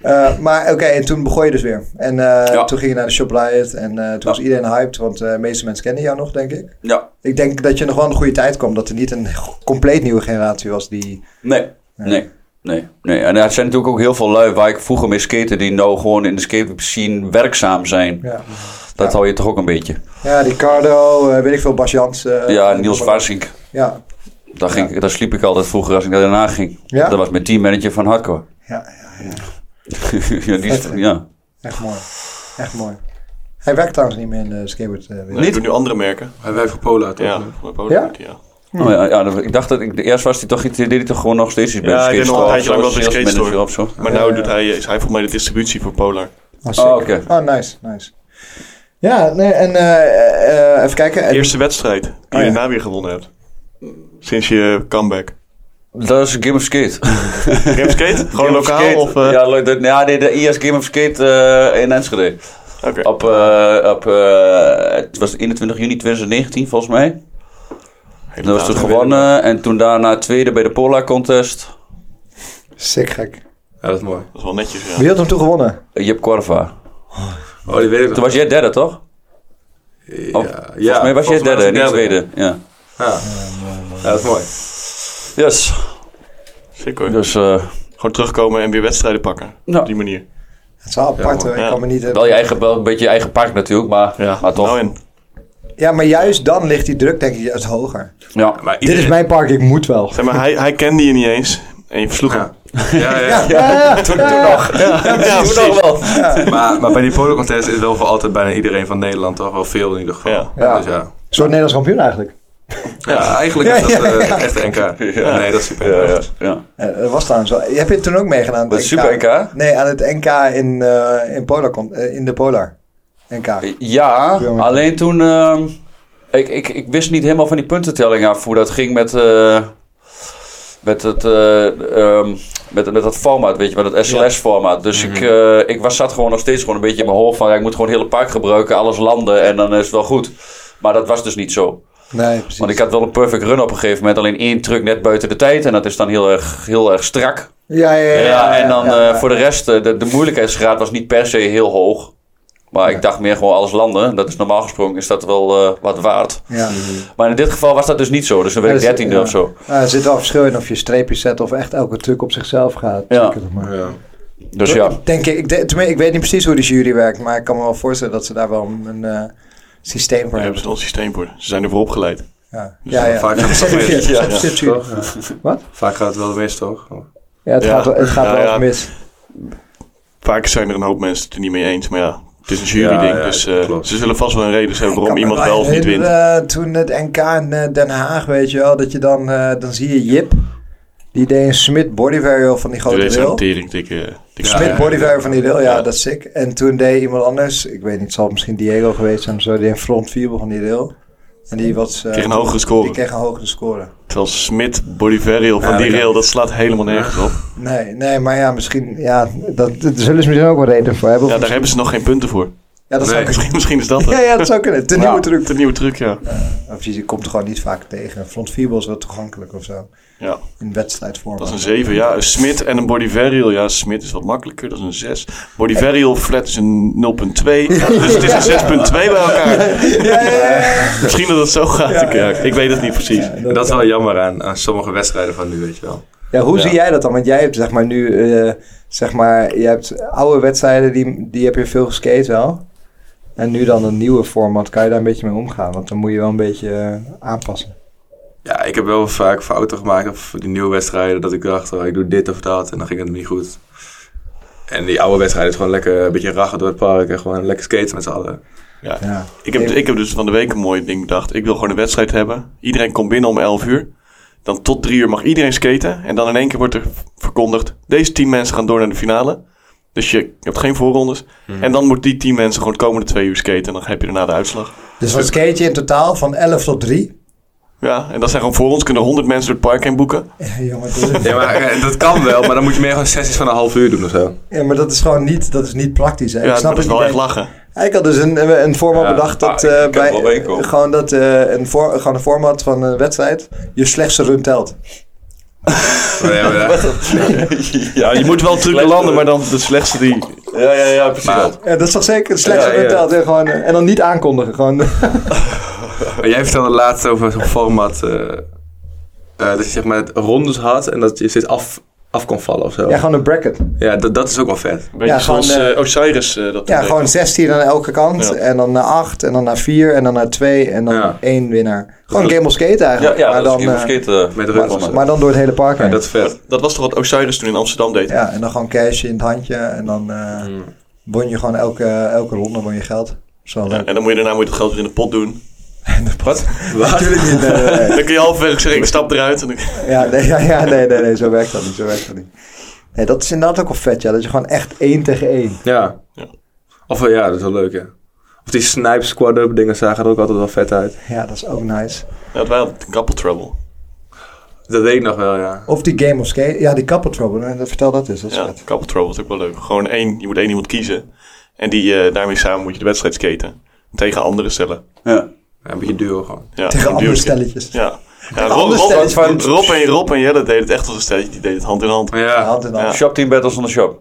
Speaker 1: Eh, maar oké, en toen begon je dus weer. En eh,
Speaker 3: Ja.
Speaker 1: toen ging je naar de Shop Riot en eh, toen was iedereen hyped, want eh, de meeste mensen kennen jou nog, denk ik.
Speaker 3: ja.
Speaker 1: Ik denk dat je nog wel een goede tijd kwam, dat er niet een compleet nieuwe generatie was die...
Speaker 3: Nee. Nee. Nee, nee. En er zijn natuurlijk ook heel veel lui waar ik vroeger mee skaten die nou gewoon in de skate scene werkzaam zijn.
Speaker 1: Ja,
Speaker 3: Dat
Speaker 1: Ja.
Speaker 3: hou je toch ook een beetje.
Speaker 1: ja Ricardo, eh, weet ik veel, Bas Jans. eh,
Speaker 3: ja, Niels Warsink.
Speaker 1: Ja,
Speaker 3: Daar, ging, ik- daar sliep ik altijd vroeger als ik naar Den Haag ging.
Speaker 1: Ja?
Speaker 3: Dat was mijn teammanager van Hardcore.
Speaker 1: ja, ja, ja.
Speaker 3: ja, die is,
Speaker 1: Vet, hè?
Speaker 3: ja.
Speaker 1: Echt mooi. Echt mooi. Hij werkt trouwens niet meer in de skateboard eh, wereld.
Speaker 2: Nee, doen nu andere merken.
Speaker 4: Hij wij voor Pola toch?
Speaker 2: Ja,
Speaker 4: Ja.
Speaker 2: van Polaroid, ja.
Speaker 3: Oh, ja, ja, dat- ik dacht dat ik, eerst was hij toch, deed hij toch gewoon nog steeds iets bij
Speaker 2: Ja,
Speaker 3: de
Speaker 2: hij deed
Speaker 3: skate
Speaker 2: nog een tijdje lang
Speaker 3: of
Speaker 2: wel bij de
Speaker 3: zo,
Speaker 2: skate
Speaker 3: salesmanager
Speaker 2: store.
Speaker 3: of zo.
Speaker 2: Maar
Speaker 1: Ja,
Speaker 2: nou
Speaker 1: ja.
Speaker 2: Doet hij, is hij volgens mij de distributie voor Polar.
Speaker 1: Oh, zeker.
Speaker 3: Oh, oké.
Speaker 1: Oh, nice, nice. Ja, nee, en eh, eh, even kijken. En- Oh,
Speaker 2: Eerste wedstrijd die
Speaker 1: ja.
Speaker 2: je daarna weer gewonnen hebt. Sinds je comeback.
Speaker 3: Dat is een Game of Skate.
Speaker 2: Game skate? Gewoon
Speaker 3: Game of
Speaker 2: lokaal?
Speaker 3: Skate.
Speaker 2: Of, eh,
Speaker 3: Ja, leuk. Dat, ja, nee, de IS Game of Skate eh, in Enschede.
Speaker 2: oké.
Speaker 3: Op, eh, op eh, het was 21 juni 2019 volgens mij. Dat was toen gewonnen en toen daarna tweede bij de Polar Contest.
Speaker 1: Sick gek.
Speaker 4: Ja, dat is mooi.
Speaker 2: Dat is wel netjes, ja.
Speaker 1: Wie had hem toen gewonnen?
Speaker 3: Jip Korva.
Speaker 4: Oh, die weet ik nog.
Speaker 3: Toen was jij derde, toch?
Speaker 4: Ja,
Speaker 3: of-
Speaker 4: ja,
Speaker 3: Volgens mij was jij
Speaker 4: volgens
Speaker 3: derde,
Speaker 4: mij
Speaker 3: niet
Speaker 4: was ik
Speaker 3: tweede. Ja.
Speaker 4: Ja. ja, dat is mooi.
Speaker 3: Yes.
Speaker 2: Sick hoor.
Speaker 3: Dus eh,
Speaker 2: Gewoon terugkomen en weer wedstrijden pakken.
Speaker 3: Ja.
Speaker 2: Op die manier.
Speaker 1: Het is wel apart
Speaker 4: Ja,
Speaker 1: hoor, ik
Speaker 2: ja.
Speaker 1: kan me niet... eh,
Speaker 3: wel, je eigen, wel een beetje je eigen park natuurlijk, maar, maar toch.
Speaker 2: Nou en.
Speaker 1: Ja, maar juist dan ligt die druk denk ik juist hoger.
Speaker 3: ja.
Speaker 4: Maar
Speaker 1: Dit is mijn park, ik moet wel.
Speaker 2: Zeg maar, hij, hij kende je niet eens. En je versloeg hem.
Speaker 4: Ja, ja, ja.
Speaker 1: ja,
Speaker 3: Toen, toen nog.
Speaker 2: Ja,
Speaker 3: Toen
Speaker 2: precies.
Speaker 3: nog wel.
Speaker 4: Maar, maar bij die polo contest is wel voor altijd bijna iedereen van Nederland toch wel veel in ieder geval.
Speaker 2: Ja.
Speaker 1: Ja.
Speaker 4: Dus ja.
Speaker 1: Een soort Nederlands kampioen eigenlijk.
Speaker 4: ja, eigenlijk is dat
Speaker 1: Ja, ja,
Speaker 4: eh, echt de NK. Nee, dat is super.
Speaker 3: Ja, ja, ja.
Speaker 1: Eh, dat was trouwens wel... Heb je het toen ook meegedaan? aan
Speaker 3: Met
Speaker 1: het
Speaker 3: Super NK?
Speaker 1: Nee, aan het NK in, eh, in, Polar, kon- eh, in de Polar. NK.
Speaker 3: Ja,
Speaker 1: Jammer.
Speaker 3: alleen toen. ehm, ik, ik, ik wist niet helemaal van die puntentelling af hoe dat ging met. eh, met, het, eh, ehm, met, met dat format, weet je, met dat SLS-format. Dus ik, eh, ik was, zat gewoon nog steeds gewoon een beetje in mijn hoofd van... Ja, ik moet gewoon het hele park gebruiken, alles landen en dan is het wel goed. Maar dat was dus niet zo.
Speaker 1: Nee, precies.
Speaker 3: Want ik had wel een perfect run op een gegeven moment. Alleen één truc net buiten de tijd. En dat is dan heel erg, heel erg strak.
Speaker 1: Ja, ja, ja.
Speaker 3: Ja, en dan
Speaker 1: ja,
Speaker 3: eh,
Speaker 1: ja.
Speaker 3: voor de rest, eh, de, de moeilijkheidsgraad was niet per se heel hoog. Maar ik dacht meer gewoon alles landen. Dat is normaal gesproken is dat wel eh, wat waard.
Speaker 1: Ja.
Speaker 3: Maar in dit geval was dat dus niet zo. Dus dan werd ik
Speaker 1: Ja, dat is-
Speaker 3: dertiende
Speaker 1: ja.
Speaker 3: of zo.
Speaker 1: Nou, er zit wel verschil in of je streepjes zet of echt elke truc op zichzelf gaat.
Speaker 3: Ja.
Speaker 1: Zeker, maar.
Speaker 4: Ja.
Speaker 3: Dus ja.
Speaker 1: Denk ik, ik, de- tenminste, ik weet niet precies hoe de jury werkt, maar ik kan me wel voorstellen dat ze daar wel een eh, systeem voor
Speaker 2: Daar hebben
Speaker 1: hebben.
Speaker 2: ze ons systeem voor. Ze zijn ervoor opgeleid.
Speaker 1: Ja, ja. ja.
Speaker 4: Vaak gaat het wel mis.
Speaker 1: Ja,
Speaker 3: Ja,
Speaker 1: substituut.
Speaker 4: Toch? Ja.
Speaker 1: Wat?
Speaker 4: Vaak gaat het wel mis, toch?
Speaker 1: Ja, het
Speaker 2: Ja.
Speaker 1: gaat, wel- het gaat
Speaker 2: Ja,
Speaker 1: wel
Speaker 2: ja.
Speaker 1: eens mis.
Speaker 2: Vaak zijn er een hoop mensen het er niet mee eens. Maar ja, het is een jury
Speaker 4: Ja,
Speaker 2: ding.
Speaker 4: ja,
Speaker 2: dus
Speaker 4: dat
Speaker 2: eh,
Speaker 4: klopt.
Speaker 2: ze zullen vast wel een reden hebben waarom
Speaker 1: Ik kan me
Speaker 2: iemand wel of niet wint.
Speaker 1: herinneren, toen het NK in eh, Den Haag, weet je wel, dat je dan, eh, dan zie je Jip. Die deed een Smith body varial van die
Speaker 2: Dus
Speaker 1: grote
Speaker 2: deze
Speaker 1: wil.
Speaker 2: notering dikke. dikke
Speaker 1: Smith
Speaker 2: ja.
Speaker 1: body varial van die wil, ja,
Speaker 2: Ja.
Speaker 1: dat is sick. En toen deed iemand anders, ik weet niet, het zal misschien Diego geweest zijn of zo, die een front vierbal van die wil. En die was... eh,
Speaker 2: Kreeg een hogere score.
Speaker 1: Die kreeg een hogere score.
Speaker 2: Terwijl Smit, body varial van
Speaker 4: Ja,
Speaker 2: die
Speaker 4: dat-
Speaker 2: rail, dat slaat helemaal nergens op.
Speaker 1: Nee, nee, maar ja, misschien, ja, dat, dat zullen ze misschien ook wel reden voor hebben. Of
Speaker 2: Ja, daar
Speaker 1: misschien-
Speaker 2: hebben ze nog geen punten voor.
Speaker 1: ja, dat
Speaker 4: Nee.
Speaker 1: zou kunnen.
Speaker 2: Misschien, misschien is dat het.
Speaker 1: Ja, ja, dat zou kunnen. Te
Speaker 2: Ja,
Speaker 1: nieuwe truc. Nou,
Speaker 2: De nieuwe truc, ja.
Speaker 1: Of je komt gewoon niet vaak tegen. Front vierbal is wel toegankelijk of zo.
Speaker 2: Ja,
Speaker 1: In wedstrijdvorm.
Speaker 2: dat is een 7. Ja, een Smit en een body varial. Ja, Smit is wat makkelijker, dat is een 6. Body varial flat is een 0.2. Dus het is een 6.2 bij elkaar.
Speaker 1: Ja, ja, ja, ja.
Speaker 2: Misschien dat het zo gaat.
Speaker 1: Ja,
Speaker 2: ik, ja, ik weet het niet precies.
Speaker 4: En dat is wel jammer aan, aan sommige wedstrijden van nu, weet je wel.
Speaker 1: Ja, hoe
Speaker 2: Ja.
Speaker 1: zie jij dat dan? Want jij hebt zeg maar nu, eh, zeg maar, je hebt oude wedstrijden, die, die heb je veel geskate wel. En nu dan een nieuwe format, kan je daar een beetje mee omgaan? Want dan moet je wel een beetje eh, aanpassen.
Speaker 4: Ja, ik heb wel vaak fouten gemaakt op die nieuwe wedstrijden. Dat ik dacht, oh, ik doe dit of dat. En dan ging het niet goed. En die oude wedstrijden is gewoon lekker een beetje ragen door het park. En gewoon lekker skaten met z'n allen.
Speaker 1: Ja.
Speaker 2: Ik heb, ik heb dus van de week een mooi ding bedacht. Ik wil gewoon een wedstrijd hebben. Iedereen komt binnen om 11 uur. Dan tot 3 uur mag iedereen skaten. En dan in één keer wordt er verkondigd: deze 10 mensen gaan door naar de finale. Dus je hebt geen voorrondes.
Speaker 1: Hmm.
Speaker 2: En dan moet die 10 mensen gewoon de komende 2 uur skaten. En dan heb je daarna de uitslag.
Speaker 1: Dus dan skate je in totaal van 11 tot 3.
Speaker 2: Ja, en dat zijn gewoon voor ons. Kunnen 100 mensen door het park heen boeken.
Speaker 1: Ja, jongen, dat is-
Speaker 4: Ja, maar eh, dat kan wel. Maar dan moet je meer gewoon sessies van een half uur doen of zo.
Speaker 1: ja, maar dat is gewoon niet, dat is niet praktisch. Hè?
Speaker 2: ja,
Speaker 1: ik snap
Speaker 2: dat is
Speaker 1: het
Speaker 2: wel
Speaker 1: idee.
Speaker 2: echt lachen.
Speaker 1: Ik had dus een, een format
Speaker 4: Ja,
Speaker 1: bedacht dat
Speaker 3: ah, ik
Speaker 1: eh,
Speaker 3: kan
Speaker 1: bij
Speaker 3: er wel bij komen.
Speaker 1: gewoon dat eh, een, voor, gewoon een format van een wedstrijd je slechtste run telt.
Speaker 4: Maar ja, maar ja.
Speaker 2: Ja, je moet wel trucken
Speaker 3: Slechtste.
Speaker 2: landen, maar dan de slechtste die.
Speaker 3: Ja, ja, ja, precies.
Speaker 4: Maar-
Speaker 3: dat.
Speaker 1: Ja, dat is toch zeker het slechtste
Speaker 4: Ja,
Speaker 1: run
Speaker 4: ja.
Speaker 1: telt. hè? Gewoon, eh, en dan niet aankondigen. Gewoon,
Speaker 4: Maar jij vertelde laatst over zo'n format. eh, eh, dat je zeg maar het rondes had en dat je steeds af, af kon vallen of zo.
Speaker 1: Ja,
Speaker 4: Ja,
Speaker 1: gewoon een bracket.
Speaker 4: dat, dat is ook wel vet.
Speaker 2: Een beetje
Speaker 1: Ja, gewoon,
Speaker 2: zoals eh, Osiris eh, dat toen
Speaker 1: Ja,
Speaker 2: deed.
Speaker 1: gewoon 16 aan elke kant.
Speaker 2: Ja.
Speaker 1: En dan naar 8, en dan naar 4, en dan naar 2, en dan
Speaker 4: Ja.
Speaker 1: één winnaar. Gewoon
Speaker 2: Dat-
Speaker 1: Game of Skate
Speaker 3: Ja,
Speaker 1: eigenlijk.
Speaker 3: ja
Speaker 1: maar,
Speaker 3: dat
Speaker 1: dan,
Speaker 3: is Game of
Speaker 1: eh,
Speaker 3: Skate, eh,
Speaker 4: Met rug
Speaker 1: maar, maar dan door het hele park.
Speaker 4: Ja,
Speaker 1: heen.
Speaker 4: dat is vet.
Speaker 2: Dat was toch wat Osiris toen in Amsterdam deed?
Speaker 1: Ja, en dan gewoon cash in het handje. En dan eh won je gewoon elke, elke ronde won je geld. Zo
Speaker 2: Ja,
Speaker 1: leuk.
Speaker 2: en dan moet je daarna moet je het geld weer in de pot doen.
Speaker 1: Wat?
Speaker 4: Wat?
Speaker 1: Natuurlijk niet. nee, nee, nee.
Speaker 2: Dan kun je halverwege zeggen, ik stap eruit. En dan-
Speaker 1: Ja, nee, ja, ja, nee, nee, nee, zo werkt dat niet. Zo werkt dat niet. Nee, dat is inderdaad ook wel vet, ja. Dat je gewoon echt één tegen één.
Speaker 4: Ja.
Speaker 2: Ja.
Speaker 4: Of eh, ja, dat is wel leuk, ja. Of die snipe squad-up dingen zagen er ook altijd wel vet uit.
Speaker 1: Ja, dat is ook nice.
Speaker 2: Ja, dat waren couple trouble.
Speaker 4: Dat weet ik nog wel, ja.
Speaker 1: Of die Game of Skate. Ja, die couple trouble. hè, dat- Vertel dat eens, dat is
Speaker 2: Ja,
Speaker 1: vet.
Speaker 2: couple trouble is ook wel leuk. Gewoon één, je moet één iemand kiezen. En die, eh, daarmee samen moet je de wedstrijd skaten. Tegen andere stellen.
Speaker 3: ja.
Speaker 4: ja een beetje duo gewoon.
Speaker 2: Ja,
Speaker 1: Tegen
Speaker 2: een
Speaker 1: andere
Speaker 2: duurtje.
Speaker 1: stelletjes.
Speaker 2: Ja. ja Rob,
Speaker 1: andere
Speaker 2: Rob-
Speaker 1: stelletjes.
Speaker 2: Rob- Rob en, Rob en Jelle deden het echt als een stelletje. Die deden het hand in hand.
Speaker 4: Ja.
Speaker 1: Hand in hand.
Speaker 3: Shop Team Battles on the Shop.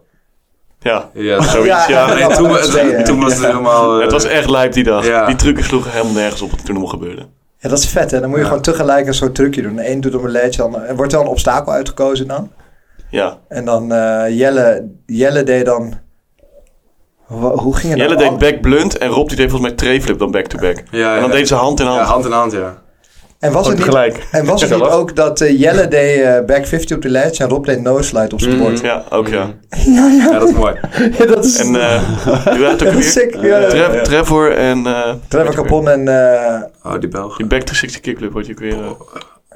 Speaker 2: Ja,
Speaker 4: Ja.
Speaker 2: zoiets. Ja,
Speaker 1: Ja,
Speaker 4: Nee, toen,
Speaker 1: dat is twee,
Speaker 4: toen, toen was het helemaal... eh,
Speaker 2: Het was echt lijp die dag.
Speaker 4: Ja.
Speaker 2: Die trucken sloegen helemaal nergens op wat er toen allemaal gebeurde.
Speaker 1: Ja, dat is vet, hè. Dan moet je
Speaker 4: Ja.
Speaker 1: gewoon tegelijk een soort trucje doen. Eén doet op een ledge, dan er wordt wel een obstakel uitgekozen dan.
Speaker 2: Ja.
Speaker 1: En dan eh, Jelle, Jelle deed dan... Wa- Hoe ging het
Speaker 2: Jelle
Speaker 1: nou?
Speaker 2: deed back blunt en Rob die deed volgens mij trayflip dan back-to-back.
Speaker 4: Ja,
Speaker 2: En dan
Speaker 4: ja.
Speaker 2: deden ze hand in hand.
Speaker 4: Ja, hand in hand, ja.
Speaker 1: En was het niet,
Speaker 2: gelijk.
Speaker 1: en was het niet ook dat eh, Jelle deed eh, back 50 op de ledge en Rob deed no slide op zijn bord?
Speaker 2: Ja, ook
Speaker 4: Mm.
Speaker 2: ja.
Speaker 4: Ja, dat is mooi.
Speaker 1: Mhm. Ja, dat is...
Speaker 2: En eh die waren het ook
Speaker 1: dat is
Speaker 2: weer.
Speaker 1: sick. Ja, ja,
Speaker 2: Trev-
Speaker 1: ja.
Speaker 2: Trevor en... eh,
Speaker 1: Trevor Capon en eh,
Speaker 4: Oh, die Belg.
Speaker 2: Die back 360 kickflip wordt je ook weer... eh,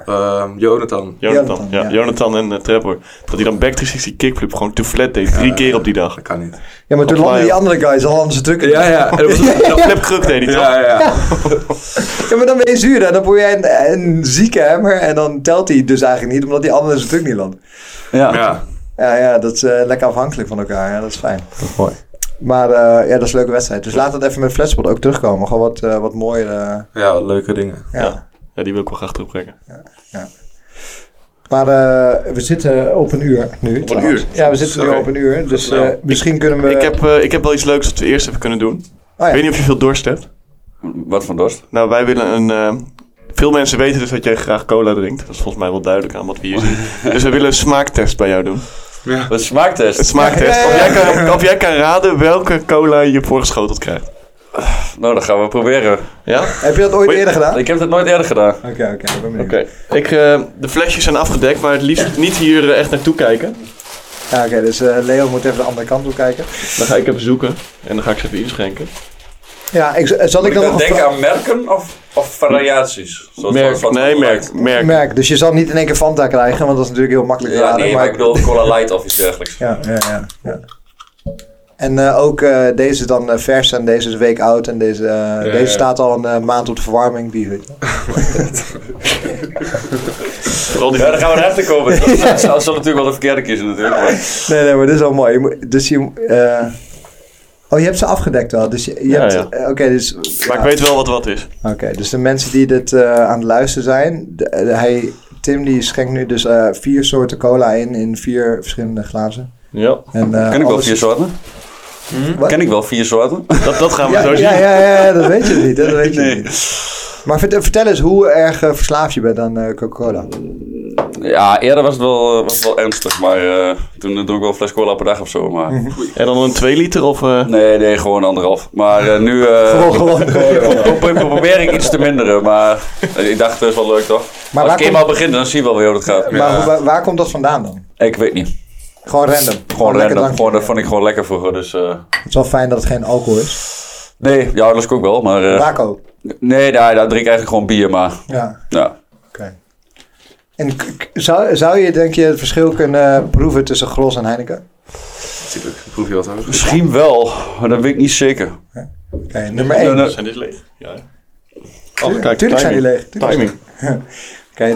Speaker 4: Ehm, Jonathan.
Speaker 2: Jonathan,
Speaker 1: Oh, Jonathan,
Speaker 2: ja.
Speaker 1: ja.
Speaker 2: Jonathan en eh, Trevor. Dat hij dan back 360 kickflip gewoon te flat deed. Drie keer op die dag.
Speaker 4: Dat kan niet.
Speaker 1: Ja, maar toen
Speaker 2: Of
Speaker 1: landen die
Speaker 2: Lyle.
Speaker 1: andere guys al aan zijn trucken.
Speaker 4: Ja, ja. En dat was-
Speaker 2: Flip kruk deed hij toch?
Speaker 4: ja, ja.
Speaker 1: Ja, maar dan ben je zuur. hè. Dan word jij een, een zieke hammer. En dan telt hij dus eigenlijk niet, omdat die andere zijn truc niet landt.
Speaker 3: Ja.
Speaker 4: Ja.
Speaker 1: Ja, ja, dat is eh, lekker afhankelijk van elkaar. Ja, dat is fijn. mooi. Maar eh, ja, dat is een leuke wedstrijd. Dus laat het even met Flatspot ook terugkomen. Gewoon wat, eh, wat mooier. eh,
Speaker 4: Ja, wat leuke dingen.
Speaker 1: ja.
Speaker 2: Ja. Ja, die wil ik wel graag terugbrengen.
Speaker 1: Maar eh, we zitten op een uur nu. Op
Speaker 2: uur?
Speaker 1: Ja, we zitten nu
Speaker 4: Oké.
Speaker 1: op een uur. Dus eh,
Speaker 4: Nou,
Speaker 1: misschien kunnen we...
Speaker 2: Ik heb, eh, ik heb wel iets leuks dat we eerst even kunnen doen.
Speaker 1: Oh,
Speaker 2: Ik
Speaker 1: ja.
Speaker 2: weet niet of je veel dorst hebt.
Speaker 3: Wat van dorst?
Speaker 2: Nou, wij willen een... eh, veel mensen weten dus dat jij graag cola drinkt. Dat is volgens mij wel duidelijk aan wat we hier zien. Dus we willen een smaaktest bij jou doen.
Speaker 3: Wat smaaktest?
Speaker 2: Een smaaktest.
Speaker 1: Ja, ja,
Speaker 2: Of,
Speaker 1: ja.
Speaker 2: jij kan, of jij kan raden welke cola je voorgeschoteld krijgt.
Speaker 3: Nou, dat gaan we proberen.
Speaker 2: Ja?
Speaker 1: Heb je dat ooit
Speaker 2: Wait.
Speaker 1: eerder gedaan? Oké,
Speaker 3: Ik heb dat nooit eerder gedaan.
Speaker 1: oké. ik ben benieuwd.
Speaker 2: Oké. Ik, eh, de flesjes zijn afgedekt, maar het liefst niet hier eh, echt naartoe kijken.
Speaker 1: Ja, oké, dus eh, Leo moet even de andere kant op kijken.
Speaker 2: Dan ga ik even zoeken en dan ga ik ze even inschenken.
Speaker 1: Ja, ik, eh, zal ik
Speaker 3: Moet
Speaker 1: dan nog een
Speaker 3: denken
Speaker 1: vra-
Speaker 3: aan merken of, of variaties? Zoals
Speaker 2: Merk,
Speaker 3: van-
Speaker 2: nee, merk, merk.
Speaker 1: merk. Dus je zal niet in één keer Fanta krijgen, want dat is natuurlijk heel makkelijk te
Speaker 3: Ja,
Speaker 1: raden,
Speaker 3: nee, maar ik bedoel Cola Light of iets dergelijks.
Speaker 1: Ja, ja, ja. ja. En eh, ook eh, deze is dan eh, vers en deze is een week oud. En deze, eh, deze
Speaker 4: ja.
Speaker 1: staat al een eh, maand op de verwarming. Die, weet je.
Speaker 2: Vooral die
Speaker 3: Ja, daar gaan we erachter komen. Dat dat zal zal natuurlijk wel de verkeerde kiezen natuurlijk. maar-
Speaker 1: Nee, nee, maar dit is al mooi. Je moet- dus je, eh, oh, je hebt ze afgedekt wel. Dus je, je
Speaker 2: Ja,
Speaker 1: hebt,
Speaker 2: ja.
Speaker 1: eh, Oké, dus,
Speaker 2: Maar
Speaker 1: ja.
Speaker 2: ik weet wel wat wat is.
Speaker 1: Oké, dus de mensen die dit eh, aan het luisteren zijn. de- eh, hij, Tim die schenkt nu dus eh, vier soorten cola in, in vier verschillende glazen.
Speaker 2: Ja.
Speaker 1: En, eh,
Speaker 3: Ken ik wel
Speaker 1: alles- Hm?
Speaker 3: vier soorten?
Speaker 1: Wat?
Speaker 3: Ken ik wel vier soorten?
Speaker 2: Dat, dat gaan we
Speaker 1: Ja,
Speaker 2: zo zien.
Speaker 1: ja, ja, ja, ja, dat weet je niet. hè, Dat weet je
Speaker 3: Nee.
Speaker 1: niet. Maar vert- vertel eens hoe erg eh, verslaafd je bent aan eh, Coca-Cola.
Speaker 3: Ja, eerder was het wel, eh, was het wel ernstig, maar eh, toen eh, dronk ik wel een fles cola per dag of zo. Maar...
Speaker 1: Mhm.
Speaker 2: En dan een 2 liter of... eh,
Speaker 3: Nee, nee, gewoon anderhalf. Maar eh, nu eh,
Speaker 1: Gewoon, gewoon.
Speaker 3: pro- pro- probeer ik iets te minderen, maar eh, ik dacht het is wel leuk toch?
Speaker 1: Maar
Speaker 3: Als
Speaker 1: waar
Speaker 3: ik eenmaal begin, dan zie je wel weer hoe het gaat.
Speaker 1: Maar hoe- waar, waar komt dat vandaan dan?
Speaker 3: Ik weet niet.
Speaker 1: Gewoon random.
Speaker 3: Gewoon
Speaker 1: Oh, lekker
Speaker 3: random.
Speaker 1: drankje.
Speaker 3: Gewoon, dat vond ik gewoon lekker vroeger, dus... eh,
Speaker 1: Het is wel fijn dat het geen alcohol is.
Speaker 3: Nee, ja, dat is ook wel, maar... eh,
Speaker 1: Waco.
Speaker 3: Nee, daar, daar drink ik eigenlijk gewoon bier, maar...
Speaker 1: Ja,
Speaker 3: Ja.
Speaker 1: oké. En k- k- zou, zou je denk je het verschil kunnen eh, proeven tussen Gros en Heineken?
Speaker 4: Natuurlijk. Proef je wat ook.
Speaker 3: Misschien wel, maar dat weet ik niet zeker.
Speaker 1: Oké, nummer 1.
Speaker 3: Nee, nee.
Speaker 2: Zijn dit leeg? Ja. hè?
Speaker 1: Tuurlijk,
Speaker 2: kijk,
Speaker 1: Oh, tuurlijk zijn die
Speaker 2: timing.
Speaker 1: leeg. Tuurlijk zijn die-
Speaker 2: Timing.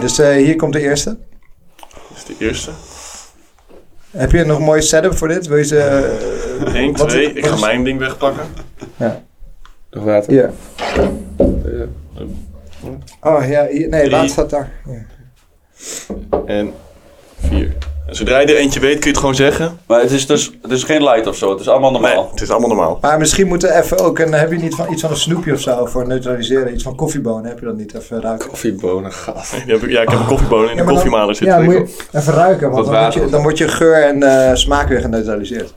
Speaker 1: Oké, dus eh, hier komt de eerste.
Speaker 2: Dat is de eerste.
Speaker 1: Heb je nog een mooie setup voor dit? Wil je ze... eh,
Speaker 2: 1,
Speaker 1: wat-
Speaker 2: 2.
Speaker 1: wat
Speaker 2: Ik ga
Speaker 1: is-
Speaker 2: mijn ding wegpakken.
Speaker 4: Nog water.
Speaker 1: Hier. Oh ja, hier- nee,
Speaker 2: Drie.
Speaker 1: laatst staat daar. Ja.
Speaker 2: En 4. En zodra je er eentje weet, kun je het gewoon zeggen.
Speaker 3: Maar het is dus het is geen light of zo. Het is allemaal
Speaker 2: Nee,
Speaker 3: normaal.
Speaker 2: het is allemaal normaal.
Speaker 1: Maar misschien moeten we even ook, en heb je niet van, iets van een snoepje of zo voor neutraliseren? Iets van koffiebonen heb je dat niet? Even ruiken.
Speaker 4: Koffiebonen, gast.
Speaker 2: Die heb ik- Ja, ik heb een koffiebonen in de
Speaker 1: Ah. Ja, maar dan-
Speaker 2: koffiemaler
Speaker 1: Ja,
Speaker 2: zitten.
Speaker 1: moet
Speaker 2: weet
Speaker 1: je
Speaker 2: ik
Speaker 1: even ruiken, want dan
Speaker 4: Wat
Speaker 1: wordt,
Speaker 4: water
Speaker 1: je,
Speaker 4: of
Speaker 1: dan
Speaker 4: zo.
Speaker 1: wordt je geur en eh, smaak weer geneutraliseerd.
Speaker 2: wel.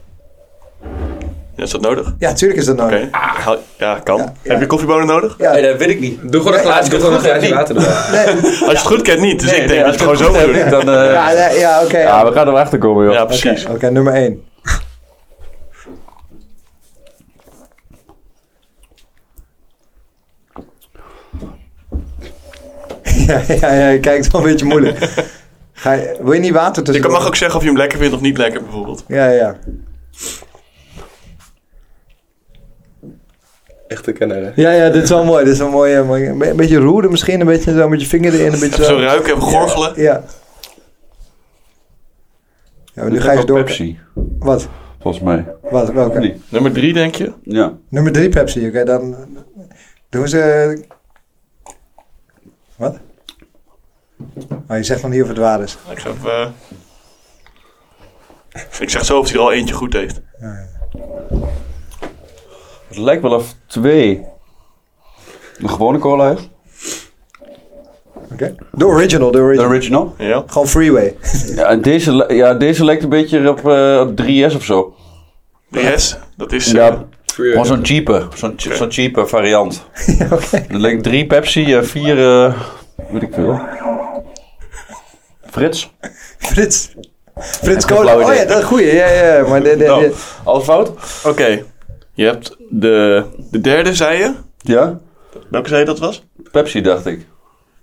Speaker 2: Ja, is dat nodig?
Speaker 1: Ja, tuurlijk is dat nodig.
Speaker 2: Oké. Haal- Ja, kan.
Speaker 1: Ja, ja.
Speaker 2: Heb je koffiebonen nodig?
Speaker 1: Ja,
Speaker 3: Nee, dat weet ik niet.
Speaker 4: Doe gewoon een glaasje, doe gewoon een glaasje water erbij.
Speaker 1: nee,
Speaker 2: Als je het goed kent niet. Dus
Speaker 3: Nee,
Speaker 2: ik denk
Speaker 3: nee,
Speaker 2: dat je het
Speaker 3: als
Speaker 2: gewoon zo
Speaker 3: het
Speaker 2: moet
Speaker 3: goed
Speaker 2: doen.
Speaker 3: heb, Dan, eh,
Speaker 1: ja, nee, ja oké.
Speaker 5: Ja,
Speaker 1: ja.
Speaker 5: we gaan er wel achter komen, joh.
Speaker 2: Ja,
Speaker 5: Ja.
Speaker 2: precies.
Speaker 1: Oké, nummer 1. ja, ja, ja, je kijkt wel een beetje moeilijk. Ga je, wil je niet water tussen?
Speaker 2: Dus Ik mag ook zeggen of je hem lekker vindt of niet lekker, bijvoorbeeld.
Speaker 1: Ja, ja.
Speaker 4: Echte kenner, hè?
Speaker 1: Ja, ja, dit is wel mooi. Dit is wel mooi. eh, mooi. Een be- een beetje roeren misschien, een beetje zo met je vinger erin. Een beetje
Speaker 2: Even
Speaker 1: zo.
Speaker 2: zo ruiken en gorgelen.
Speaker 1: Ja. ja maar nu ga je
Speaker 3: ook
Speaker 1: eens door.
Speaker 3: Pepsi,
Speaker 1: Wat?
Speaker 3: volgens mij.
Speaker 1: Wat? Welke?
Speaker 3: Nee.
Speaker 2: Nummer drie, denk je?
Speaker 3: Ja.
Speaker 1: Nummer 3 Pepsi, oké. dan doen ze... Wat? Oh, je zegt nog niet of het waar is.
Speaker 2: Ik, ga even, eh, ik zeg zo of hij er al eentje goed heeft.
Speaker 5: Het lijkt wel of twee.
Speaker 3: Een gewone cola heeft.
Speaker 1: Oké. De original, de
Speaker 3: De
Speaker 1: original.
Speaker 3: original.
Speaker 2: Ja?
Speaker 1: Gewoon freeway.
Speaker 3: Ja, en deze, li- ja, deze lijkt een beetje op, eh, op 3S of zo.
Speaker 2: De yes, dat is... eh,
Speaker 3: Ja,
Speaker 4: Free
Speaker 3: gewoon zo'n cheaper. Zo'n che- zo'n cheaper variant.
Speaker 1: Ja, oké.
Speaker 3: Er lijkt drie Pepsi, eh, vier... eh, weet ik veel. Frits.
Speaker 1: Frits. Frits
Speaker 3: geen
Speaker 1: Kolen.
Speaker 3: flauw
Speaker 1: Oh
Speaker 3: idee.
Speaker 1: ja, dat is goed. Ja, ja. Maar de, de,
Speaker 3: Nou,
Speaker 1: de-
Speaker 3: alles fout?
Speaker 2: Oké, je hebt de, de derde, zei je?
Speaker 3: Ja.
Speaker 2: Welke zei je dat was?
Speaker 3: Pepsi, dacht ik.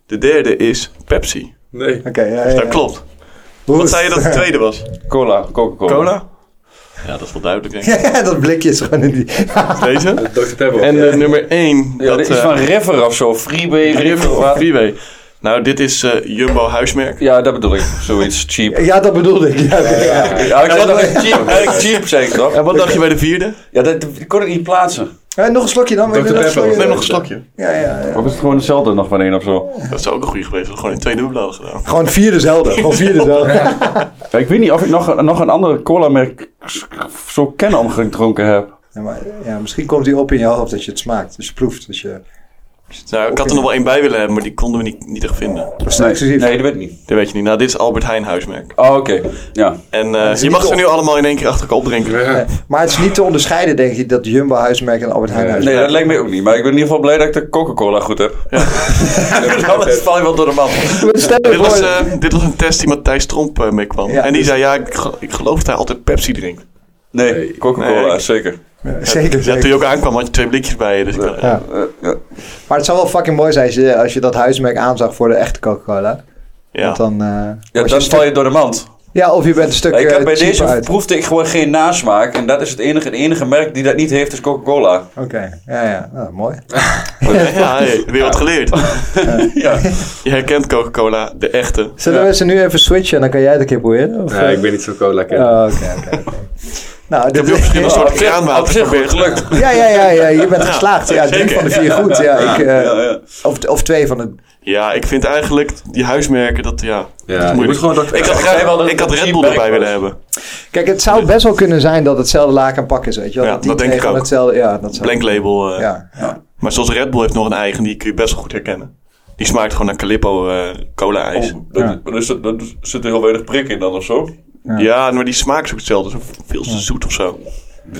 Speaker 2: De derde is Pepsi.
Speaker 4: Nee.
Speaker 1: Oké, ja, ja,
Speaker 2: Dus dat
Speaker 1: ja.
Speaker 2: klopt.
Speaker 1: Hoe
Speaker 2: Wat
Speaker 1: is-
Speaker 2: zei je dat de tweede was?
Speaker 3: Cola, Coca-Cola.
Speaker 2: Cola? Ja, dat is wel duidelijk, denk ik.
Speaker 1: Ja, dat blikje is gewoon in die...
Speaker 2: Deze.
Speaker 4: Dr. Pepper.
Speaker 2: En eh, nummer één.
Speaker 3: Ja, dit is
Speaker 2: eh,
Speaker 3: van River of zo. Freeway,
Speaker 2: River
Speaker 3: River.
Speaker 2: of
Speaker 3: wat-
Speaker 2: Freeway. Nou, dit is eh, Jumbo huismerk.
Speaker 3: Ja, dat bedoel ik. Zoiets cheap.
Speaker 1: Ja, dat bedoelde ik. Ja, oké, ja.
Speaker 3: Ja, ik zei dat ik cheap, eigenlijk cheap, zei ik toch?
Speaker 2: En wat dacht je bij de vierde?
Speaker 3: Ja, dat, dat kon ik niet plaatsen.
Speaker 1: Eh, nog een slokje dan. wil je
Speaker 4: Dr.
Speaker 1: nog een
Speaker 4: Pepper.
Speaker 1: slokje?
Speaker 2: Neem nog een slokje.
Speaker 1: Ja, ja, ja.
Speaker 5: Of is het gewoon hetzelfde nog van één of zo?
Speaker 2: Dat zou ook een goede geweest. zijn. Gewoon in twee dubbel hadden gedaan.
Speaker 1: Gewoon vier dezelfde. Gewoon vier dezelfde.
Speaker 5: Ja, ik weet niet of ik nog, nog een andere cola-merk zo kennen omgedronken heb.
Speaker 1: Ja, maar, ja, misschien komt die op in je hoofd dat je het smaakt. Dus je proeft. Dus je...
Speaker 2: Nou, ik had er nog wel één bij willen hebben, maar die konden we niet, niet echt vinden.
Speaker 1: Dat is exclusief.
Speaker 3: Nee, dat weet ik niet.
Speaker 2: Dat weet je niet. Nou, dit is Albert Heijn huismerk.
Speaker 3: Oh, oké. Ja.
Speaker 2: En eh,
Speaker 1: is
Speaker 2: je
Speaker 1: niet
Speaker 2: mag ze
Speaker 1: op.
Speaker 2: nu allemaal in één keer achter elkaar opdrinken.
Speaker 4: Ja.
Speaker 1: Maar het is niet te onderscheiden, denk ik, dat Jumbo huismerk en Albert Heijn huismerk.
Speaker 3: Nee, dat lijkt mij ook niet. Maar ik ben in ieder geval blij dat ik de Coca-Cola goed heb. Anders val je wel door de man.
Speaker 1: Stel je
Speaker 2: Dit was,
Speaker 1: voor-
Speaker 2: eh, dit was een test die Matthijs Tromp eh, mee kwam.
Speaker 1: Ja,
Speaker 2: en die
Speaker 1: dus-
Speaker 2: zei, ja, ik, ge- ik geloof dat hij altijd Pepsi drinkt.
Speaker 3: Nee, Coca-Cola,
Speaker 2: Nee.
Speaker 3: zeker.
Speaker 1: zeker,
Speaker 2: Ja,
Speaker 1: zeker.
Speaker 2: toen je ook aankwam had je twee blikjes bij je. Dus ik dacht,
Speaker 1: Ja.
Speaker 3: Eh, ja.
Speaker 1: Maar het zou wel fucking mooi zijn als je, als je dat huismerk aanzag voor de echte Coca-Cola.
Speaker 2: ja.
Speaker 1: Want dan, eh,
Speaker 3: Ja,
Speaker 1: was je een
Speaker 3: dan
Speaker 1: stuk-
Speaker 3: val je door de mand.
Speaker 1: ja, of je bent een stuk
Speaker 3: ik
Speaker 1: eh,
Speaker 3: heb bij
Speaker 1: cheaper
Speaker 3: deze
Speaker 1: uit. Oké,
Speaker 3: proefde ik gewoon geen nasmaak. En dat is het enige, het enige merk die dat niet heeft, is Coca-Cola.
Speaker 1: ja, ja. Nou, mooi.
Speaker 2: Ja, hey, weer wat geleerd.
Speaker 3: Ja.
Speaker 2: Je herkent Coca-Cola, de echte.
Speaker 1: Zullen we ze nu even switchen en dan kan jij het een keer proberen? Of,
Speaker 4: Nee, ik ben niet zo'n cola kenner.
Speaker 1: Oh, Oké, oké. oké. Nou,
Speaker 2: Ik
Speaker 1: dit
Speaker 2: heb ook verschillende soorten
Speaker 3: op zich- op
Speaker 2: kraanwater
Speaker 3: zich
Speaker 2: geprobeerd.
Speaker 3: goed gelukt.
Speaker 1: Ja, ja, ja, ja, je bent geslaagd. Ja, drie
Speaker 2: zeker.
Speaker 1: van de vier goed. Ja, ik, eh,
Speaker 3: Ja, ja.
Speaker 1: Of, of twee van de...
Speaker 2: Ja, ik vind eigenlijk die huismerken, dat ja...
Speaker 4: Ja, je
Speaker 2: moeilijk.
Speaker 4: moet gewoon Dr.
Speaker 2: Ik
Speaker 4: Pepper.
Speaker 2: had,
Speaker 3: Ik zei wel dat
Speaker 2: graag, ik had
Speaker 3: het
Speaker 2: Red
Speaker 3: een
Speaker 2: Bull
Speaker 3: cheap
Speaker 2: erbij
Speaker 3: merk
Speaker 2: willen
Speaker 3: was.
Speaker 2: hebben.
Speaker 1: Kijk, het zou best wel kunnen zijn dat hetzelfde laak en pak is, weet je wel.
Speaker 2: Ja,
Speaker 1: die
Speaker 2: dat denk
Speaker 1: twee
Speaker 2: ik
Speaker 1: van
Speaker 2: ook.
Speaker 1: Hetzelfde, ja, dat zou...
Speaker 2: Blank label. eh.
Speaker 1: Ja, ja.
Speaker 2: Maar zoals Red Bull heeft nog een eigen, die kun je best wel goed herkennen. Die smaakt gewoon naar Calippo eh, cola-ijs.
Speaker 3: Oh, dat-
Speaker 1: Ja.
Speaker 3: maar dus dat- dat- er zit heel weinig prik in dan of zo.
Speaker 2: ja. maar die smaak is ook hetzelfde. Zo veel te zoet of zo.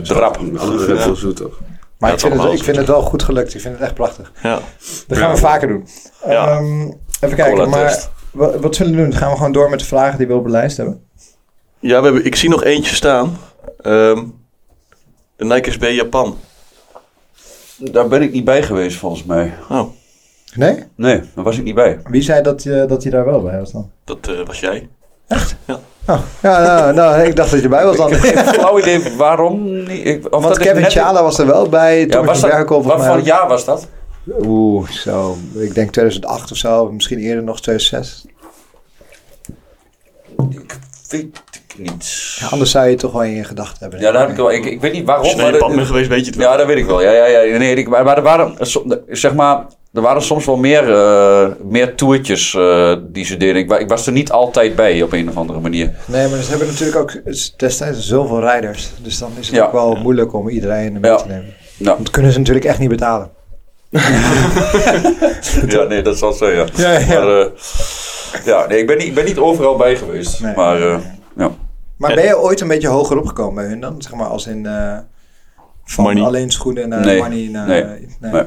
Speaker 3: Drap.
Speaker 4: Andere Red Bull zoet, toch?
Speaker 1: Maar
Speaker 2: Ja,
Speaker 1: ik, vind
Speaker 2: toch
Speaker 1: het,
Speaker 2: wel.
Speaker 1: ik vind het wel goed gelukt. Ik vind het echt prachtig.
Speaker 2: Ja.
Speaker 1: Dat gaan we vaker doen.
Speaker 2: Ja.
Speaker 1: Ehm, even kijken, maar
Speaker 3: Cola-test.
Speaker 1: wat, wat zullen we doen? Gaan we gewoon door met de vragen die we op de lijst hebben?
Speaker 2: ja, we hebben, ik zie nog eentje staan. Ehm, de Nike SB Japan.
Speaker 3: Daar ben ik niet bij geweest volgens mij.
Speaker 2: Oh,
Speaker 1: Nee?
Speaker 3: Nee, daar was ik niet bij.
Speaker 1: Wie zei dat, je dat hij daar wel bij was dan?
Speaker 2: dat eh, was jij.
Speaker 1: Oh, ja, nou, nou, ik dacht dat je erbij was dan.
Speaker 3: Flauw idee waarom niet. Ik, of
Speaker 1: Want
Speaker 3: dat is
Speaker 1: Kevin
Speaker 3: net-
Speaker 1: Chala was er wel bij.
Speaker 3: Ja,
Speaker 1: Thomas
Speaker 3: was
Speaker 1: van
Speaker 3: dat,
Speaker 1: Berkel
Speaker 3: wat
Speaker 1: volgens
Speaker 3: voor
Speaker 1: mij.
Speaker 3: jaar was dat?
Speaker 1: Oeh, zo. Ik denk 2008 of zo. Misschien eerder nog 2006.
Speaker 3: Ik weet het niet.
Speaker 1: Ja, anders zou je het toch wel in je gedachten hebben.
Speaker 3: Ja, daar heb ik wel. Ik, ik weet niet waarom.
Speaker 2: Als je naar
Speaker 3: Oh, maar
Speaker 2: Japan bent
Speaker 3: dat-
Speaker 2: geweest, weet je het wel.
Speaker 3: ja, dat weet ik wel. Ja, ja, ja. Nee, ik, maar, maar er waren. eh, som- Zeg maar. Er waren soms wel meer, eh, meer toertjes eh, die ze deden. Ik, wa- ik was er niet altijd bij op een of andere manier.
Speaker 1: Nee, maar ze hebben natuurlijk ook s- destijds zoveel rijders. Dus dan is het
Speaker 3: Ja.
Speaker 1: ook wel moeilijk om iedereen mee
Speaker 3: Ja.
Speaker 1: te nemen.
Speaker 3: Nou,
Speaker 1: Want dat kunnen ze natuurlijk echt niet betalen.
Speaker 3: ja, nee, dat zal zo, ja.
Speaker 1: Ja, ja.
Speaker 3: Maar, eh, ja nee, ik, ben niet, ik ben niet overal bij geweest.
Speaker 1: Nee.
Speaker 3: Maar eh, ja.
Speaker 1: Maar
Speaker 2: Ja.
Speaker 1: ben je ooit een beetje hoger opgekomen bij hun dan? Zeg maar als in eh, van
Speaker 2: Money.
Speaker 1: alleen schoenen naar
Speaker 3: Nee.
Speaker 1: money naar...
Speaker 3: Nee.
Speaker 1: nee.
Speaker 3: Nee.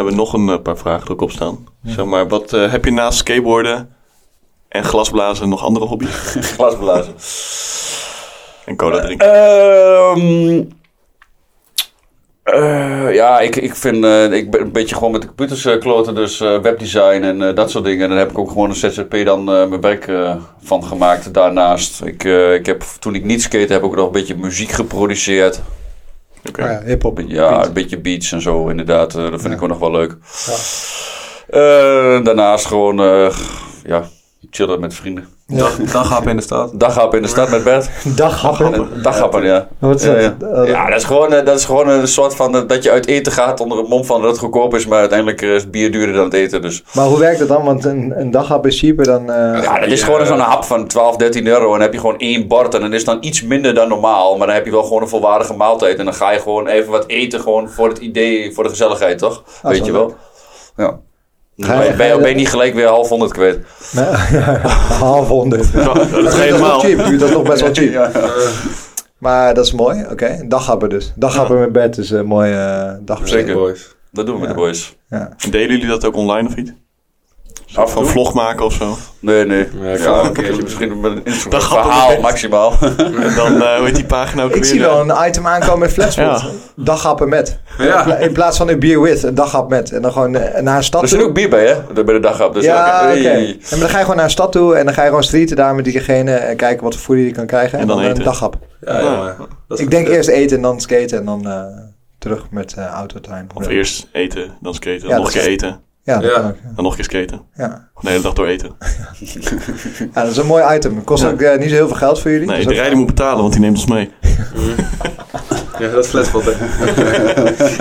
Speaker 2: We hebben nog een eh, paar vragen er ook op staan. Zeg maar, wat eh, heb je naast skateboarden en glasblazen nog andere hobby's?
Speaker 3: glasblazen.
Speaker 2: En cola drinken.
Speaker 3: Eh, Ehm, eh, ja, ik, ik vind, eh, ik ben een beetje gewoon met de computers eh, kloten, dus eh, webdesign en eh, dat soort dingen. En daar heb ik ook gewoon een ZZP dan eh, mijn werk eh, van gemaakt daarnaast. Ik, eh, ik heb, toen ik niet skate heb ik ook nog een beetje muziek geproduceerd.
Speaker 2: Oké.
Speaker 1: Maar Ah ja, hip-hop.
Speaker 3: Ja,
Speaker 1: beat.
Speaker 3: een beetje beats en zo inderdaad, eh, dat
Speaker 1: Ja.
Speaker 3: vind ik ook nog wel leuk.
Speaker 1: Ja.
Speaker 3: Eh, daarnaast gewoon, eh, ja, chillen met vrienden.
Speaker 1: Ja.
Speaker 4: Daghappen in de stad.
Speaker 3: Daghap in de stad met Bert.
Speaker 1: Daghappen.
Speaker 3: Daghappen, ja.
Speaker 1: Oh. Wat is
Speaker 3: Ja,
Speaker 1: dat?
Speaker 3: ja.
Speaker 1: Eh,
Speaker 3: Ja, dat is gewoon, eh, dat is gewoon een soort van eh, dat je uit eten gaat onder het mom van dat het goedkoop is, maar uiteindelijk eh, is het bier duurder dan het eten. Dus
Speaker 1: Maar hoe werkt dat dan? Want een, een daghap is cheaper dan... eh,
Speaker 3: ja, dat is
Speaker 4: Ja.
Speaker 3: gewoon zo'n hap van 12, 13 euro en dan heb je gewoon één bord en dan is het dan iets minder dan normaal, maar dan heb je wel gewoon een volwaardige maaltijd en dan ga je gewoon even wat eten gewoon voor het idee, voor de gezelligheid, toch?
Speaker 1: Ah,
Speaker 3: Weet
Speaker 1: zo
Speaker 3: je wel? Ja.
Speaker 1: Ga je-
Speaker 3: Ben je, ben je- ben je niet gelijk weer half honderd kwijt?
Speaker 1: Nee, half honderd.
Speaker 2: Zo, dat
Speaker 1: Dat
Speaker 2: is
Speaker 1: is nog
Speaker 2: helemaal.
Speaker 1: cheap. Dat is nog best wel cheap. Maar dat is mooi. Oké, daghappen dus. Daghappen met bed is een mooie eh, dag.
Speaker 3: Zeker.
Speaker 4: Boys.
Speaker 3: Dat doen we met de boys.
Speaker 1: Ja.
Speaker 2: Delen jullie dat ook online of niet? Zo
Speaker 3: Af en
Speaker 2: van
Speaker 3: toe?
Speaker 2: vlog maken of zo.
Speaker 3: Nee, nee.
Speaker 4: Ja, ik
Speaker 3: Ja,
Speaker 4: ga-
Speaker 3: een keertje misschien met een Instagram
Speaker 2: gaat het
Speaker 3: verhaal
Speaker 2: best.
Speaker 3: maximaal.
Speaker 2: En dan, eh, hoe heet die pagina ook
Speaker 1: Ik
Speaker 2: weer? Eh,
Speaker 1: zie wel een item aankomen in Flashpoint. Daghappen met.
Speaker 4: Ja.
Speaker 1: In plaats van een beer with, een daghap met. En dan gewoon eh, naar een stad
Speaker 3: Er
Speaker 1: toe.
Speaker 3: zit ook bier bij, hè? Bij de daghap. Dus
Speaker 1: ja, oké.
Speaker 3: hey.
Speaker 1: En maar dan ga je gewoon naar een stad toe en dan ga je gewoon streeten daar met diegene en kijken wat voor voeding je kan krijgen. En,
Speaker 2: En dan
Speaker 1: dan, een
Speaker 2: eten.
Speaker 1: daghap.
Speaker 4: Ja, jongen. Dat is
Speaker 1: Ik denk
Speaker 4: goed.
Speaker 1: eerst eten en dan skaten en dan eh, terug met eh autotime.
Speaker 2: Of eerst eten, dan skaten, dan
Speaker 1: Ja,
Speaker 2: nog een
Speaker 1: dat
Speaker 2: keer
Speaker 1: is-
Speaker 2: eten,
Speaker 1: Ja, dat
Speaker 4: Ja.
Speaker 1: kan ook, ja.
Speaker 2: dan nog een keer skaten.
Speaker 1: Ja.
Speaker 2: Gewoon de hele dag door eten.
Speaker 1: Ja, dat is een mooi item. Het kost ook eh, niet zo heel veel geld voor jullie.
Speaker 2: Nee,
Speaker 1: dus
Speaker 2: de
Speaker 1: ook-
Speaker 2: rijder moet betalen, want die neemt ons mee.
Speaker 4: Ja, dat is flatspot, hè.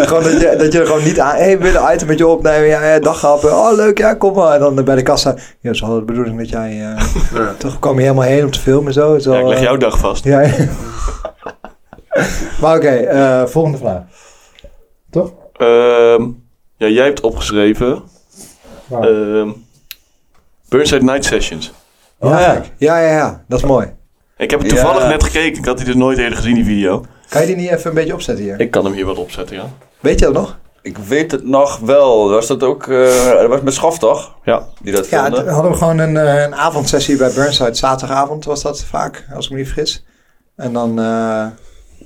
Speaker 1: Gewoon dat je, dat je er gewoon niet aan... Hé, hey, we willen een item met je opnemen. Ja, ja daghappen. Oh, leuk. Ja, kom maar. En dan bij de kassa. Ja, het is wel de bedoeling dat jij... eh,
Speaker 4: Ja.
Speaker 1: Toch kwam je helemaal heen om te filmen en zo. Het is
Speaker 2: Ja,
Speaker 1: wel,
Speaker 2: ik leg
Speaker 1: eh,
Speaker 2: jouw dag vast.
Speaker 1: Ja. ja. maar oké, eh, volgende vraag. Toch?
Speaker 2: Ehm, ja, jij hebt opgeschreven. ehm, Burnside Night Sessions.
Speaker 1: ja,
Speaker 3: ja.
Speaker 1: kijk. ja, ja, ja. Dat is mooi.
Speaker 2: Ik heb het toevallig
Speaker 3: Ja.
Speaker 2: net gekeken. Ik had die dus nooit eerder gezien, die video.
Speaker 1: Kan je die niet even een beetje opzetten hier?
Speaker 2: Ik kan hem hier wat opzetten, ja.
Speaker 1: Weet je dat nog?
Speaker 3: Ik weet het nog wel. Was dat ook... eh, dat was met Schaf, toch?
Speaker 2: Ja.
Speaker 3: Die dat
Speaker 1: Ja,
Speaker 3: filmde.
Speaker 1: d- hadden we gewoon een, eh, een avondsessie bij Burnside. Zaterdagavond was dat vaak, als ik me niet vergis. En dan eh,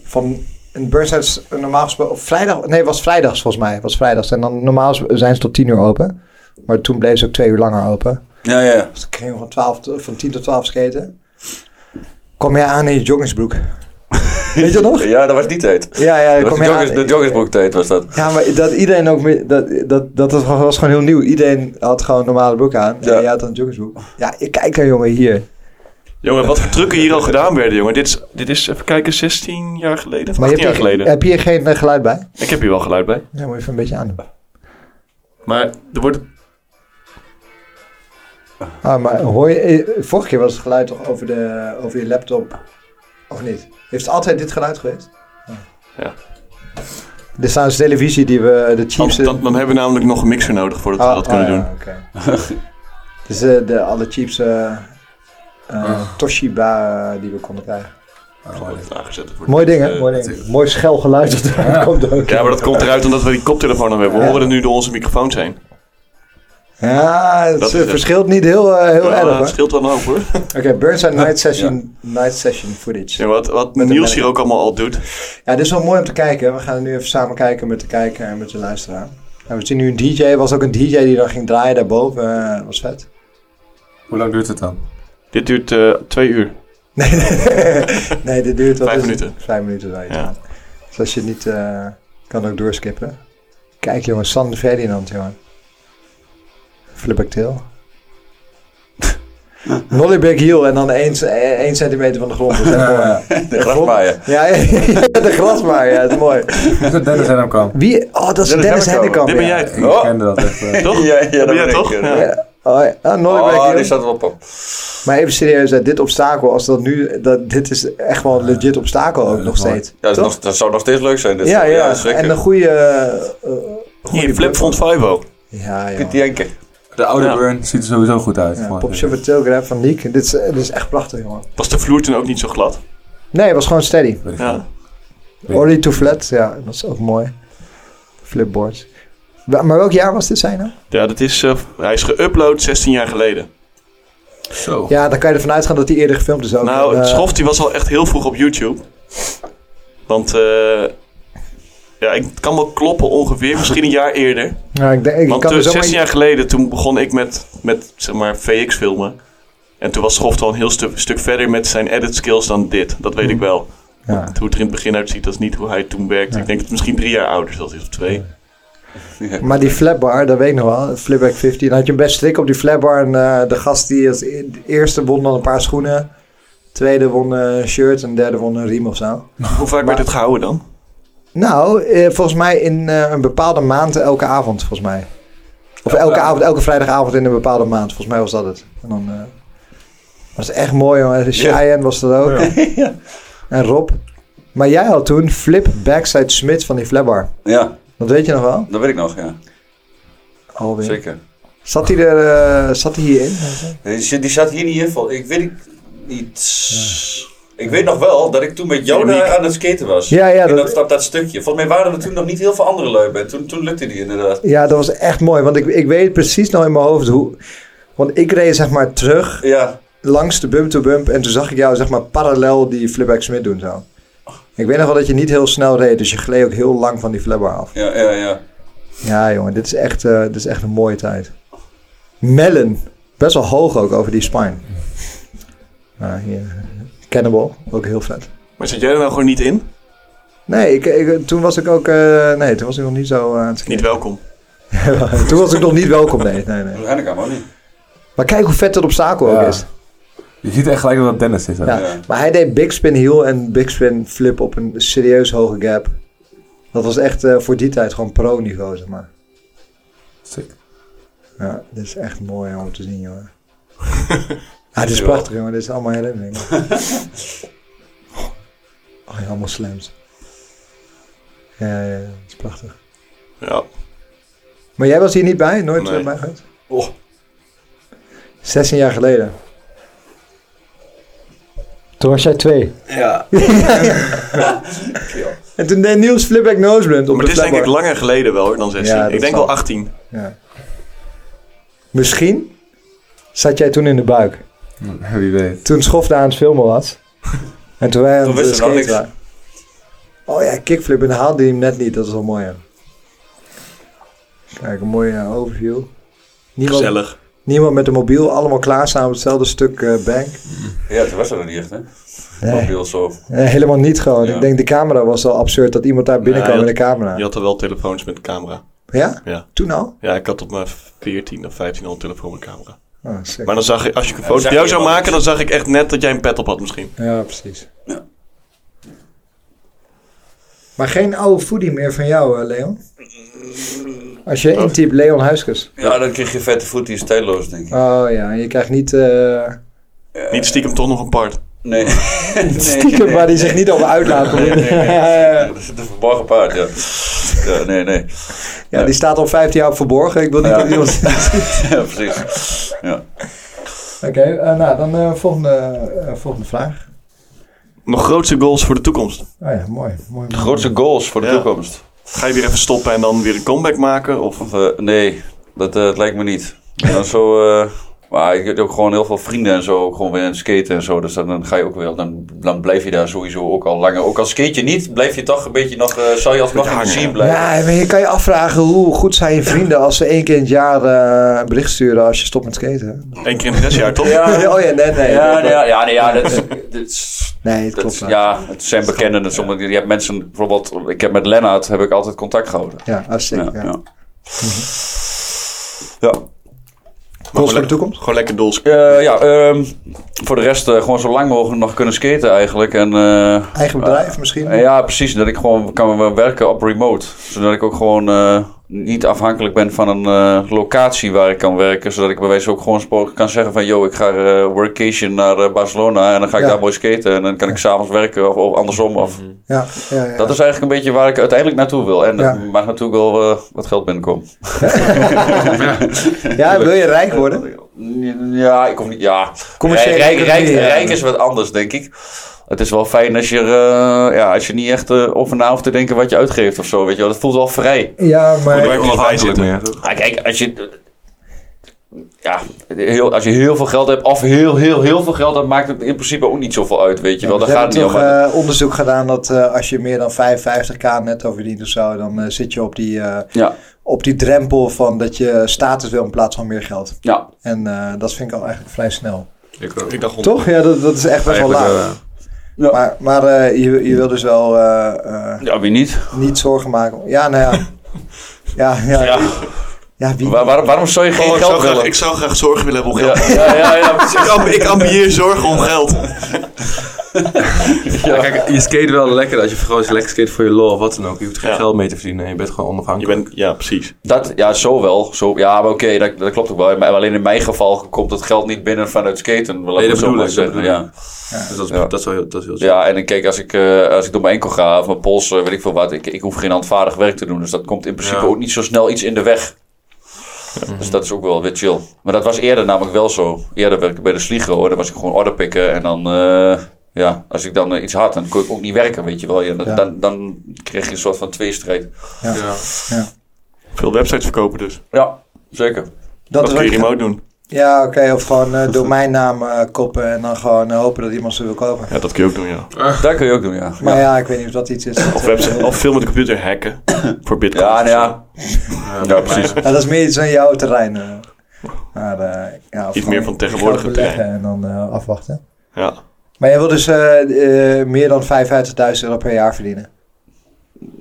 Speaker 1: van in Burnside is normaal gesproken... of Vrijdag, nee, het was vrijdags volgens mij. Het was vrijdags. En dan normaal zijn ze tot tien uur open. Maar toen bleef ze ook twee uur langer open.
Speaker 3: Ja, ja. ja.
Speaker 1: Dus ik ging van, 12, tot- van 10 tot 12 skaten. Kom jij aan in je joggingsbroek. Weet je dat nog?
Speaker 3: Ja, dat was die tijd.
Speaker 1: Ja, ja,
Speaker 3: Dat was
Speaker 1: kom
Speaker 3: de,
Speaker 1: je
Speaker 3: joggers, de
Speaker 1: aan.
Speaker 3: joggersbroektijd was dat.
Speaker 1: Ja, maar dat iedereen ook... meer- Dat, dat, dat was gewoon- was gewoon heel nieuw. Iedereen had gewoon een normale broek aan.
Speaker 3: Ja.
Speaker 1: En jij had dan een joggingsbroek. Ja, ik kijk dan jongen hier.
Speaker 2: Jongen, wat voor trucken hier al gedaan werden, jongen. Dit is, dit is even kijken, 16 jaar geleden?
Speaker 1: Maar je
Speaker 2: 18 jaar
Speaker 1: hebt hier,
Speaker 2: geleden.
Speaker 1: heb je hier geen eh, geluid bij?
Speaker 2: Ik heb hier wel geluid bij.
Speaker 1: Ja, moet je even een beetje aan doen.
Speaker 2: Maar er wordt...
Speaker 1: Ah, maar hoor je... eh, Vorige keer was het geluid toch over, de, over je laptop? Of niet? Heeft het altijd dit geluid geweest? Ah.
Speaker 2: Ja.
Speaker 1: Dit is trouwens de televisie die we... De
Speaker 2: Dan,
Speaker 1: cheapste...
Speaker 2: dan, dan hebben we namelijk nog een mixer nodig voordat
Speaker 1: Ah,
Speaker 2: we Oh, dat kunnen doen.
Speaker 1: dus de alle chips
Speaker 2: Ah.
Speaker 1: Toshiba eh, die we konden krijgen.
Speaker 2: Gewoon even aangezet. Het wordt
Speaker 1: Mooi
Speaker 2: niet,
Speaker 1: ding, hè?
Speaker 2: eh,
Speaker 1: Mooi, ding. Mooi schel geluid dat eruit komt ook.
Speaker 2: Ja, maar dat komt eruit omdat we die koptelefoon nog hebben. We
Speaker 1: Ja.
Speaker 2: horen het nu door onze microfoons heen.
Speaker 1: Ja, het
Speaker 2: Dat is
Speaker 1: eh,
Speaker 2: het.
Speaker 1: verschilt niet heel, eh, heel
Speaker 2: Ja,
Speaker 1: erg,
Speaker 2: Ah, Het
Speaker 1: hoor.
Speaker 2: scheelt wel een hoop, hoor.
Speaker 1: Oké, Burnside Night Session, night session footage.
Speaker 2: Ja, wat wat
Speaker 1: Met een
Speaker 2: Niels
Speaker 1: merk.
Speaker 2: hier ook allemaal al doet.
Speaker 1: Ja, dit is wel mooi om te kijken. We gaan het nu even samen kijken met de kijker en met de luisteraar. En we zien nu een DJ. Er was ook een DJ die dan ging draaien daarboven. eh, was vet.
Speaker 4: Hoe lang duurt het dan?
Speaker 2: Dit duurt eh, twee uur.
Speaker 1: Nee, nee dit duurt wel
Speaker 2: Vijf
Speaker 1: dus-
Speaker 2: minuten.
Speaker 1: Vijf minuten zou je het
Speaker 2: Ja.
Speaker 1: gaan. Dus als je het niet eh, kan ook doorskippen. Kijk jongen, Sander Ferdinand jongen. Flippertail. Mollyback heel en dan 1 centimeter van de grond. Dat is echt mooi.
Speaker 3: De grasmaaien.
Speaker 1: Ja, de grasmaaier, ja, dat is mooi.
Speaker 6: Is dat Dennis Hennekamp?
Speaker 1: Wie? Oh, dat is
Speaker 3: Dennis
Speaker 1: Dennis, Hennekamp.
Speaker 3: Hennekamp.
Speaker 2: Dit ben jij,
Speaker 6: Ik
Speaker 3: Oh.
Speaker 6: kende dat echt. eh.
Speaker 2: toch?
Speaker 3: Ja, ja, dat
Speaker 2: ben jij
Speaker 3: ben ik,
Speaker 2: toch?
Speaker 3: ja.
Speaker 2: Ja.
Speaker 1: Ja. Oh, ja. Ah, Mollyback
Speaker 3: Oh,
Speaker 1: heel.
Speaker 3: die staat er wel op.
Speaker 1: Maar even serieus, hè, dit obstakel, als dat nu, dat, dit is echt wel een legit obstakel ook nog
Speaker 6: mooi.
Speaker 1: steeds.
Speaker 3: Ja, dat, is
Speaker 1: Toch?
Speaker 3: nog- dat zou nog steeds leuk zijn. Dus,
Speaker 1: ja, ja.
Speaker 3: zeker.
Speaker 1: en een goede... eh, eh,
Speaker 2: Hier, Flip Front 5 ook.
Speaker 1: ja, ja.
Speaker 3: Piet Jenke.
Speaker 4: De oude
Speaker 2: Ja.
Speaker 4: Burn ziet er sowieso goed uit.
Speaker 1: ja
Speaker 4: volgens
Speaker 1: Pop
Speaker 4: mij.
Speaker 1: Super Telegraph van Niek. Dit is, eh, dit is echt prachtig, jongen.
Speaker 2: Was de vloer toen ook niet zo glad?
Speaker 1: Nee, het was gewoon steady.
Speaker 4: Weet ik
Speaker 2: Ja.
Speaker 4: veel.
Speaker 1: Orly to flat, ja, dat is ook mooi. Flipboards. Wa- Maar welk jaar was dit, zijn nou?
Speaker 2: Ja, dat is, eh, hij is geüpload 16 jaar geleden.
Speaker 4: Zo.
Speaker 1: Ja, dan kan je ervan uitgaan dat hij eerder gefilmd is ook.
Speaker 2: nou,
Speaker 1: En,
Speaker 2: het
Speaker 1: eh,
Speaker 2: schoft die was al echt heel vroeg op YouTube. Want eh, ja, ik het kan wel kloppen ongeveer, misschien een jaar eerder.
Speaker 1: nou, ik, denk- ik
Speaker 2: Want
Speaker 1: kan
Speaker 2: eh, toen,
Speaker 1: er zo
Speaker 2: 16 jaar geleden, toen begon ik met, met zeg maar, VX filmen. En toen was Schoft al een heel stu- stuk verder met zijn edit skills dan dit. Dat weet ik wel.
Speaker 1: Mm. Ja.
Speaker 2: Hoe het er in het begin uitziet, dat is niet hoe hij toen werkte. Ik denk dat het misschien drie jaar ouder is, dat is of twee.
Speaker 1: Maar die flapbar, dat weet ik nog wel. Flipback 50. Dan had je een best strik op die flapbar. En eh, de gast die als e- eerste won dan een paar schoenen. Tweede won eh, een shirt. En derde won een riem of zo.
Speaker 2: Hoe vaak werd het gehouden dan?
Speaker 1: Nou, eh, volgens mij in eh, een bepaalde maand elke avond, volgens mij. Of elke avond, elke vrijdagavond in een bepaalde maand. Volgens mij was dat het. En dan eh, was het echt mooi, jongen. De Cheyenne was dat ook. En Rob. Maar jij had toen flip backside Smit van die flapbar.
Speaker 3: Ja,
Speaker 1: Dat weet je nog wel?
Speaker 3: dat weet ik nog, ja.
Speaker 1: Alweer.
Speaker 3: Zeker.
Speaker 1: Zat hij er, eh, zat hij hierin?
Speaker 3: Die zit- die zat hier niet in. vol- Ik weet niet- niet. Ik weet nog wel dat ik toen met jou
Speaker 2: Uniek.
Speaker 3: daar aan het skaten was.
Speaker 1: Ja, ja,
Speaker 3: En
Speaker 1: dat-
Speaker 3: dat, dat, dat stukje. Volgens mij waren er toen nog niet heel veel andere lui bij. Toen, toen lukte die inderdaad.
Speaker 1: Ja, dat was echt mooi. Want ik, ik weet precies nog in mijn hoofd hoe... Want ik reed zeg maar terug
Speaker 3: Ja.
Speaker 1: langs de bump-to-bump. En toen zag ik jou zeg maar parallel die flipback Smith doen zo. Ik weet nog wel dat je niet heel snel reed. Dus je gleed ook heel lang van die flapper af.
Speaker 3: Ja, ja, ja.
Speaker 1: Ja jongen, dit is echt, eh, dit is echt een mooie tijd. Mellen. Best wel hoog ook over die spine. Nou, hier. Cannibal. Ook heel vet.
Speaker 2: Maar zat jij er nou gewoon niet in?
Speaker 1: Nee, ik, ik- toen was ik ook... eh, nee, toen was ik nog niet zo eh, aan het
Speaker 2: Niet
Speaker 1: skaten.
Speaker 2: welkom.
Speaker 1: toen was ik nog niet welkom. Nee, nee, nee.
Speaker 3: Dat Hennekam ook niet.
Speaker 1: Maar kijk hoe vet dat obstakel ook
Speaker 4: Ja.
Speaker 1: is.
Speaker 4: Je ziet echt gelijk dat het Dennis is. hè.
Speaker 1: Ja.
Speaker 3: Ja.
Speaker 1: Maar hij deed big spin heel en big spin flip op een serieus hoge gap. Dat was echt eh, voor die tijd gewoon pro-niveau, zeg maar.
Speaker 4: Sick.
Speaker 1: Ja, dit is echt mooi om te zien, jongen. ah, dit is prachtig, jongen. Dit is allemaal herinnering. oh, ja, allemaal slams. Ja, ja, ja, dat is prachtig.
Speaker 2: Ja.
Speaker 1: Maar jij was hier niet bij? Nooit
Speaker 2: Nee.
Speaker 1: eh, bij geweest?
Speaker 3: Oh.
Speaker 1: 16 jaar geleden. Toen was jij twee.
Speaker 4: Ja.
Speaker 1: En toen deed Niels flipback noseblind op
Speaker 2: Maar
Speaker 1: de
Speaker 2: dit is denk ik
Speaker 1: flapper.
Speaker 2: langer geleden wel hoor, dan 16.
Speaker 1: Ja, dat
Speaker 2: ik denk
Speaker 1: zal.
Speaker 2: wel 18.
Speaker 1: Ja. Misschien zat jij toen in de buik.
Speaker 4: Wie weet.
Speaker 1: Toen Schof daar aan het filmen was. En toen wij aan
Speaker 3: Toen
Speaker 1: het
Speaker 3: wist er
Speaker 1: skaten
Speaker 3: nog niks.
Speaker 1: waren. Oh ja, kickflip en dan haalde hij hem net niet. Dat is wel mooi hè. Kijk, een mooie eh, overview. Niemand,
Speaker 2: Gezellig.
Speaker 1: niemand met een mobiel. Allemaal klaarstaan op hetzelfde stuk eh, bank.
Speaker 3: Ja, toen was dat nog niet echt, hè?
Speaker 1: Nee,
Speaker 3: Mobiel zo.
Speaker 1: eh, helemaal niet gewoon.
Speaker 3: Ja.
Speaker 1: Ik denk de camera was al absurd dat iemand daar binnenkwam
Speaker 2: Nee,
Speaker 1: in de camera.
Speaker 2: Je
Speaker 1: Ja?
Speaker 2: had er wel telefoons met camera. Ja.
Speaker 1: Toen al?
Speaker 2: Ja, ik had op mijn 14 of 15 al een telefoon met camera.
Speaker 1: Oh, sick.
Speaker 2: Maar dan zag ik, als je een
Speaker 3: dan
Speaker 2: foto
Speaker 3: zag
Speaker 2: van jou
Speaker 3: je
Speaker 2: zou
Speaker 3: wel
Speaker 2: maken, dan zag ik echt net dat jij een pet op had misschien.
Speaker 1: Ja, precies.
Speaker 3: Ja.
Speaker 1: Maar geen oude foodie meer van jou, eh, Leon? Als je intypt Leon Huiskes.
Speaker 3: Ja, dan kreeg je vette voet, die is tijdloos, denk ik.
Speaker 1: Oh ja, en je krijgt niet eh
Speaker 2: Niet stiekem toch nog een part.
Speaker 3: Nee. nee
Speaker 1: stiekem waar hij zich niet over uitlaat.
Speaker 3: Ja, Dat is een verborgen paard, ja. Ja, nee, nee.
Speaker 1: ja, die staat al 15 jaar op verborgen. Ik wil niet
Speaker 3: Ja.
Speaker 1: dat iemand...
Speaker 3: Ja, precies. Ja.
Speaker 1: Oké, eh, nou dan eh, volgende, eh, volgende vraag.
Speaker 2: Nog grootste goals voor de toekomst.
Speaker 1: Oh ja, mooi. mooi, mooi.
Speaker 3: Grootste goals voor de
Speaker 2: Ja.
Speaker 3: toekomst.
Speaker 2: Ga je weer even stoppen en dan weer een comeback maken? Of
Speaker 3: Of, eh, nee, dat, eh, dat lijkt me niet. En dan zo, eh, maar ik heb ook gewoon heel veel vrienden en zo, ook gewoon weer aan het skaten en zo. Dus dan, dan ga je ook wel, dan, dan blijf je daar sowieso ook al langer. Ook al skate je niet, blijf je toch een beetje nog, eh zou je alsnog in
Speaker 2: hangen.
Speaker 3: de scene blijven.
Speaker 1: Ja, maar je kan je afvragen hoe goed zijn je vrienden als ze één keer in het jaar eh, een bericht sturen als je stopt met skaten.
Speaker 2: één keer in het zes jaar toch?
Speaker 1: oh ja, nee, nee.
Speaker 3: Ja, nee, ja, ja, nee, ja, dat, is- dat is-
Speaker 1: Nee, het
Speaker 3: dat
Speaker 1: klopt
Speaker 3: is-
Speaker 1: wel.
Speaker 3: ja, het zijn bekenden. Dat sommige, je hebt mensen, bijvoorbeeld, ik heb met Lennart heb ik altijd contact gehouden.
Speaker 1: Ja, hartstikke.
Speaker 3: Ja,
Speaker 1: Ja,
Speaker 3: ja. ja.
Speaker 2: Maar
Speaker 1: Goals voor de
Speaker 2: gewoon le-
Speaker 1: toekomst?
Speaker 2: Gewoon lekker doels.
Speaker 3: Eh, ja, ehm, voor de rest eh, gewoon zo lang mogelijk nog kunnen skaten eigenlijk. En, eh,
Speaker 1: Eigen bedrijf misschien?
Speaker 3: en Eh, ja, precies. Dat ik gewoon kan werken op remote. Zodat ik ook gewoon eh, niet afhankelijk ben van een eh, locatie waar ik kan werken. Zodat ik bij wijze ook gewoon spo- kan zeggen van... ...yo, ik ga eh workation naar eh, Barcelona en dan ga ik
Speaker 1: Ja.
Speaker 3: daar mooi skaten. En dan kan ik s'avonds werken of, of andersom. Of,
Speaker 1: Ja, ja, ja.
Speaker 3: Dat is eigenlijk een beetje waar ik uiteindelijk naartoe wil. En
Speaker 1: Ja.
Speaker 3: dat mag natuurlijk wel eh, wat geld binnenkomt.
Speaker 1: ja, wil je rijk worden?
Speaker 3: Ja, ik hoef niet... Ja,
Speaker 1: Commerciële
Speaker 3: rijk, rijk,
Speaker 1: economie, ja.
Speaker 3: rijk is wat anders, denk ik. Het is wel fijn als je, eh, ja, als je niet echt eh over na hoeft te denken wat je uitgeeft of zo. Weet je wel. Dat voelt wel vrij.
Speaker 1: Ja,
Speaker 2: Moet
Speaker 1: maar
Speaker 2: er ook nog bij zitten.
Speaker 4: meer. toch?
Speaker 3: Maar Ah, kijk, als je, ja, heel, als je heel veel geld hebt of heel, heel, heel veel geld hebt, maakt het in principe ook niet zoveel uit. Weet je wel,
Speaker 1: we
Speaker 3: daar gaat het
Speaker 1: hebben
Speaker 3: niet om.
Speaker 1: toch eh, onderzoek gedaan dat eh, als je meer dan 55k netto verdient of zo, dan eh, zit je op die, eh,
Speaker 3: Ja,
Speaker 1: op die drempel van dat je status wil in plaats van meer geld.
Speaker 3: ja.
Speaker 1: En eh, dat vind ik al eigenlijk vrij snel.
Speaker 4: Ik ook.
Speaker 2: Ik dacht, Oh,
Speaker 1: Toch? Ja, dat, dat is echt best wel
Speaker 4: Eigenlijk,
Speaker 1: laag.
Speaker 3: ja.
Speaker 1: Maar, maar eh, je, je wil dus wel eh, eh,
Speaker 3: ja, wie niet?
Speaker 1: niet zorgen maken. Ja, nou ja. Ja, ja.
Speaker 3: Ja.
Speaker 1: ja. wie...
Speaker 3: Waar- waarom- waarom zou je geen
Speaker 2: Oh, ik, zou
Speaker 3: geld
Speaker 2: graag,
Speaker 3: willen?
Speaker 2: ik zou graag zorgen willen hebben om
Speaker 3: Ja,
Speaker 2: geld.
Speaker 3: ja, ja, ja, precies.
Speaker 2: Ik, amb- ik ambieer zorgen om geld.
Speaker 4: Ja, kijk, eh, je skate wel lekker als je gewoon lekker skate voor je lol of wat dan ook. Je hoeft geen
Speaker 2: Ja.
Speaker 4: geld mee te verdienen. en Je bent gewoon
Speaker 2: Je
Speaker 4: onafhankelijk.
Speaker 2: bent, ja, precies.
Speaker 3: Dat, ja, zo wel. Zo, ja, maar oké, dat, dat klopt ook wel. Maar alleen in mijn geval komt het geld niet binnen vanuit skaten. Laat
Speaker 4: Nee,
Speaker 3: ik
Speaker 4: dat
Speaker 3: het zo
Speaker 4: bedoel
Speaker 3: maar
Speaker 4: ik, dat
Speaker 3: zeggen,
Speaker 4: bedoel ik.
Speaker 3: ja.
Speaker 4: Dus dat is,
Speaker 3: Ja.
Speaker 4: dat is wel heel, dat is heel chill.
Speaker 3: Ja, en dan kijk, als ik, eh, als ik door mijn enkel ga of mijn pols, eh, weet ik veel wat, ik, ik hoef geen handvaardig werk te doen. Dus dat komt in principe
Speaker 4: Ja.
Speaker 3: ook niet zo snel iets in de weg. Dus dat is ook wel weer chill. Maar dat was eerder namelijk wel zo. Eerder werkte ik bij de Sligo, hoor. Dan was ik gewoon order pikken en dan... eh, ja, als ik dan eh, iets had, dan kon ik ook niet werken, weet je wel. Ja, dan,
Speaker 1: Ja.
Speaker 3: dan, dan kreeg je een soort van tweestrijd.
Speaker 4: Ja.
Speaker 2: Veel websites verkopen dus.
Speaker 3: Ja, zeker.
Speaker 2: Dat, kun je
Speaker 1: wordt-
Speaker 2: remote doen.
Speaker 1: Ja, oké. Of gewoon eh, domeinnaam eh, koppen en dan gewoon eh, hopen dat iemand ze wil kopen.
Speaker 2: Ja, dat kun je ook doen, ja.
Speaker 3: Daar kun je ook doen, ja.
Speaker 1: Maar ja, ik weet niet of dat iets is.
Speaker 2: Of, website, of veel met de computer hacken voor bitcoin.
Speaker 3: Ja, nou ja. Ja, precies.
Speaker 1: Ja, dat is meer iets van jouw terrein. eh. Maar, eh, ja, of
Speaker 2: Iets meer van tegenwoordige
Speaker 1: tegenwoordig beleggen en dan eh, afwachten.
Speaker 2: Ja.
Speaker 1: Maar jij wil dus eh, eh, meer dan 55.000 euro per jaar verdienen?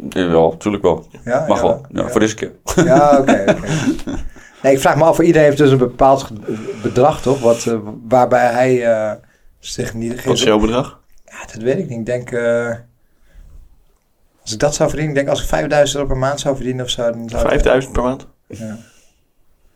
Speaker 3: Jawel, tuurlijk wel.
Speaker 1: Ja,
Speaker 3: Mag
Speaker 1: ja,
Speaker 3: wel. Ja, Voor deze keer.
Speaker 1: Ja, oké. oké. Nee, ik vraag me af, iedereen heeft dus een bepaald ge- bedrag, toch? Wat, eh, waarbij hij eh, zich niet...
Speaker 2: Wat is jouw bedrag?
Speaker 1: Ja, dat weet ik niet. Ik denk... eh, als ik dat zou verdienen, ik denk als ik 5000 euro per maand zou verdienen of zo, dan zou ik-
Speaker 2: 5000 per maand?
Speaker 1: Ja.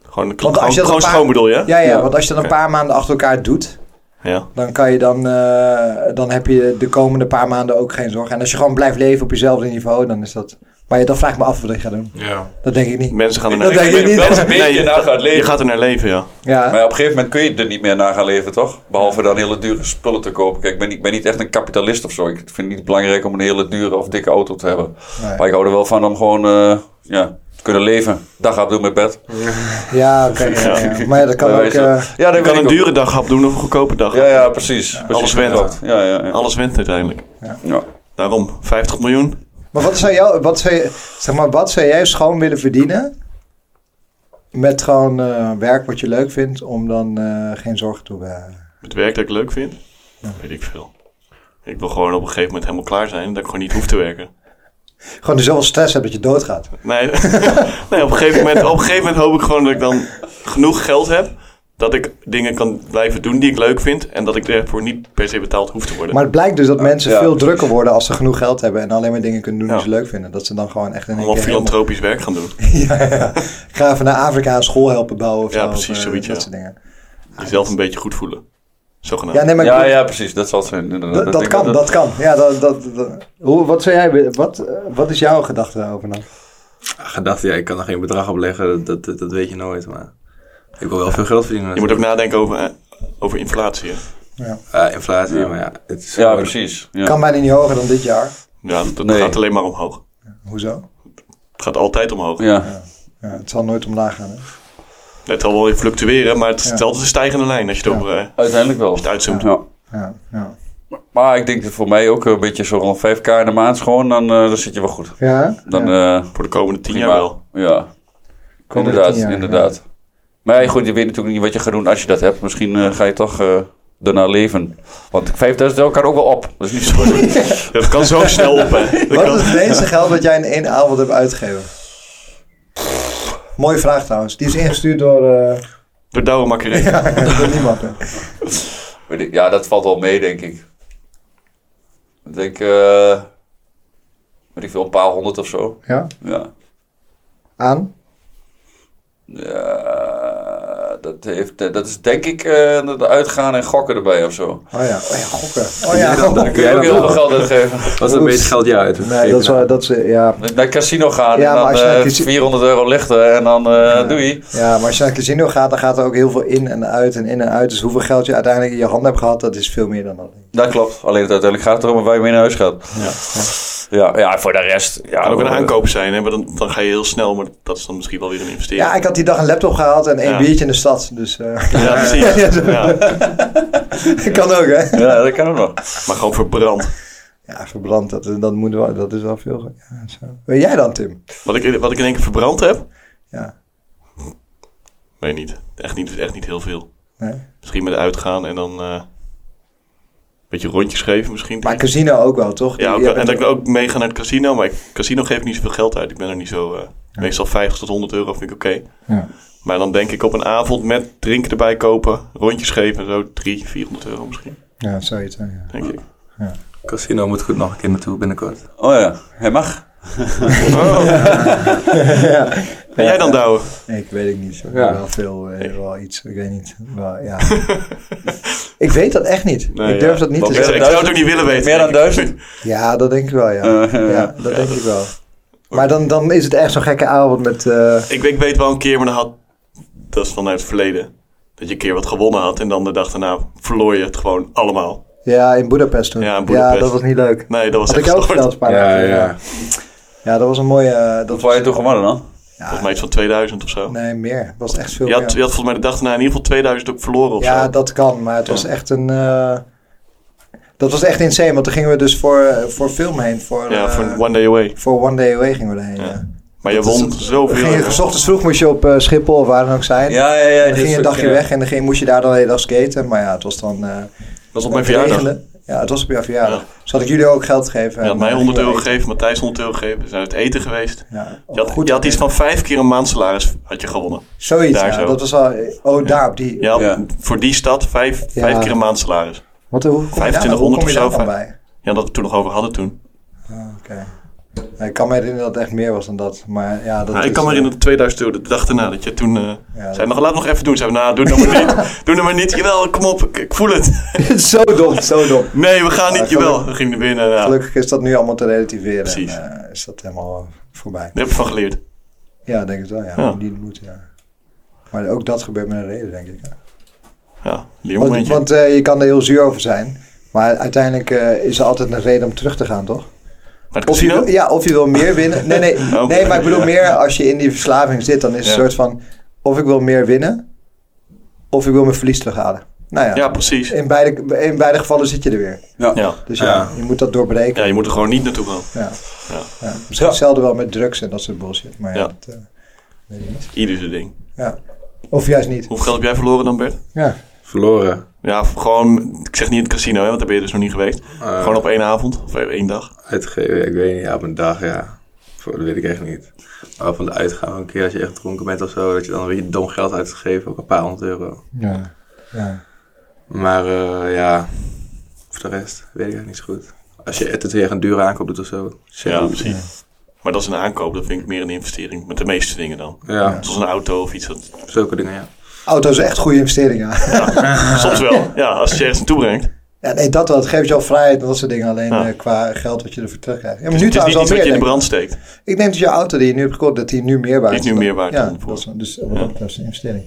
Speaker 2: Gewoon, een
Speaker 1: Want
Speaker 2: gewoon,
Speaker 1: als je dat
Speaker 2: gewoon
Speaker 1: een paar-
Speaker 2: schoon bedoel je? hè?
Speaker 1: Ja, ja,
Speaker 3: Ja.
Speaker 1: want als je dat een
Speaker 2: Oké.
Speaker 1: paar maanden achter elkaar doet,
Speaker 2: Ja.
Speaker 1: dan kan je dan, eh, dan heb je de komende paar maanden ook geen zorgen. En als je gewoon blijft leven op jezelfde niveau, dan is dat. Maar ja, dan vraag ik me af wat ik ga doen.
Speaker 4: Ja.
Speaker 1: Dat denk ik niet.
Speaker 2: Mensen gaan er naar
Speaker 1: Dat denk ik niet.
Speaker 2: Nee,
Speaker 1: Dat is
Speaker 3: een beetje
Speaker 2: je,
Speaker 3: naar gaat leven.
Speaker 2: je gaat er naar leven, ja.
Speaker 1: Ja,
Speaker 3: Maar op een gegeven moment kun je er niet meer naar gaan leven, toch? Behalve dan hele dure spullen te kopen. Kijk, ik ben niet, ik ben niet echt een kapitalist of zo. Ik vind het niet belangrijk om een hele dure of dikke auto te hebben.
Speaker 1: Nee.
Speaker 3: Maar ik hou er wel van om gewoon eh, ja, te kunnen leven. Dag op doen met bed.
Speaker 1: ja oké. ja, ja. Maar ja, dat kan
Speaker 3: Bij
Speaker 1: ook.
Speaker 3: wijze-
Speaker 1: eh,
Speaker 3: ja, dat
Speaker 2: Je kan
Speaker 3: weet
Speaker 2: een
Speaker 3: ik ook.
Speaker 2: dure daghap doen of een goedkope dag.
Speaker 3: Ja, ja, precies. precies
Speaker 2: alles went.
Speaker 3: klopt. Ja, ja, ja.
Speaker 2: Alles wint uiteindelijk.
Speaker 3: ja.
Speaker 2: Daarom, 50 miljoen.
Speaker 1: maar wat zou, jou, wat, zou, je- zeg maar wat zou jij schoon willen verdienen? Met gewoon eh, werk wat je leuk vindt, om dan eh, geen zorgen toe te hebben.
Speaker 2: Het werk dat ik leuk vind, weet ik veel. Ik wil gewoon op een gegeven moment helemaal klaar zijn. Dat ik gewoon niet hoef te werken.
Speaker 1: Gewoon er zoveel stress hebt dat je doodgaat.
Speaker 2: Nee, nee op, een gegeven moment, op een gegeven moment hoop ik gewoon dat ik dan genoeg geld heb. Dat ik dingen kan blijven doen die ik leuk vind. En dat ik daarvoor niet per se betaald hoef te worden.
Speaker 1: Maar het blijkt dus dat mensen
Speaker 3: ja,
Speaker 1: veel
Speaker 3: precies.
Speaker 1: drukker worden als ze genoeg geld hebben en alleen maar dingen kunnen doen die
Speaker 2: Ja.
Speaker 1: ze leuk vinden. Dat ze dan gewoon echt in één
Speaker 2: Allemaal
Speaker 1: keer helemaal-
Speaker 2: filantropisch werk gaan doen.
Speaker 1: ja, ja. Ik ga even naar Afrika een school helpen bouwen. Of
Speaker 2: Ja,
Speaker 1: zo,
Speaker 2: precies,
Speaker 1: of, eh,
Speaker 2: zoiets,
Speaker 1: Dat
Speaker 2: ja.
Speaker 1: soort dingen.
Speaker 2: Jezelf een beetje goed voelen. Zogenaamd.
Speaker 1: Ja, nee, maar ik
Speaker 3: ja,
Speaker 1: bedoel,
Speaker 3: ja, precies. Dat zal het zijn. inderdaad.
Speaker 1: dat,
Speaker 3: Ik
Speaker 1: dat
Speaker 3: denk
Speaker 1: kan, dat kan. Ja, dat, dat, dat- Hoe, wat, zou jij, willen- wat, eh, wat is jouw gedachte daarover dan?
Speaker 4: Ah, Gedacht, ja, ik kan er geen bedrag op leggen. Dat, dat, dat, dat weet je nooit, maar... Ik wil wel veel geld verdienen.
Speaker 2: Je moet ook nadenken over, eh, over inflatie. hè.
Speaker 4: Ja, Eh, inflatie, maar ja. Het is
Speaker 3: Ja, precies. Ja.
Speaker 1: Kan bijna niet hoger dan dit jaar.
Speaker 2: Ja, dat, dat
Speaker 3: Nee.
Speaker 2: gaat alleen maar omhoog.
Speaker 1: Hoezo?
Speaker 2: Het gaat altijd omhoog.
Speaker 3: Ja.
Speaker 1: Ja, het zal nooit omlaag gaan. Hè?
Speaker 2: Het zal wel weer fluctueren, maar het is
Speaker 1: Ja.
Speaker 2: altijd een stijgende lijn als je het, over, eh, als
Speaker 3: Uiteindelijk wel.
Speaker 2: je het uitzoomt.
Speaker 3: Ja.
Speaker 1: Ja, ja.
Speaker 3: Maar ik denk dat voor mij ook een beetje zo rond 5k in de maand schoon, dan, eh, dan zit je wel goed.
Speaker 1: ja?
Speaker 3: Dan,
Speaker 1: Ja.
Speaker 3: eh,
Speaker 2: Voor de komende tien
Speaker 3: Prima.
Speaker 2: jaar wel.
Speaker 3: Ja.
Speaker 1: Komende
Speaker 3: inderdaad,
Speaker 1: tien jaar,
Speaker 3: inderdaad. Maar ja, goed, je weet natuurlijk niet wat je gaat doen als je dat hebt. Misschien eh, ga je toch eh daarna leven. Want 5000 euro kan ook wel op. Dat is niet zo.
Speaker 2: Ja, dat kan zo snel op, hè. Dat
Speaker 1: Wat is
Speaker 2: kan,
Speaker 1: het enige geld dat jij in één avond hebt uitgegeven? Mooie vraag trouwens. Die is ingestuurd door eh
Speaker 2: Door Douwe Makkeré.
Speaker 1: Door niemand. hè.
Speaker 3: Weet ik- Ja, dat valt wel mee, denk ik. Ik denk, eh weet ik veel, een paar honderd of zo.
Speaker 1: Ja,
Speaker 3: Ja.
Speaker 1: aan.
Speaker 3: Ja, dat, heeft, eh, dat is denk ik eh, dat uitgaan en gokken erbij of zo.
Speaker 1: Oh ja, oh ja gokken. Oh ja,
Speaker 3: Daar kun je
Speaker 4: Jij
Speaker 3: ook
Speaker 4: dan
Speaker 3: heel veel
Speaker 4: wel.
Speaker 3: geld aan geven.
Speaker 4: Wat is een beetje geld jou uit?
Speaker 1: Nee, dat is, wel- dat is, eh, ja.
Speaker 3: Naar casino gaan
Speaker 1: Ja, maar
Speaker 3: en dan
Speaker 1: als je naar
Speaker 3: eh,
Speaker 1: casi-
Speaker 3: 400 euro lichten en dan eh doei.
Speaker 1: ja, maar als je naar het casino gaat, dan gaat er ook heel veel in en uit en in en uit. Dus hoeveel geld je uiteindelijk in je hand hebt gehad, dat is veel meer dan dat.
Speaker 3: Dat klopt. Alleen het uiteindelijk gaat het erom waar je mee naar huis gaat. Ja, ja. ja voor de rest. Ja,
Speaker 2: Kan ook een
Speaker 3: eh,
Speaker 2: aankoop zijn, hè? maar dan, dan ga je heel snel, maar dat is dan misschien wel weer een investering.
Speaker 1: Ja, ik had die dag een laptop gehaald en één
Speaker 2: Ja.
Speaker 1: biertje in de stad. Dus eh
Speaker 2: Ja, precies. Ja.
Speaker 1: kan ook, hè?
Speaker 3: Ja, dat kan ook nog.
Speaker 2: Maar gewoon verbrand.
Speaker 1: Ja, verbrand, dat, eh, dat, moet wel, dat is wel veel. Ja, zo. Weet jij dan, Tim?
Speaker 2: Wat ik, wat ik in één keer verbrand heb?
Speaker 1: Ja.
Speaker 2: Weet niet. Echt niet, echt niet heel veel.
Speaker 1: Nee.
Speaker 2: Misschien met uitgaan en dan eh, een beetje rondjes geven misschien.
Speaker 1: Maar casino ook wel, toch?
Speaker 2: ja, ook,
Speaker 1: Jij
Speaker 2: wel. en
Speaker 1: bent
Speaker 2: dat ik ook meega naar het casino. Maar ik, casino geef ik niet zoveel geld uit. Ik ben er niet zo... eh, Meestal 50 tot 100 euro vind ik oké.
Speaker 1: Ja.
Speaker 2: Maar dan denk ik op een avond met drinken erbij kopen, rondjes geven en zo, 300, 400 euro misschien,
Speaker 1: Ja, zoiets. hè, Ja.
Speaker 2: denk ik.
Speaker 4: Casino moet goed nog een keer naartoe binnenkort.
Speaker 3: Oh ja, hij mag.
Speaker 1: Oh.
Speaker 2: En Oh. jij dan, Douwe?
Speaker 1: Ik weet het niet.
Speaker 6: Ja.
Speaker 1: Wel veel, eh, wel iets. Ik weet niet. Wel, ja. ik weet dat echt niet.
Speaker 2: Nee,
Speaker 1: ik durf
Speaker 2: ja.
Speaker 1: dat niet
Speaker 2: Wat
Speaker 1: te
Speaker 2: meer
Speaker 1: zeggen.
Speaker 2: dan- Ik zou het ook niet willen weten.
Speaker 3: Meer dan
Speaker 2: denk ik.
Speaker 3: duizend?
Speaker 1: Ja, dat denk ik wel, ja.
Speaker 3: Eh, eh,
Speaker 1: ja, dat denk ik wel. Maar dan, dan is het echt zo'n gekke avond met... eh,
Speaker 2: Ik, ik weet wel een keer, maar dan had, dat is vanuit het verleden, dat je een keer wat gewonnen had en dan de dag daarna verloor je het gewoon allemaal.
Speaker 1: ja, in Budapest toen.
Speaker 2: Ja, in Boedapest.
Speaker 1: dat was niet leuk.
Speaker 2: Nee, dat was
Speaker 1: Had
Speaker 2: echt
Speaker 1: ik jou ook
Speaker 2: stoort.
Speaker 1: verteld een paar
Speaker 6: Ja,
Speaker 1: dagen geleden.
Speaker 6: ja.
Speaker 1: Ja, dat was een mooie... eh, dat
Speaker 3: Wat waar je toen gewonnen dan?
Speaker 2: Volgens mij iets van 2000 of zo.
Speaker 1: Nee, meer. Het was echt veel
Speaker 2: je,
Speaker 1: meer.
Speaker 2: had, je had volgens mij de dag daarna in ieder geval 2000 ook verloren of
Speaker 1: Ja,
Speaker 2: zo.
Speaker 1: dat kan, maar het was echt een. eh, dat was echt insane, want toen gingen we dus voor, eh, voor film heen. Voor,
Speaker 2: ja,
Speaker 1: eh,
Speaker 2: voor One Day Away.
Speaker 1: voor One Day Away gingen we daarheen.
Speaker 2: Ja.
Speaker 1: Ja.
Speaker 2: Maar je won
Speaker 1: We
Speaker 2: zoveel.
Speaker 1: gingen, s ochtends vroeg moest je op eh, Schiphol of waar dan ook zijn.
Speaker 3: Ja, ja, ja.
Speaker 1: En dan
Speaker 3: dit
Speaker 1: ging je een
Speaker 3: soort,
Speaker 1: dagje
Speaker 3: eh,
Speaker 1: weg en dan ging, moest je daar dan de hele dag skaten. Maar ja, het was dan. eh,
Speaker 2: Dat was op mijn
Speaker 1: het
Speaker 2: verjaardag. Je
Speaker 1: regelen. Ja, het was op jouw verjaardag.
Speaker 2: Ja.
Speaker 1: Dus had ik jullie ook geld gegeven. en,
Speaker 2: had mij
Speaker 1: eh,
Speaker 2: 100
Speaker 1: gingen
Speaker 2: euro
Speaker 1: we eten.
Speaker 2: gegeven, Matthijs 100 euro gegeven. We zijn uit eten geweest.
Speaker 1: Ja, oh,
Speaker 2: Je had,
Speaker 1: goed.
Speaker 2: je had iets van vijf keer een maandsalaris had je gewonnen.
Speaker 1: Zoiets,
Speaker 2: daar
Speaker 1: ja.
Speaker 2: zo.
Speaker 1: Dat was al. Oh, daar op die.
Speaker 2: Je had
Speaker 3: Ja.
Speaker 2: voor die stad vijf,
Speaker 1: Ja.
Speaker 2: vijf keer een maandsalaris.
Speaker 1: Wat, hoe kom je daar-
Speaker 2: 2500
Speaker 1: hoe kom je
Speaker 2: of zo,
Speaker 1: daar dan bij?
Speaker 2: Ja, dat we het toen nog over hadden toen.
Speaker 1: Ah, Oké. Ja, Ik kan me herinneren dat het echt meer was dan dat. Maar ja, dat
Speaker 2: Nou,
Speaker 1: is,
Speaker 2: ik kan me
Speaker 1: eh,
Speaker 2: herinneren, 2000 euro, de dag daarna, dat je toen... eh
Speaker 1: Ja,
Speaker 2: zei, nog, laat het nog even doen. Zei, nou, doe het nog maar niet. Doe het maar niet. Jawel, kom op, ik, ik voel het.
Speaker 1: zo dom, zo dom.
Speaker 2: Nee, we gaan
Speaker 1: Ja,
Speaker 2: niet. Jawel, we gingen er binnen. Ja, daar
Speaker 1: Gelukkig is dat nu allemaal te relativeren.
Speaker 2: Precies.
Speaker 1: En, eh, is dat helemaal eh, voorbij.
Speaker 2: heb ik van geleerd.
Speaker 1: Ja, denk ik wel. Ja,
Speaker 2: Ja.
Speaker 1: Die moet, ja. Maar ook dat gebeurt met een reden, denk ik. ja.
Speaker 2: Ja,
Speaker 1: Want,
Speaker 2: leermomentje.
Speaker 1: want eh, je kan er heel zuur over zijn. Maar uiteindelijk eh, is er altijd een reden om terug te gaan, toch?
Speaker 2: Maar het
Speaker 1: Of je,
Speaker 2: casino?
Speaker 1: wil, ja, of je wil meer winnen. Nee, nee,
Speaker 2: Oh.
Speaker 1: nee, maar ik bedoel meer als je in die verslaving zit. Dan is het
Speaker 2: Ja.
Speaker 1: een soort van, of ik wil meer winnen. Of ik wil mijn verlies terughalen. Nou ja,
Speaker 2: Ja, precies.
Speaker 1: In, beide, in beide gevallen zit je er weer.
Speaker 2: Ja.
Speaker 1: Dus ja,
Speaker 4: Ja.
Speaker 1: je moet dat doorbreken.
Speaker 2: ja, je moet er gewoon niet naartoe gaan.
Speaker 1: Ja.
Speaker 2: Ja.
Speaker 1: Ja. Misschien hetzelfde wel met drugs en dat soort bullshit. Maar ja,
Speaker 2: Ja.
Speaker 1: dat, eh, weet ik niet.
Speaker 2: Ieder zijn ding.
Speaker 1: Ja. Of juist niet.
Speaker 2: Hoeveel geld heb jij verloren dan, Bert?
Speaker 1: Ja.
Speaker 4: Verloren.
Speaker 2: Ja, gewoon, ik zeg niet in het casino, hè, want daar ben je dus nog niet geweest.
Speaker 4: Eh,
Speaker 2: Gewoon op één avond, of één dag.
Speaker 4: Uitgeven, ja, ik weet niet. Ja, op een dag, ja. Voor- Dat weet ik echt niet. Maar van de uitgaan, een keer als je echt dronken bent of zo, dat je dan weer dom geld uitgegeven, ook een paar honderd euro.
Speaker 1: Ja. ja.
Speaker 4: Maar eh, ja, voor de rest weet ik echt niet zo goed. Als je het weer een dure aankoop doet of zo.
Speaker 2: Ja, precies. Maar dat is een aankoop, dat vind ik meer een investering. Met de meeste dingen dan.
Speaker 4: Ja,
Speaker 2: Zoals een auto of iets. Dat,
Speaker 4: zulke dingen, ja.
Speaker 1: Auto is echt goede investering, ja. Ah.
Speaker 2: soms wel. Ja, als je je ergens naartoe brengt.
Speaker 1: ja. Nee, dat wel. Het geeft je al vrijheid en dat soort dingen. Alleen
Speaker 2: Ja. Dus
Speaker 1: eh, qua geld wat je ervoor terugkrijgt. Ja, maar
Speaker 2: Het
Speaker 1: nu
Speaker 2: is, het is
Speaker 1: trouwens
Speaker 2: niet
Speaker 1: al
Speaker 2: iets wat
Speaker 1: meer.
Speaker 2: je in de
Speaker 1: denk ik.
Speaker 2: brand steekt.
Speaker 1: ik neem dat je auto die je nu hebt gekocht, dat die nu meer waard
Speaker 2: Die is nu meer waard
Speaker 1: Ja,
Speaker 2: dan voor.
Speaker 1: dat is, dus wat dat betreft is een investering.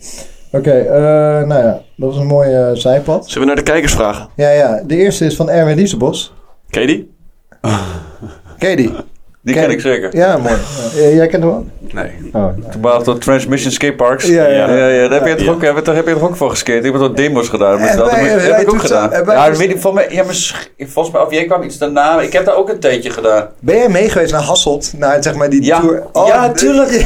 Speaker 1: Oké, eh, nou ja, dat was een mooie zijpad.
Speaker 2: Zullen we naar de kijkers vragen?
Speaker 1: Ja, ja. De eerste is van Erwin Liesebos.
Speaker 2: Ken je die?
Speaker 1: Ken je die?
Speaker 3: Die ken ik zeker.
Speaker 1: Ja, mooi. Ja, jij kent hem ook?
Speaker 4: Nee.
Speaker 1: Oh, ja.
Speaker 3: Toen waren dat Transmission Skateparks.
Speaker 1: Ja, ja.
Speaker 3: ja, ja, daar heb je het
Speaker 2: Ja.
Speaker 3: ook, heb, daar heb je het ook voor geskate. Ik heb er demos gedaan. Met
Speaker 1: En
Speaker 3: dat
Speaker 1: wij-
Speaker 3: heb
Speaker 1: wij
Speaker 3: ik ook
Speaker 1: toen
Speaker 3: gedaan.
Speaker 1: zo- en wij
Speaker 3: ja,
Speaker 1: dus-
Speaker 3: weet ik, volgens mij, ja, misschien, volgens mij, of jij kwam iets daarna. Ik heb daar ook een tijdje gedaan.
Speaker 1: Ben jij mee geweest naar Hasselt? Naar zeg maar die
Speaker 3: Ja.
Speaker 1: tour? Oh,
Speaker 3: Ja, tuurlijk.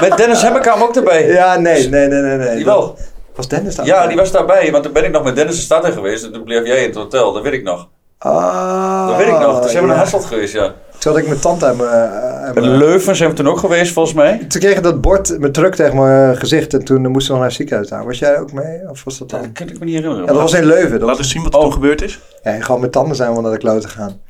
Speaker 3: Met Dennis Hemmerkamp ook erbij.
Speaker 1: Ja, nee, nee, nee, nee. nee.
Speaker 3: Jawel.
Speaker 1: Was Dennis daar?
Speaker 3: Ja, die was daarbij. Want toen ben ik nog met Dennis de stad in geweest. En toen bleef jij in het hotel. Dat weet ik nog.
Speaker 1: Ah,
Speaker 3: Dat weet ik nog. Toen zijn we
Speaker 1: ja.
Speaker 3: naar Hasselt geweest, ja.
Speaker 1: Toen had ik mijn tand aan mijn... aan
Speaker 3: In
Speaker 1: mijn-
Speaker 3: Leuven zijn we toen ook geweest, volgens mij.
Speaker 1: Toen kreeg ik dat bord, mijn truck tegen mijn gezicht en toen eh, moest ze nog naar het ziekenhuis aan. Was jij ook mee? Of was dat dan?
Speaker 3: Dat
Speaker 1: Ja,
Speaker 3: kan ik me niet herinneren.
Speaker 1: dat was in Leuven. Dat Oh.
Speaker 2: Laat eens zien wat er toen gebeurd is.
Speaker 1: Ja, en gewoon met tanden zijn we naar de klote gaan.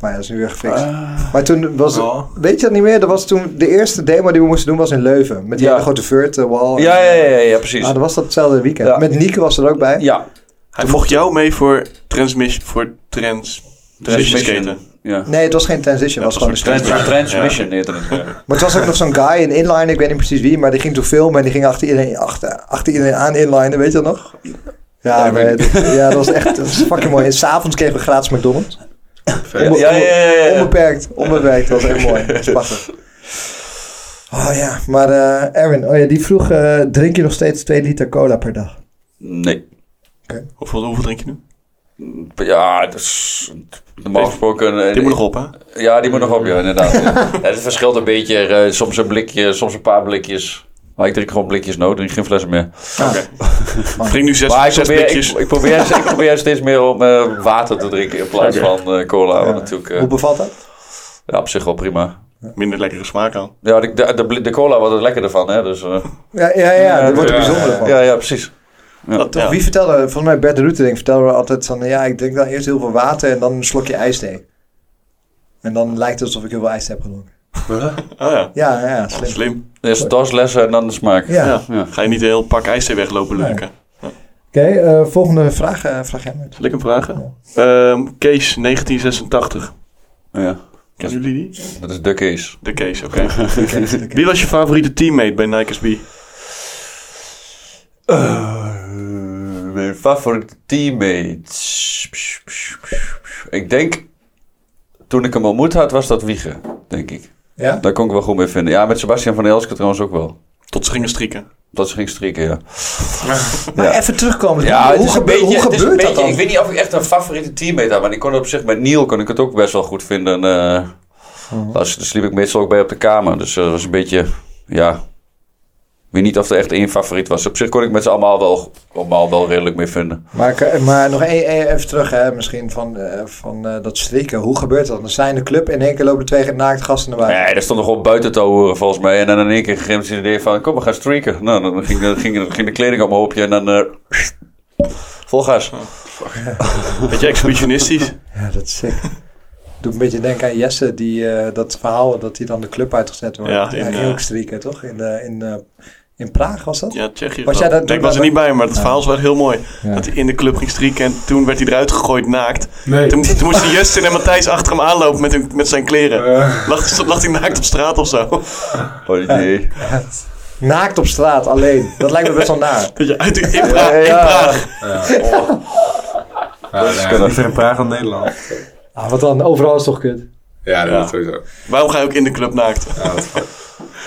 Speaker 1: Maar ja, dat is nu weer gefixt.
Speaker 3: Ah.
Speaker 1: maar toen was
Speaker 4: Oh.
Speaker 1: Weet je dat niet meer? Dat was toen de eerste demo die we moesten doen was in Leuven. Met die
Speaker 3: Ja.
Speaker 1: hele grote vert, de wall.
Speaker 3: ja, ja, ja, ja, ja, precies.
Speaker 1: Ah, dat was datzelfde weekend.
Speaker 3: Ja.
Speaker 1: Met Nieke was er ook bij.
Speaker 3: Ja,
Speaker 2: Hij vocht jou mee voor transmission, voor trans, transition skaten.
Speaker 3: Ja.
Speaker 1: Nee, het was geen transition. het was
Speaker 2: Ja,
Speaker 1: gewoon
Speaker 2: het was
Speaker 1: een street.
Speaker 2: een trans-
Speaker 3: Transmission heet het.
Speaker 1: Maar het was ook nog zo'n guy in inline, ik weet niet precies wie. Maar die ging toen filmen en die ging achter iedereen, achter, achter iedereen aan inlinen. Weet je dat nog? Ja,
Speaker 3: Ja,
Speaker 1: nee, dat, ja dat was echt dat was fucking mooi. En s'avonds kregen we gratis McDonald's.
Speaker 3: Ja,
Speaker 1: Onbe-
Speaker 3: ja, ja, ja, ja.
Speaker 1: Onbeperkt, onbeperkt. Dat was echt mooi. Dat is prachtig. Oh ja, maar eh Erwin, oh ja, die vroeg, eh, drink je nog steeds 2 liter cola per dag?
Speaker 3: Nee.
Speaker 2: Hoeveel, hoeveel drink je nu?
Speaker 3: Ja, dat is normaal gesproken... eh,
Speaker 2: Dit moet nog op, hè?
Speaker 3: Ja, die moet nog op, ja, inderdaad. ja, het verschilt een beetje. eh, soms een blikje, soms een paar blikjes. Maar ik drink gewoon blikjes nood, drink geen flessen meer.
Speaker 2: Drink nu zes,
Speaker 3: Maar ik
Speaker 2: zes
Speaker 3: probeer, ik,
Speaker 2: blikjes.
Speaker 3: ik probeer, ik probeer steeds meer om eh, water te drinken in plaats van eh, cola. Wat
Speaker 1: Ja.
Speaker 3: natuurlijk eh,
Speaker 1: Hoe bevalt dat?
Speaker 3: ja, op zich wel prima.
Speaker 2: Minder lekkere smaak aan.
Speaker 3: Ja, de, de, de, de cola wordt er lekkerder van, hè. Dus, eh,
Speaker 1: Ja, ja, ja, dat wordt er
Speaker 3: ja,
Speaker 1: bijzonder van.
Speaker 3: ja, ja, precies. Ja.
Speaker 2: Dat,
Speaker 1: Toch,
Speaker 2: ja.
Speaker 1: wie vertelde, volgens mij Bert de Roetering vertelde altijd van, ja, ik drink dan eerst heel veel water en dan een slokje ijsthee. En dan lijkt het alsof ik heel veel ijs heb gedronken.
Speaker 2: Oh ja,
Speaker 1: Ja, ja, ja,
Speaker 2: slim.
Speaker 1: slim.
Speaker 3: Eerst daslessen en dan de smaak.
Speaker 1: Ja.
Speaker 2: Ja.
Speaker 3: Ja.
Speaker 2: Ga je niet een heel pak ijsthee weglopen
Speaker 1: Nee.
Speaker 2: leuken?
Speaker 1: Oké, eh, volgende vraag, eh, vraag jij maar.
Speaker 2: Zal ik hem vragen? Ehm, Kees, 1986.
Speaker 3: Ja.
Speaker 2: Kennen jullie die?
Speaker 3: Dat is de case.
Speaker 2: De Kees, oké. Wie was je favoriete teammate bij Nike's B?
Speaker 3: Eh, mijn favoriete teammates. Psh, psh, psh, psh. Ik denk, toen ik hem ontmoet had, was dat Wiegen, denk ik.
Speaker 1: Ja?
Speaker 3: Daar kon ik wel goed mee vinden. Ja, met Sebastian van Elske trouwens ook wel.
Speaker 2: Tot ze gingen strikken.
Speaker 3: Dat ze ging strikken, ja.
Speaker 1: Maar
Speaker 3: Ja.
Speaker 1: even terugkomen.
Speaker 3: Ja,
Speaker 1: hoe,
Speaker 3: het is een
Speaker 1: gebe-
Speaker 3: beetje,
Speaker 1: hoe
Speaker 3: het is
Speaker 1: gebeurt
Speaker 3: een
Speaker 1: dat
Speaker 3: beetje-
Speaker 1: dan?
Speaker 3: Ik weet niet of ik echt een favoriete teammate had, maar ik kon op zich met Neil kon ik het ook best wel goed vinden. eh
Speaker 1: Oh.
Speaker 3: daar, s- daar sliep ik meestal ook bij op de kamer, dus eh, dat was een beetje, ja. Ik weet niet of er echt één favoriet was. Op zich kon ik met ze allemaal wel, allemaal wel redelijk mee vinden.
Speaker 1: Maar, ik- eh, maar nog één- één- even terug, hè, misschien van, eh, van eh, dat strikken. Hoe gebeurt dat? Dan zijn de club en in één keer lopen twee naakt gasten naar buiten.
Speaker 3: Nee, daar stond nog wel buiten te horen volgens mij. En dan in één keer gegeven moment het idee van, kom we gaan streaken. Nou, dan ging, dan ging, dan ging de kleding allemaal op je en dan... eh vol gas.
Speaker 2: Beetje exhibitionistisch.
Speaker 1: Ja, dat is sick. Doet een beetje denken aan Jesse, die, eh, dat verhaal dat hij dan de club uitgezet wordt.
Speaker 2: Ja,
Speaker 1: Ja,
Speaker 2: in,
Speaker 1: in
Speaker 2: eh,
Speaker 1: Ilkstrieken, toch? In, eh, in, eh, in Praag was dat?
Speaker 2: Ja, Tsjechië.
Speaker 1: Was
Speaker 2: geloof
Speaker 1: jij dat
Speaker 2: ik. Nee,
Speaker 1: toen
Speaker 2: ik was er
Speaker 1: bij-
Speaker 2: niet bij, maar het
Speaker 1: Ja.
Speaker 2: verhaal is wel heel mooi.
Speaker 1: Ja.
Speaker 2: Dat hij in de club ging strikken en toen werd hij eruit gegooid naakt.
Speaker 6: Nee.
Speaker 2: Toen, toen moesten Justin en Matthijs achter hem aanlopen met, hun, met zijn kleren.
Speaker 6: Eh,
Speaker 2: Lag, lag hij naakt op straat of zo?
Speaker 3: Oh nee.
Speaker 1: Naakt op straat, alleen. Dat lijkt me best wel naar.
Speaker 2: Dat je uit in Praag. In
Speaker 3: Ja.
Speaker 2: Praag.
Speaker 4: Ja, dat
Speaker 6: ja, liever in Praag dan Nederland.
Speaker 1: Ah, wat dan? Overal is toch kut?
Speaker 4: Ja,
Speaker 2: Ja.
Speaker 4: dat sowieso.
Speaker 2: Waarom ga je ook in de club naakt?
Speaker 4: Ja, dat-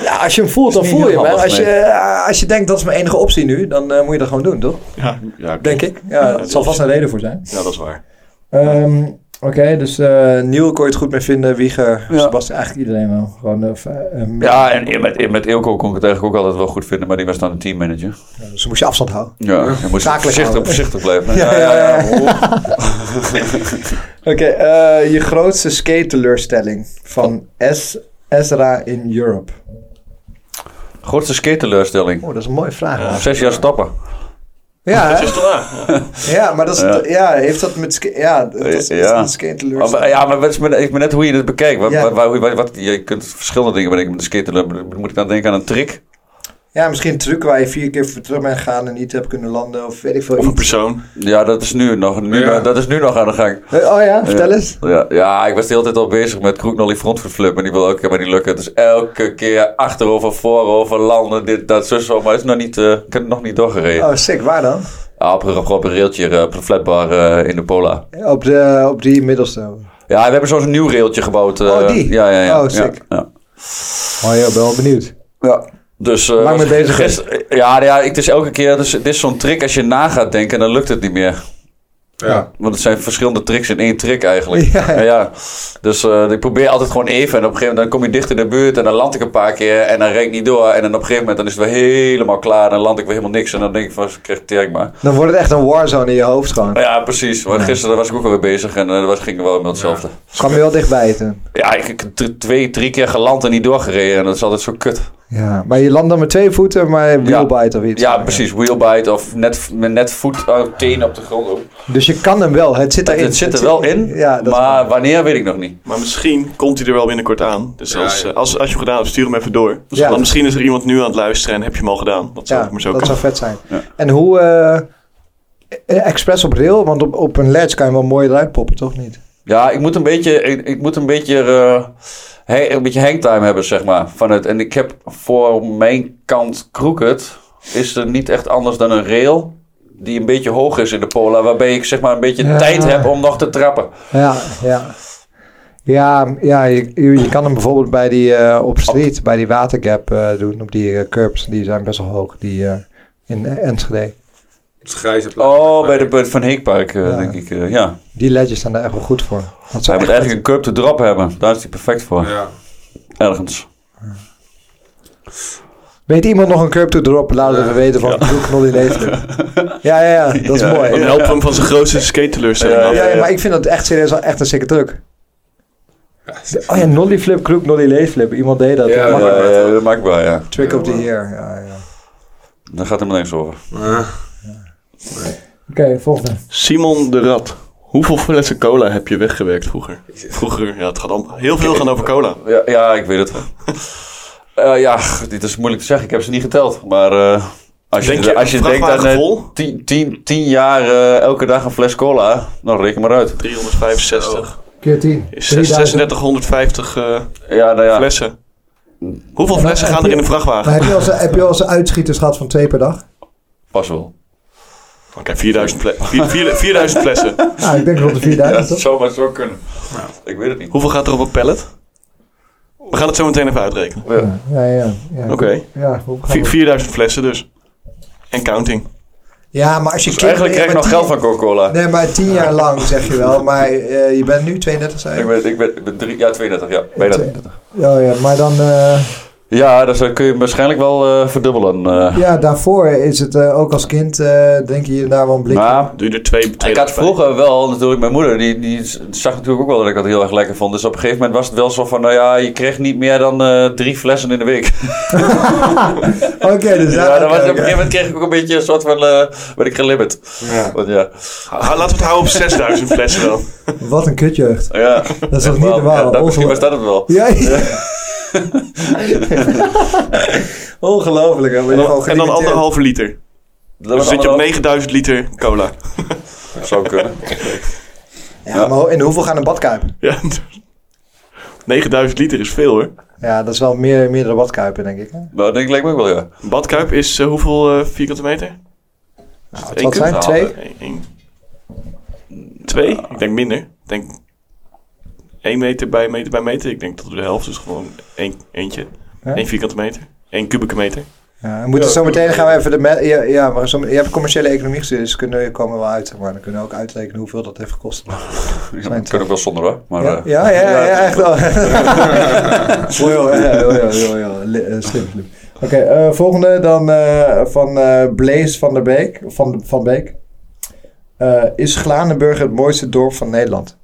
Speaker 1: Ja, als je hem voelt, dan
Speaker 3: niet
Speaker 1: voel je
Speaker 3: heel
Speaker 1: hem. hè.
Speaker 3: handig,
Speaker 1: Als je, eh, als je denkt, dat is mijn enige optie nu, dan eh, moet je dat gewoon doen, toch?
Speaker 2: Ja, ja, oké.
Speaker 1: Denk ik. Ja, dat zal vast een reden voor zijn.
Speaker 2: ja dat is waar.
Speaker 1: Ehm, Oké, dus eh Niel kon je het goed mee vinden. Wieger, Sebastian, eigenlijk iedereen wel. Gewoon, eh, v- eh, meer-
Speaker 3: Ja, en met, met Ilko kon ik het eigenlijk ook altijd wel goed vinden, maar die was dan een teammanager.
Speaker 1: Dus moest je afstand houden.
Speaker 3: Ja, je moest
Speaker 1: Zakelijk
Speaker 3: voorzichtig,
Speaker 1: houden.
Speaker 3: voorzichtig blijven.
Speaker 1: Ja, ja, ja.
Speaker 3: Oh.
Speaker 1: Oké, eh, je grootste skate teleurstelling van Es- Ezra in Europe.
Speaker 3: Grootste skate-teleurstelling.
Speaker 1: Oh, dat is een mooie vraag.
Speaker 3: Om
Speaker 1: Ja,
Speaker 3: Zes jaar stappen.
Speaker 1: ja, hè?
Speaker 2: Is toch waar?
Speaker 1: ja maar dat is,
Speaker 3: Ja.
Speaker 1: ja. heeft dat met skate... Ja, dat is,
Speaker 3: Ja.
Speaker 1: is dat een skate
Speaker 3: Maar- Ah, maar-
Speaker 1: teleurstelling.
Speaker 3: Ja, maar het is maar- ik ben net hoe je het bekijkt. Wat,
Speaker 1: Ja.
Speaker 3: wat, wat- wat- wat- je kunt verschillende dingen bedenken met de skate Moet ik dan denken aan een trick?
Speaker 1: Ja, misschien een truc waar je vier keer voor terug bent gegaan en niet hebt kunnen landen of weet ik veel.
Speaker 2: Of een
Speaker 1: iets.
Speaker 2: persoon.
Speaker 3: Ja, dat is nu nog, nu,
Speaker 4: Ja.
Speaker 3: dat is nu nog aan de gang.
Speaker 1: Eh, Oh ja, vertel eens.
Speaker 3: Ja, ja, ik was de hele tijd al bezig met kroeknolly frontfoot flip. En die wil elke keer maar niet lukken. Dus elke keer achterover, voorover, landen, dit, dat, zo, zo. Maar het is nog niet, eh, ik heb het nog niet doorgereden.
Speaker 1: Oh, sick. Waar dan?
Speaker 3: Ah, op, een- op een railtje, eh, op een flatbar eh, in de Pola.
Speaker 1: Op, de, op die middelste.
Speaker 3: Ja, we hebben zo'n nieuw railtje gebouwd. eh,
Speaker 1: Oh, die?
Speaker 3: Ja, ja, ja.
Speaker 1: Oh,
Speaker 3: ja,
Speaker 1: sick.
Speaker 3: Ja,
Speaker 1: Oh ja, ben wel benieuwd.
Speaker 3: Ja. Dus, nou eh,
Speaker 1: Lang mee bezig
Speaker 3: gisteren- ja, ja, ik, het is elke keer, dus, het is zo'n trick als je na gaat denken, dan lukt het niet meer.
Speaker 4: Ja.
Speaker 3: Want het zijn verschillende tricks in één trick eigenlijk.
Speaker 1: Ja,
Speaker 3: Ja,
Speaker 1: ja.
Speaker 3: ja. Dus eh, ik probeer altijd gewoon even. En op een gegeven moment dan kom je dicht in de buurt. En dan land ik een paar keer. En dan rijd ik niet door. En dan op een gegeven moment dan is het weer helemaal klaar. Dan land ik weer helemaal niks. En dan denk ik van, krijg ik maar.
Speaker 1: Dan wordt het echt een warzone in je hoofd gewoon.
Speaker 3: Maar ja, precies. Want gisteren was ik ook alweer bezig. En eh, dat ging wel met hetzelfde.
Speaker 1: Kwam je wel dichtbij het. hè?
Speaker 3: Ja, ik heb t- twee, drie keer geland en niet doorgereden. En dat is altijd zo kut.
Speaker 1: Ja. Maar je landt dan met twee voeten, maar wheelbite of iets.
Speaker 3: Ja, precies. Wheelbite of net, met net voet, eh, teen op de grond. ook.
Speaker 1: Dus je kan hem wel. Het zit erin.
Speaker 3: Het zit er wel in.
Speaker 1: Ja, dat
Speaker 3: maar wanneer weet ik nog niet.
Speaker 2: Maar misschien komt hij er wel binnenkort aan. Dus
Speaker 4: Ja,
Speaker 2: als,
Speaker 4: ja.
Speaker 2: eh, Als, als je hem gedaan hebt, stuur hem even door.
Speaker 1: Ja.
Speaker 2: Want misschien is er iemand nu aan het luisteren en heb je hem al gedaan. Dat zou
Speaker 1: ja,
Speaker 2: ik me zo
Speaker 1: dat
Speaker 2: kunnen.
Speaker 1: zou vet zijn. En hoe... eh, eh, express op rail, want op, op een ledge kan je wel mooi eruit poppen, toch niet?
Speaker 3: Ja, ik moet een beetje, ik, ik moet een beetje, eh, he- een beetje hangtime hebben, zeg maar. Van het, en ik heb voor mijn kant crooked, is er niet echt anders dan een rail die een beetje hoog is in de pola, waarbij ik zeg maar een beetje
Speaker 1: Ja.
Speaker 3: tijd heb om nog te trappen.
Speaker 1: Ja, ja. Ja, ja je, je je kan hem bijvoorbeeld bij die, eh, op street, bij die watergap eh, doen, op die eh, curbs. Die zijn best wel hoog, die eh, in Enschede.
Speaker 4: Het grijze plaat.
Speaker 3: Oh, bij de buurt van Heekpark, eh,
Speaker 1: Ja.
Speaker 3: denk ik. eh, ja.
Speaker 1: Die ledges zijn daar echt wel goed voor. Dat
Speaker 3: Hij
Speaker 1: zijn
Speaker 3: moet eigenlijk een curb te drop hebben. Daar is hij perfect voor.
Speaker 4: Ja.
Speaker 3: Ergens.
Speaker 1: Weet iemand nog een curb to drop? Laat het even weten van Broek Nolly leeft er. Ja, ja, ja, dat is mooi.
Speaker 2: Dan
Speaker 1: Ja,
Speaker 2: helpen we hem van zijn grootste skate teleurstelling
Speaker 3: Ja,
Speaker 2: af.
Speaker 1: Eh, ja, maar ik vind dat echt serieus wel echt een sikke truc.
Speaker 4: Ja,
Speaker 1: Oh ja, Nolly flip, Kroek, Nolly leeft flip. Iemand deed dat.
Speaker 4: Ja,
Speaker 1: Ja,
Speaker 3: Ja,
Speaker 4: maar-
Speaker 3: ja, ja, Eh, dat maakt wel, ja.
Speaker 1: Trick of the year. Ja, ja.
Speaker 3: Daar gaat helemaal niks over.
Speaker 4: Ah,
Speaker 1: Oké, volgende.
Speaker 2: Simon de Rad. Hoeveel flessen cola heb je weggewerkt vroeger? Vroeger, ja, het gaat om heel veel gaan over cola.
Speaker 3: Ja, ja ik weet het. Eh, ja, dit is moeilijk te zeggen. Ik heb ze niet geteld. Maar eh, als je,
Speaker 2: Denk je,
Speaker 3: als je denkt
Speaker 2: vrachtwagen
Speaker 3: aan eh,
Speaker 2: vol?
Speaker 3: tien, tien, tien jaar eh, elke dag een fles cola, dan reken maar uit.
Speaker 2: 365.
Speaker 1: Keer 10.
Speaker 2: Is zes- 3650 eh,
Speaker 3: Ja, nou ja.
Speaker 2: flessen. Hoeveel flessen gaan er in een vrachtwagen?
Speaker 1: heb je al zijn- heb je al zijn uitschieters gehad van twee per dag?
Speaker 3: Pas wel.
Speaker 2: Oké, 4000, fle- vier- vier- 4000 flessen.
Speaker 1: Ah, ik denk rond de
Speaker 3: Ja,
Speaker 1: 4000
Speaker 3: dat zou maar zo kunnen. Ik weet het niet.
Speaker 2: Hoeveel gaat er op een pallet? We gaan het zo meteen even uitrekenen.
Speaker 1: Ja, ja, ja. ja.
Speaker 2: Oké.
Speaker 1: Ja, hoe gaan we-
Speaker 2: Vier- 4000 flessen dus. En counting.
Speaker 1: ja, maar als je
Speaker 3: Dus eigenlijk
Speaker 1: ja,
Speaker 3: krijg ik
Speaker 1: maar
Speaker 3: nog
Speaker 1: tien-
Speaker 3: geld van Coca-Cola.
Speaker 1: Nee, maar tien jaar lang zeg je wel. Maar eh, je bent nu 32, zei
Speaker 3: Ik
Speaker 1: je?
Speaker 3: ben, ik ben, ik ben drie, ja, 32, ja. Bijna.
Speaker 1: 32. Ja, ja, maar dan... eh,
Speaker 3: Ja, dus dat kun je waarschijnlijk wel eh, verdubbelen. eh.
Speaker 1: Ja, daarvoor is het eh, ook als kind, eh, denk je daar wel een blik
Speaker 3: Maar
Speaker 2: Doe je er twee, twee
Speaker 3: Ik had
Speaker 2: bij.
Speaker 3: vroeger wel, natuurlijk, mijn moeder, die, die zag natuurlijk ook wel dat ik dat heel erg lekker vond. Dus op een gegeven moment was het wel zo van, nou ja, je kreeg niet meer dan eh, drie flessen in de week.
Speaker 1: Oké, dus
Speaker 3: ja,
Speaker 1: daar-
Speaker 3: dan was,
Speaker 1: oké,
Speaker 3: op
Speaker 1: oké.
Speaker 3: een gegeven moment kreeg ik ook een beetje een soort van, eh werd ik gelibberd.
Speaker 4: ja.
Speaker 3: Want ja,
Speaker 2: Ah, Laten we het houden op 6000 flessen dan.
Speaker 1: Wat een kutjeugd.
Speaker 3: ja.
Speaker 1: Dat is toch niet
Speaker 3: Wel,
Speaker 1: normaal?
Speaker 3: ja, dat,
Speaker 1: Ongel-
Speaker 3: misschien was dat het wel.
Speaker 1: Ja, ja. Ongelooflijk. hè, maar je
Speaker 2: En
Speaker 1: gewoon
Speaker 2: dan, en dan
Speaker 1: gelimiteerd.
Speaker 2: anderhalve liter. Dus
Speaker 3: Dat
Speaker 2: Dan
Speaker 3: was
Speaker 2: zit je op
Speaker 3: allemaal-
Speaker 2: 9000 liter cola.
Speaker 3: Zou kunnen.
Speaker 1: Ja, maar ho- en hoeveel gaan een badkuip?
Speaker 2: Ja. 9000 liter is veel hoor.
Speaker 1: Ja, dat is wel meer, meerdere badkuipen, denk ik. Hè?
Speaker 3: Nou, dat denk ik lijkt me ook wel, ja.
Speaker 2: Een badkuip is eh, hoeveel eh, vierkante meter?
Speaker 1: Nou,
Speaker 2: één
Speaker 1: het wat zijn
Speaker 3: kunt
Speaker 1: twee?
Speaker 2: Eén- één- Twee? Ik denk minder. Ik denk 1 meter bij meter bij meter. Ik denk dat we de helft is gewoon één, eentje.
Speaker 1: Ja?
Speaker 2: Eén vierkante meter. Eén kubieke meter.
Speaker 1: Ja, we moeten zo meteen gaan we even de... me- Ja, ja, maar zo, je hebt commerciële economie gestudeerd, dus kunnen, komen we wel uit. Maar dan kunnen we ook uitrekenen hoeveel dat heeft gekost.
Speaker 3: ja kan ook wel zonder hoor. Maar,
Speaker 1: Ja,
Speaker 3: eh,
Speaker 1: ja, ja, ja, echt wel. Mooi hoor, ja, joh, joh, joh, joh. Li- eh, Slim, slim. Oké, eh, volgende dan eh, van eh Blaze van der Beek. Van, van Beek. Eh, is Glanenburg het mooiste dorp van Nederland?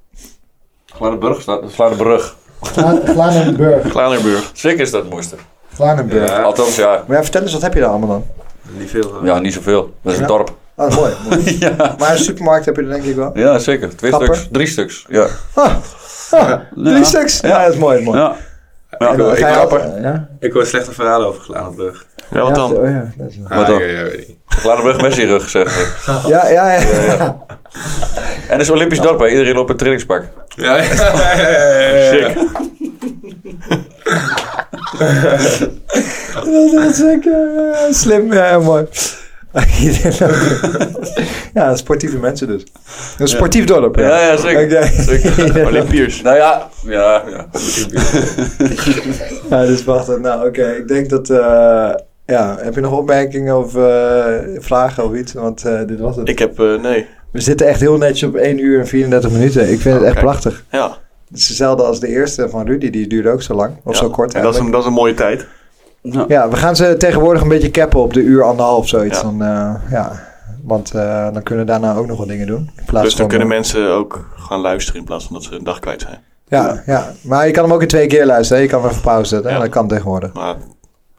Speaker 3: Glanenburg staat, Glanenbrug.
Speaker 1: Glanenburg.
Speaker 2: Klanerburg.
Speaker 3: Zeker is dat het mooiste.
Speaker 1: Glanenburg.
Speaker 4: Ja.
Speaker 3: Althans, ja.
Speaker 1: Maar ja, vertel eens, wat heb je daar allemaal dan?
Speaker 4: Niet veel. eh. hè.
Speaker 3: Ja, niet zoveel. Dat is een
Speaker 1: Ja.
Speaker 3: dorp.
Speaker 1: Oh, mooi. mooi. Maar een supermarkt heb je er denk ik wel.
Speaker 3: Ja, zeker. Twee
Speaker 1: Kapper.
Speaker 3: stuks. Drie stuks. Ja.
Speaker 1: Ah, drie
Speaker 3: Ja.
Speaker 1: stuks? Ja, dat is mooi. mooi.
Speaker 3: ja. Ja.
Speaker 1: En dan ga je
Speaker 4: ik-
Speaker 1: altijd- ja?
Speaker 4: Ik hoor slechte verhalen over Glanenburg.
Speaker 2: Ja, wat
Speaker 1: Ja,
Speaker 2: dan?
Speaker 1: oh ja, dat is wel-
Speaker 3: Wat dan?
Speaker 4: Ah, Ja, ja, weet ik niet.
Speaker 3: Glanenbrug Messi rug, zeg ik.
Speaker 1: Ja, ja, ja.
Speaker 3: En het is Olympisch dorp, hè? iedereen loopt een trainingspak.
Speaker 4: Ja, ja, ja, ja, ja, ja.
Speaker 2: Sick.
Speaker 1: Dat is zeker eh, slim, ja, mooi. ja, sportieve mensen dus. Een sportief dorp.
Speaker 3: Ja, ja, zeker.
Speaker 1: Oké.
Speaker 3: Zeker.
Speaker 2: Olympiërs.
Speaker 3: Nou ja, ja, ja.
Speaker 1: Ja, dus wacht. eh, Nou, oké. Ik denk dat... eh, ja, heb je nog opmerkingen of eh, vragen of iets? Want eh, dit was het.
Speaker 2: Ik heb, eh, nee.
Speaker 1: We zitten echt heel netjes op 1 uur en 34 minuten. Ik vind het echt
Speaker 2: Oké.
Speaker 1: prachtig.
Speaker 2: Ja,
Speaker 1: Het is hetzelfde als de eerste van Rudy. Die duurde ook zo lang. Of
Speaker 2: ja.
Speaker 1: zo kort
Speaker 2: En dat, is
Speaker 1: eigenlijk.
Speaker 2: een, dat is een mooie tijd.
Speaker 1: Ja, we gaan ze tegenwoordig een beetje cappen op de uur anderhalf zoiets.
Speaker 2: Ja.
Speaker 1: Dan, eh, ja. Want eh, dan kunnen we daarna ook nog wat dingen doen. In plaats
Speaker 2: Dus dan
Speaker 1: van,
Speaker 2: kunnen mensen ook gaan luisteren in plaats van dat ze een dag kwijt zijn.
Speaker 1: ja, ja, maar je kan hem ook in twee keer luisteren. hè. Je kan hem even pauze zetten.
Speaker 2: Ja.
Speaker 1: Dat kan tegenwoordig.
Speaker 2: Maar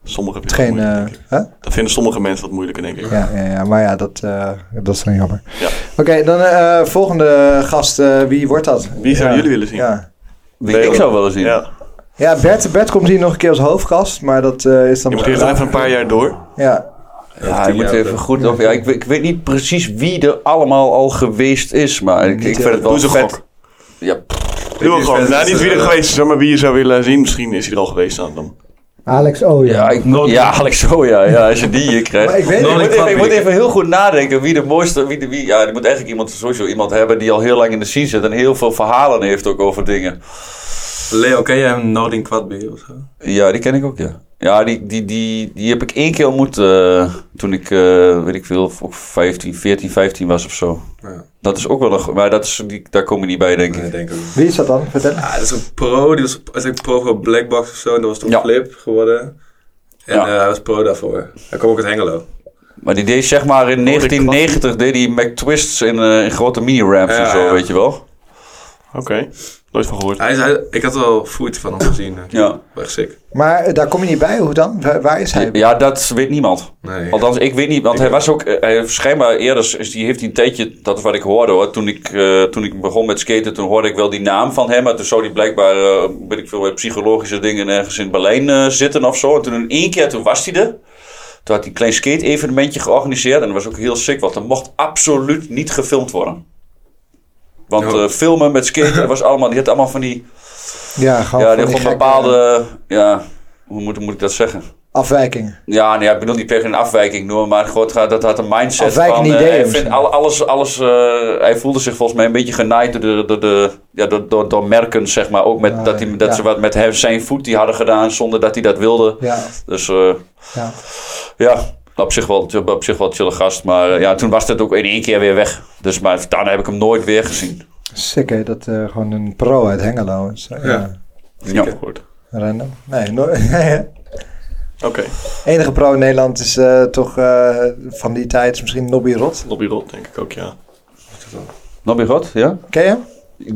Speaker 2: sommige vinden
Speaker 1: Het geen,
Speaker 2: dat, moeilijk,
Speaker 1: eh,
Speaker 2: denk ik.
Speaker 1: hè?
Speaker 2: dat vinden sommige mensen wat moeilijker, denk ik.
Speaker 1: Ja, ja, ja, maar ja, dat, eh, dat is dan jammer.
Speaker 2: Ja.
Speaker 1: Oké, dan eh, volgende gast. eh, wie wordt dat?
Speaker 2: Wie zouden
Speaker 1: Ja.
Speaker 2: jullie willen zien?
Speaker 1: Ja.
Speaker 3: Wie ik zou willen zien.
Speaker 2: Ja.
Speaker 1: Ja, Bert, Bert komt hier nog een keer als hoofdgast, maar dat eh, is dan...
Speaker 2: Je moet eerst even een paar jaar door.
Speaker 1: Ja,
Speaker 3: Ja, je moet even goed op. Ja, ik, ik weet niet precies wie er allemaal al geweest is, maar ik, ik vind het wel
Speaker 2: Doe ze
Speaker 3: vet.
Speaker 2: gok.
Speaker 3: Ja, pff,
Speaker 2: Doe hem gewoon.
Speaker 4: best-
Speaker 3: eh,
Speaker 2: Nou, niet wie er geweest is, maar wie je zou willen zien. Misschien is hij er al geweest dan. dan.
Speaker 6: Alex Oja.
Speaker 3: ja, ik, ja, Alex Hoja, ja, als je die hier krijgt.
Speaker 1: Maar ik weet
Speaker 3: ik,
Speaker 1: niet,
Speaker 3: moet
Speaker 4: ik
Speaker 3: even,
Speaker 4: snap
Speaker 3: ik moet
Speaker 4: niet.
Speaker 3: even heel goed nadenken wie de mooiste... Wie de, wie, ja, er moet eigenlijk iemand, sowieso iemand hebben die al heel lang in de scene zit... en heel veel verhalen heeft ook over dingen.
Speaker 4: Leo, ken jij hem Nordin Quadbi of zo?
Speaker 3: Ja, die ken ik ook, ja. Ja, die, die, die, die heb ik één keer ontmoet eh, toen ik, eh, weet ik veel, ook 15, 14, 15 was of zo.
Speaker 4: Ja.
Speaker 3: Dat is ook wel een... go- Maar dat is, die, daar kom je niet bij, denk ik.
Speaker 4: Nee, denk ik ook.
Speaker 1: wie is dat dan? Vertel.
Speaker 4: Ja, dat is een pro, die was eigenlijk pro voor Blackbox of zo, en dat was toen
Speaker 3: Ja.
Speaker 4: Flip geworden. En
Speaker 3: Ja.
Speaker 4: eh, hij was pro daarvoor. Hij kwam ook uit Hengelo.
Speaker 3: Maar die deed zeg maar in 1990 deed hij McTwists in, eh, in grote mini-ramps
Speaker 4: Ja,
Speaker 3: en zo,
Speaker 4: ja.
Speaker 3: weet je wel.
Speaker 2: Oké, nooit van gehoord.
Speaker 4: Hij is, hij- ik had wel voet van hem gezien. eh.
Speaker 3: Ja.
Speaker 4: Echt sick.
Speaker 1: Maar eh, daar kom je niet bij, hoe dan? Waar, waar is hij?
Speaker 3: ja, dat weet niemand.
Speaker 4: Nee.
Speaker 3: Althans, ik weet niet, want hij was ook, eh, hij, schijnbaar eerder, is, die heeft hij een tijdje, dat is wat ik hoorde hoor, toen ik, eh, toen ik begon met skaten, toen hoorde ik wel die naam van hem, maar toen zou hij blijkbaar, eh weet ik veel, bij psychologische dingen ergens in Berlijn eh, zitten of zo. En toen in één keer, toen was hij er. Toen had hij een klein skate-evenementje georganiseerd en dat was ook heel sick, want er mocht absoluut niet gefilmd worden. Want
Speaker 4: Oh.
Speaker 3: eh, filmen met skaten, dat was allemaal, die had allemaal van die
Speaker 1: Ja, gewoon
Speaker 3: Ja,
Speaker 1: van
Speaker 3: die
Speaker 1: die
Speaker 3: gewoon
Speaker 1: gekke
Speaker 3: bepaalde. Ja, hoe moet, hoe moet ik dat zeggen?
Speaker 1: Afwijkingen.
Speaker 3: Ja, nee, ik bedoel niet per se een afwijking noemen, maar gewoon, het gaat- dat had een mindset
Speaker 1: Afwijkende
Speaker 3: van... eh,
Speaker 1: ideeën
Speaker 3: hij,
Speaker 1: misschien.
Speaker 3: vindt al- alles, alles, eh, hij voelde zich volgens mij een beetje genaaid door, de, door, de, ja, door, door, door merken, zeg maar. Ook met,
Speaker 1: Ah,
Speaker 3: dat, die, dat
Speaker 1: ja.
Speaker 3: ze wat met hem, zijn voet die hadden gedaan zonder dat hij dat wilde.
Speaker 1: Ja,
Speaker 3: Dus eh,
Speaker 1: ja.
Speaker 3: ja, op zich wel, op zich wel een chille gast. Maar eh, ja, toen was dat ook in één keer weer weg. Dus maar daarna heb ik hem nooit weer gezien.
Speaker 1: Sick, hè? Dat eh, gewoon een pro uit Hengelo is. eh,
Speaker 4: Ja.
Speaker 3: Ja.
Speaker 2: Gehoord.
Speaker 1: Random. Nee, no-
Speaker 3: Ah.
Speaker 2: Oké,
Speaker 1: enige pro in Nederland is eh, toch eh, van die tijd is misschien Nobby Rot.
Speaker 2: Lobby Rot denk ik ook, ja.
Speaker 3: Nobby God, ja?
Speaker 1: Ken je hem?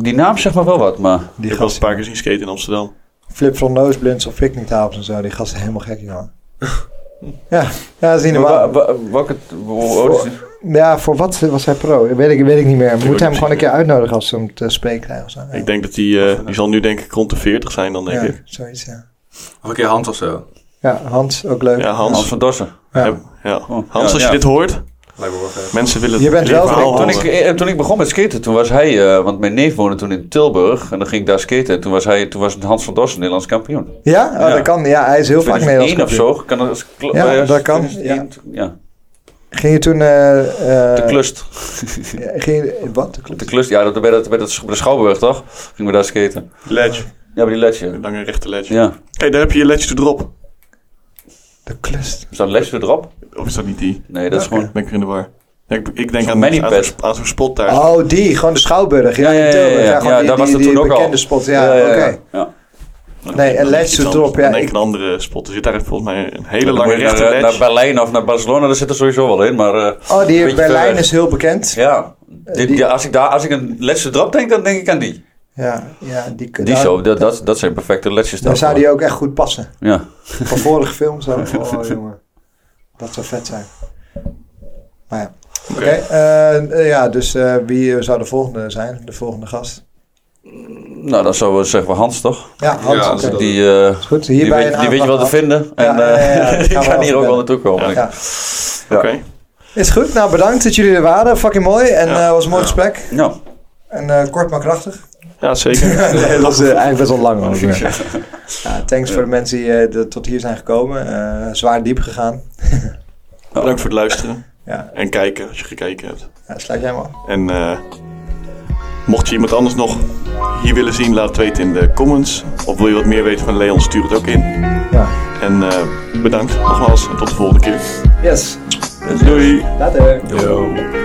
Speaker 3: Die naam zegt me wel wat, maar...
Speaker 1: Die
Speaker 2: ik was
Speaker 1: gast.
Speaker 2: een paar keer zien skaten in Amsterdam.
Speaker 1: Flip van Noosblunts of picknicktafels en zo. Die gasten helemaal gek, jongen. ja, ja, dat is niet
Speaker 3: Maar
Speaker 1: normaal.
Speaker 3: wa- wa- welke- hoe oud is die?
Speaker 1: Ja, voor wat was hij pro? Weet ik, weet ik niet meer. We
Speaker 2: ook
Speaker 1: moeten hem
Speaker 2: niet
Speaker 1: gewoon een
Speaker 2: meer.
Speaker 1: keer uitnodigen als ze hem te spreken krijgen. of Zo. Ja,
Speaker 2: Ik denk dat die, eh, die zal nu denk ik rond de 40 zijn dan, denk
Speaker 1: ja,
Speaker 2: ik.
Speaker 1: zoiets, ja.
Speaker 4: Of een keer hand of zo.
Speaker 1: Ja, Hans, ook leuk.
Speaker 2: Ja, Hans.
Speaker 3: Hans van Dorsen.
Speaker 1: Ja.
Speaker 2: Ja. Ja.
Speaker 3: Oh,
Speaker 2: Hans,
Speaker 3: ja,
Speaker 2: als
Speaker 3: ja.
Speaker 2: je dit hoort,
Speaker 4: Lijkt me wel vet.
Speaker 2: mensen willen
Speaker 1: Je bent
Speaker 2: dit
Speaker 1: wel
Speaker 2: verhaal
Speaker 1: gek.
Speaker 3: Toen ik,
Speaker 2: horen.
Speaker 3: eh, toen ik begon met skaten, toen was hij, eh, want mijn neef woonde toen in Tilburg en dan ging ik daar skaten. En toen was, hij, toen was Hans van Dorsen Nederlands kampioen.
Speaker 1: Ja? Oh, dat kan. Ja, hij is heel vaak Nederlands.
Speaker 3: 2001 of
Speaker 1: kampioen.
Speaker 3: zo. Kan dat, als kl-
Speaker 1: Ja,
Speaker 3: eh,
Speaker 1: dat kan,
Speaker 3: 2001, ja.
Speaker 1: Ging je toen... eh, eh,
Speaker 3: De klust.
Speaker 1: ja, Ging je, wat? De
Speaker 3: De
Speaker 1: klus?
Speaker 3: klust, ja, dat, bij, dat, bij, dat, bij de Schouwburg toch? Gingen we daar skaten.
Speaker 2: Ledge,
Speaker 3: Ja, bij die ledje.
Speaker 2: een lange rechte ledge.
Speaker 3: Ja.
Speaker 2: Hé, daar heb je je ledge to drop.
Speaker 1: De klus.
Speaker 3: Is dat een ledje erop?
Speaker 2: Of is dat niet die?
Speaker 3: Nee, dat is gewoon...
Speaker 2: Ben ik weer in de war. Ja, ik, ik denk
Speaker 3: Zo'n
Speaker 2: aan, aan,
Speaker 3: manipad.
Speaker 2: aan zo'n spot daar.
Speaker 1: Oh, die. Gewoon de Schouwburg. Ja,
Speaker 3: Ja, ja,
Speaker 1: in Tilburg.
Speaker 3: ja, ja.
Speaker 1: gewoon
Speaker 3: Ja,
Speaker 1: die,
Speaker 3: daar was
Speaker 1: die,
Speaker 3: dat toen
Speaker 1: die
Speaker 3: ook al.
Speaker 1: bekende spot. Ja, oké.
Speaker 3: ja.
Speaker 1: Nee,
Speaker 2: Dan
Speaker 1: een
Speaker 2: denk ik
Speaker 1: ledge
Speaker 2: iets
Speaker 1: to
Speaker 2: anders.
Speaker 1: drop. Ja,
Speaker 2: Dan denk
Speaker 1: ik-
Speaker 2: ik een andere spot. Er zit daar volgens mij een hele
Speaker 3: Dan
Speaker 2: lange
Speaker 3: moet je
Speaker 2: rechte
Speaker 3: naar, naar
Speaker 2: ledge.
Speaker 3: Berlijn of naar Barcelona, daar zit er sowieso wel in, maar... eh,
Speaker 1: Oh, die
Speaker 3: Beetje ver
Speaker 1: Berlijn
Speaker 3: weg.
Speaker 1: is heel bekend.
Speaker 3: Ja, dit,
Speaker 1: Eh, die-
Speaker 3: ja, als, ik daar, als ik een ledje drop denk, dan denk ik aan die.
Speaker 1: Ja, ja die,
Speaker 3: Die show, dat, dat, dat zijn perfecte ledjes.
Speaker 1: Daar zou die ook echt goed passen.
Speaker 3: Ja.
Speaker 1: Van vorige film zou ik... Oh, jongen. Dat zou vet zijn. Maar ja. Oké, eh, eh, ja, dus eh, wie eh, zou de volgende zijn? De volgende gast?
Speaker 3: Nou, dan zouden we zeggen Hans toch?
Speaker 1: Ja, Hans.
Speaker 4: Ja,
Speaker 1: oké.
Speaker 4: dat-
Speaker 3: Die, eh,
Speaker 1: Is Goed,
Speaker 3: die,
Speaker 1: hierbij
Speaker 3: weet, die weet je wel te
Speaker 1: vind.
Speaker 3: vinden. En
Speaker 1: ja, ja, ja,
Speaker 3: eh,
Speaker 1: dat gaan we
Speaker 3: die kan hier ook
Speaker 1: afbellen.
Speaker 3: wel naartoe komen.
Speaker 1: Ja.
Speaker 2: Oké.
Speaker 1: Is goed, nou bedankt dat jullie er waren. Fucking mooi en
Speaker 2: Ja.
Speaker 1: eh, was een mooi gesprek.
Speaker 3: Ja.
Speaker 1: En eh, kort maar krachtig.
Speaker 2: Ja, zeker.
Speaker 1: dat was eigenlijk best wel lang. Ja, thanks voor de mensen die eh, de- tot hier zijn gekomen. Eh, zwaar diep gegaan.
Speaker 2: Bedankt voor het luisteren.
Speaker 1: Ja.
Speaker 2: En kijken, als je gekeken hebt.
Speaker 1: Ja, sluit jij maar af.
Speaker 2: En eh, mocht je iemand anders nog hier willen zien, laat het weten in de comments. Of wil je wat meer weten van Leon, stuur het ook in.
Speaker 1: Ja.
Speaker 2: En eh, bedankt nogmaals en tot de volgende keer.
Speaker 1: Yes,
Speaker 2: Doei!
Speaker 1: later.
Speaker 4: Yo.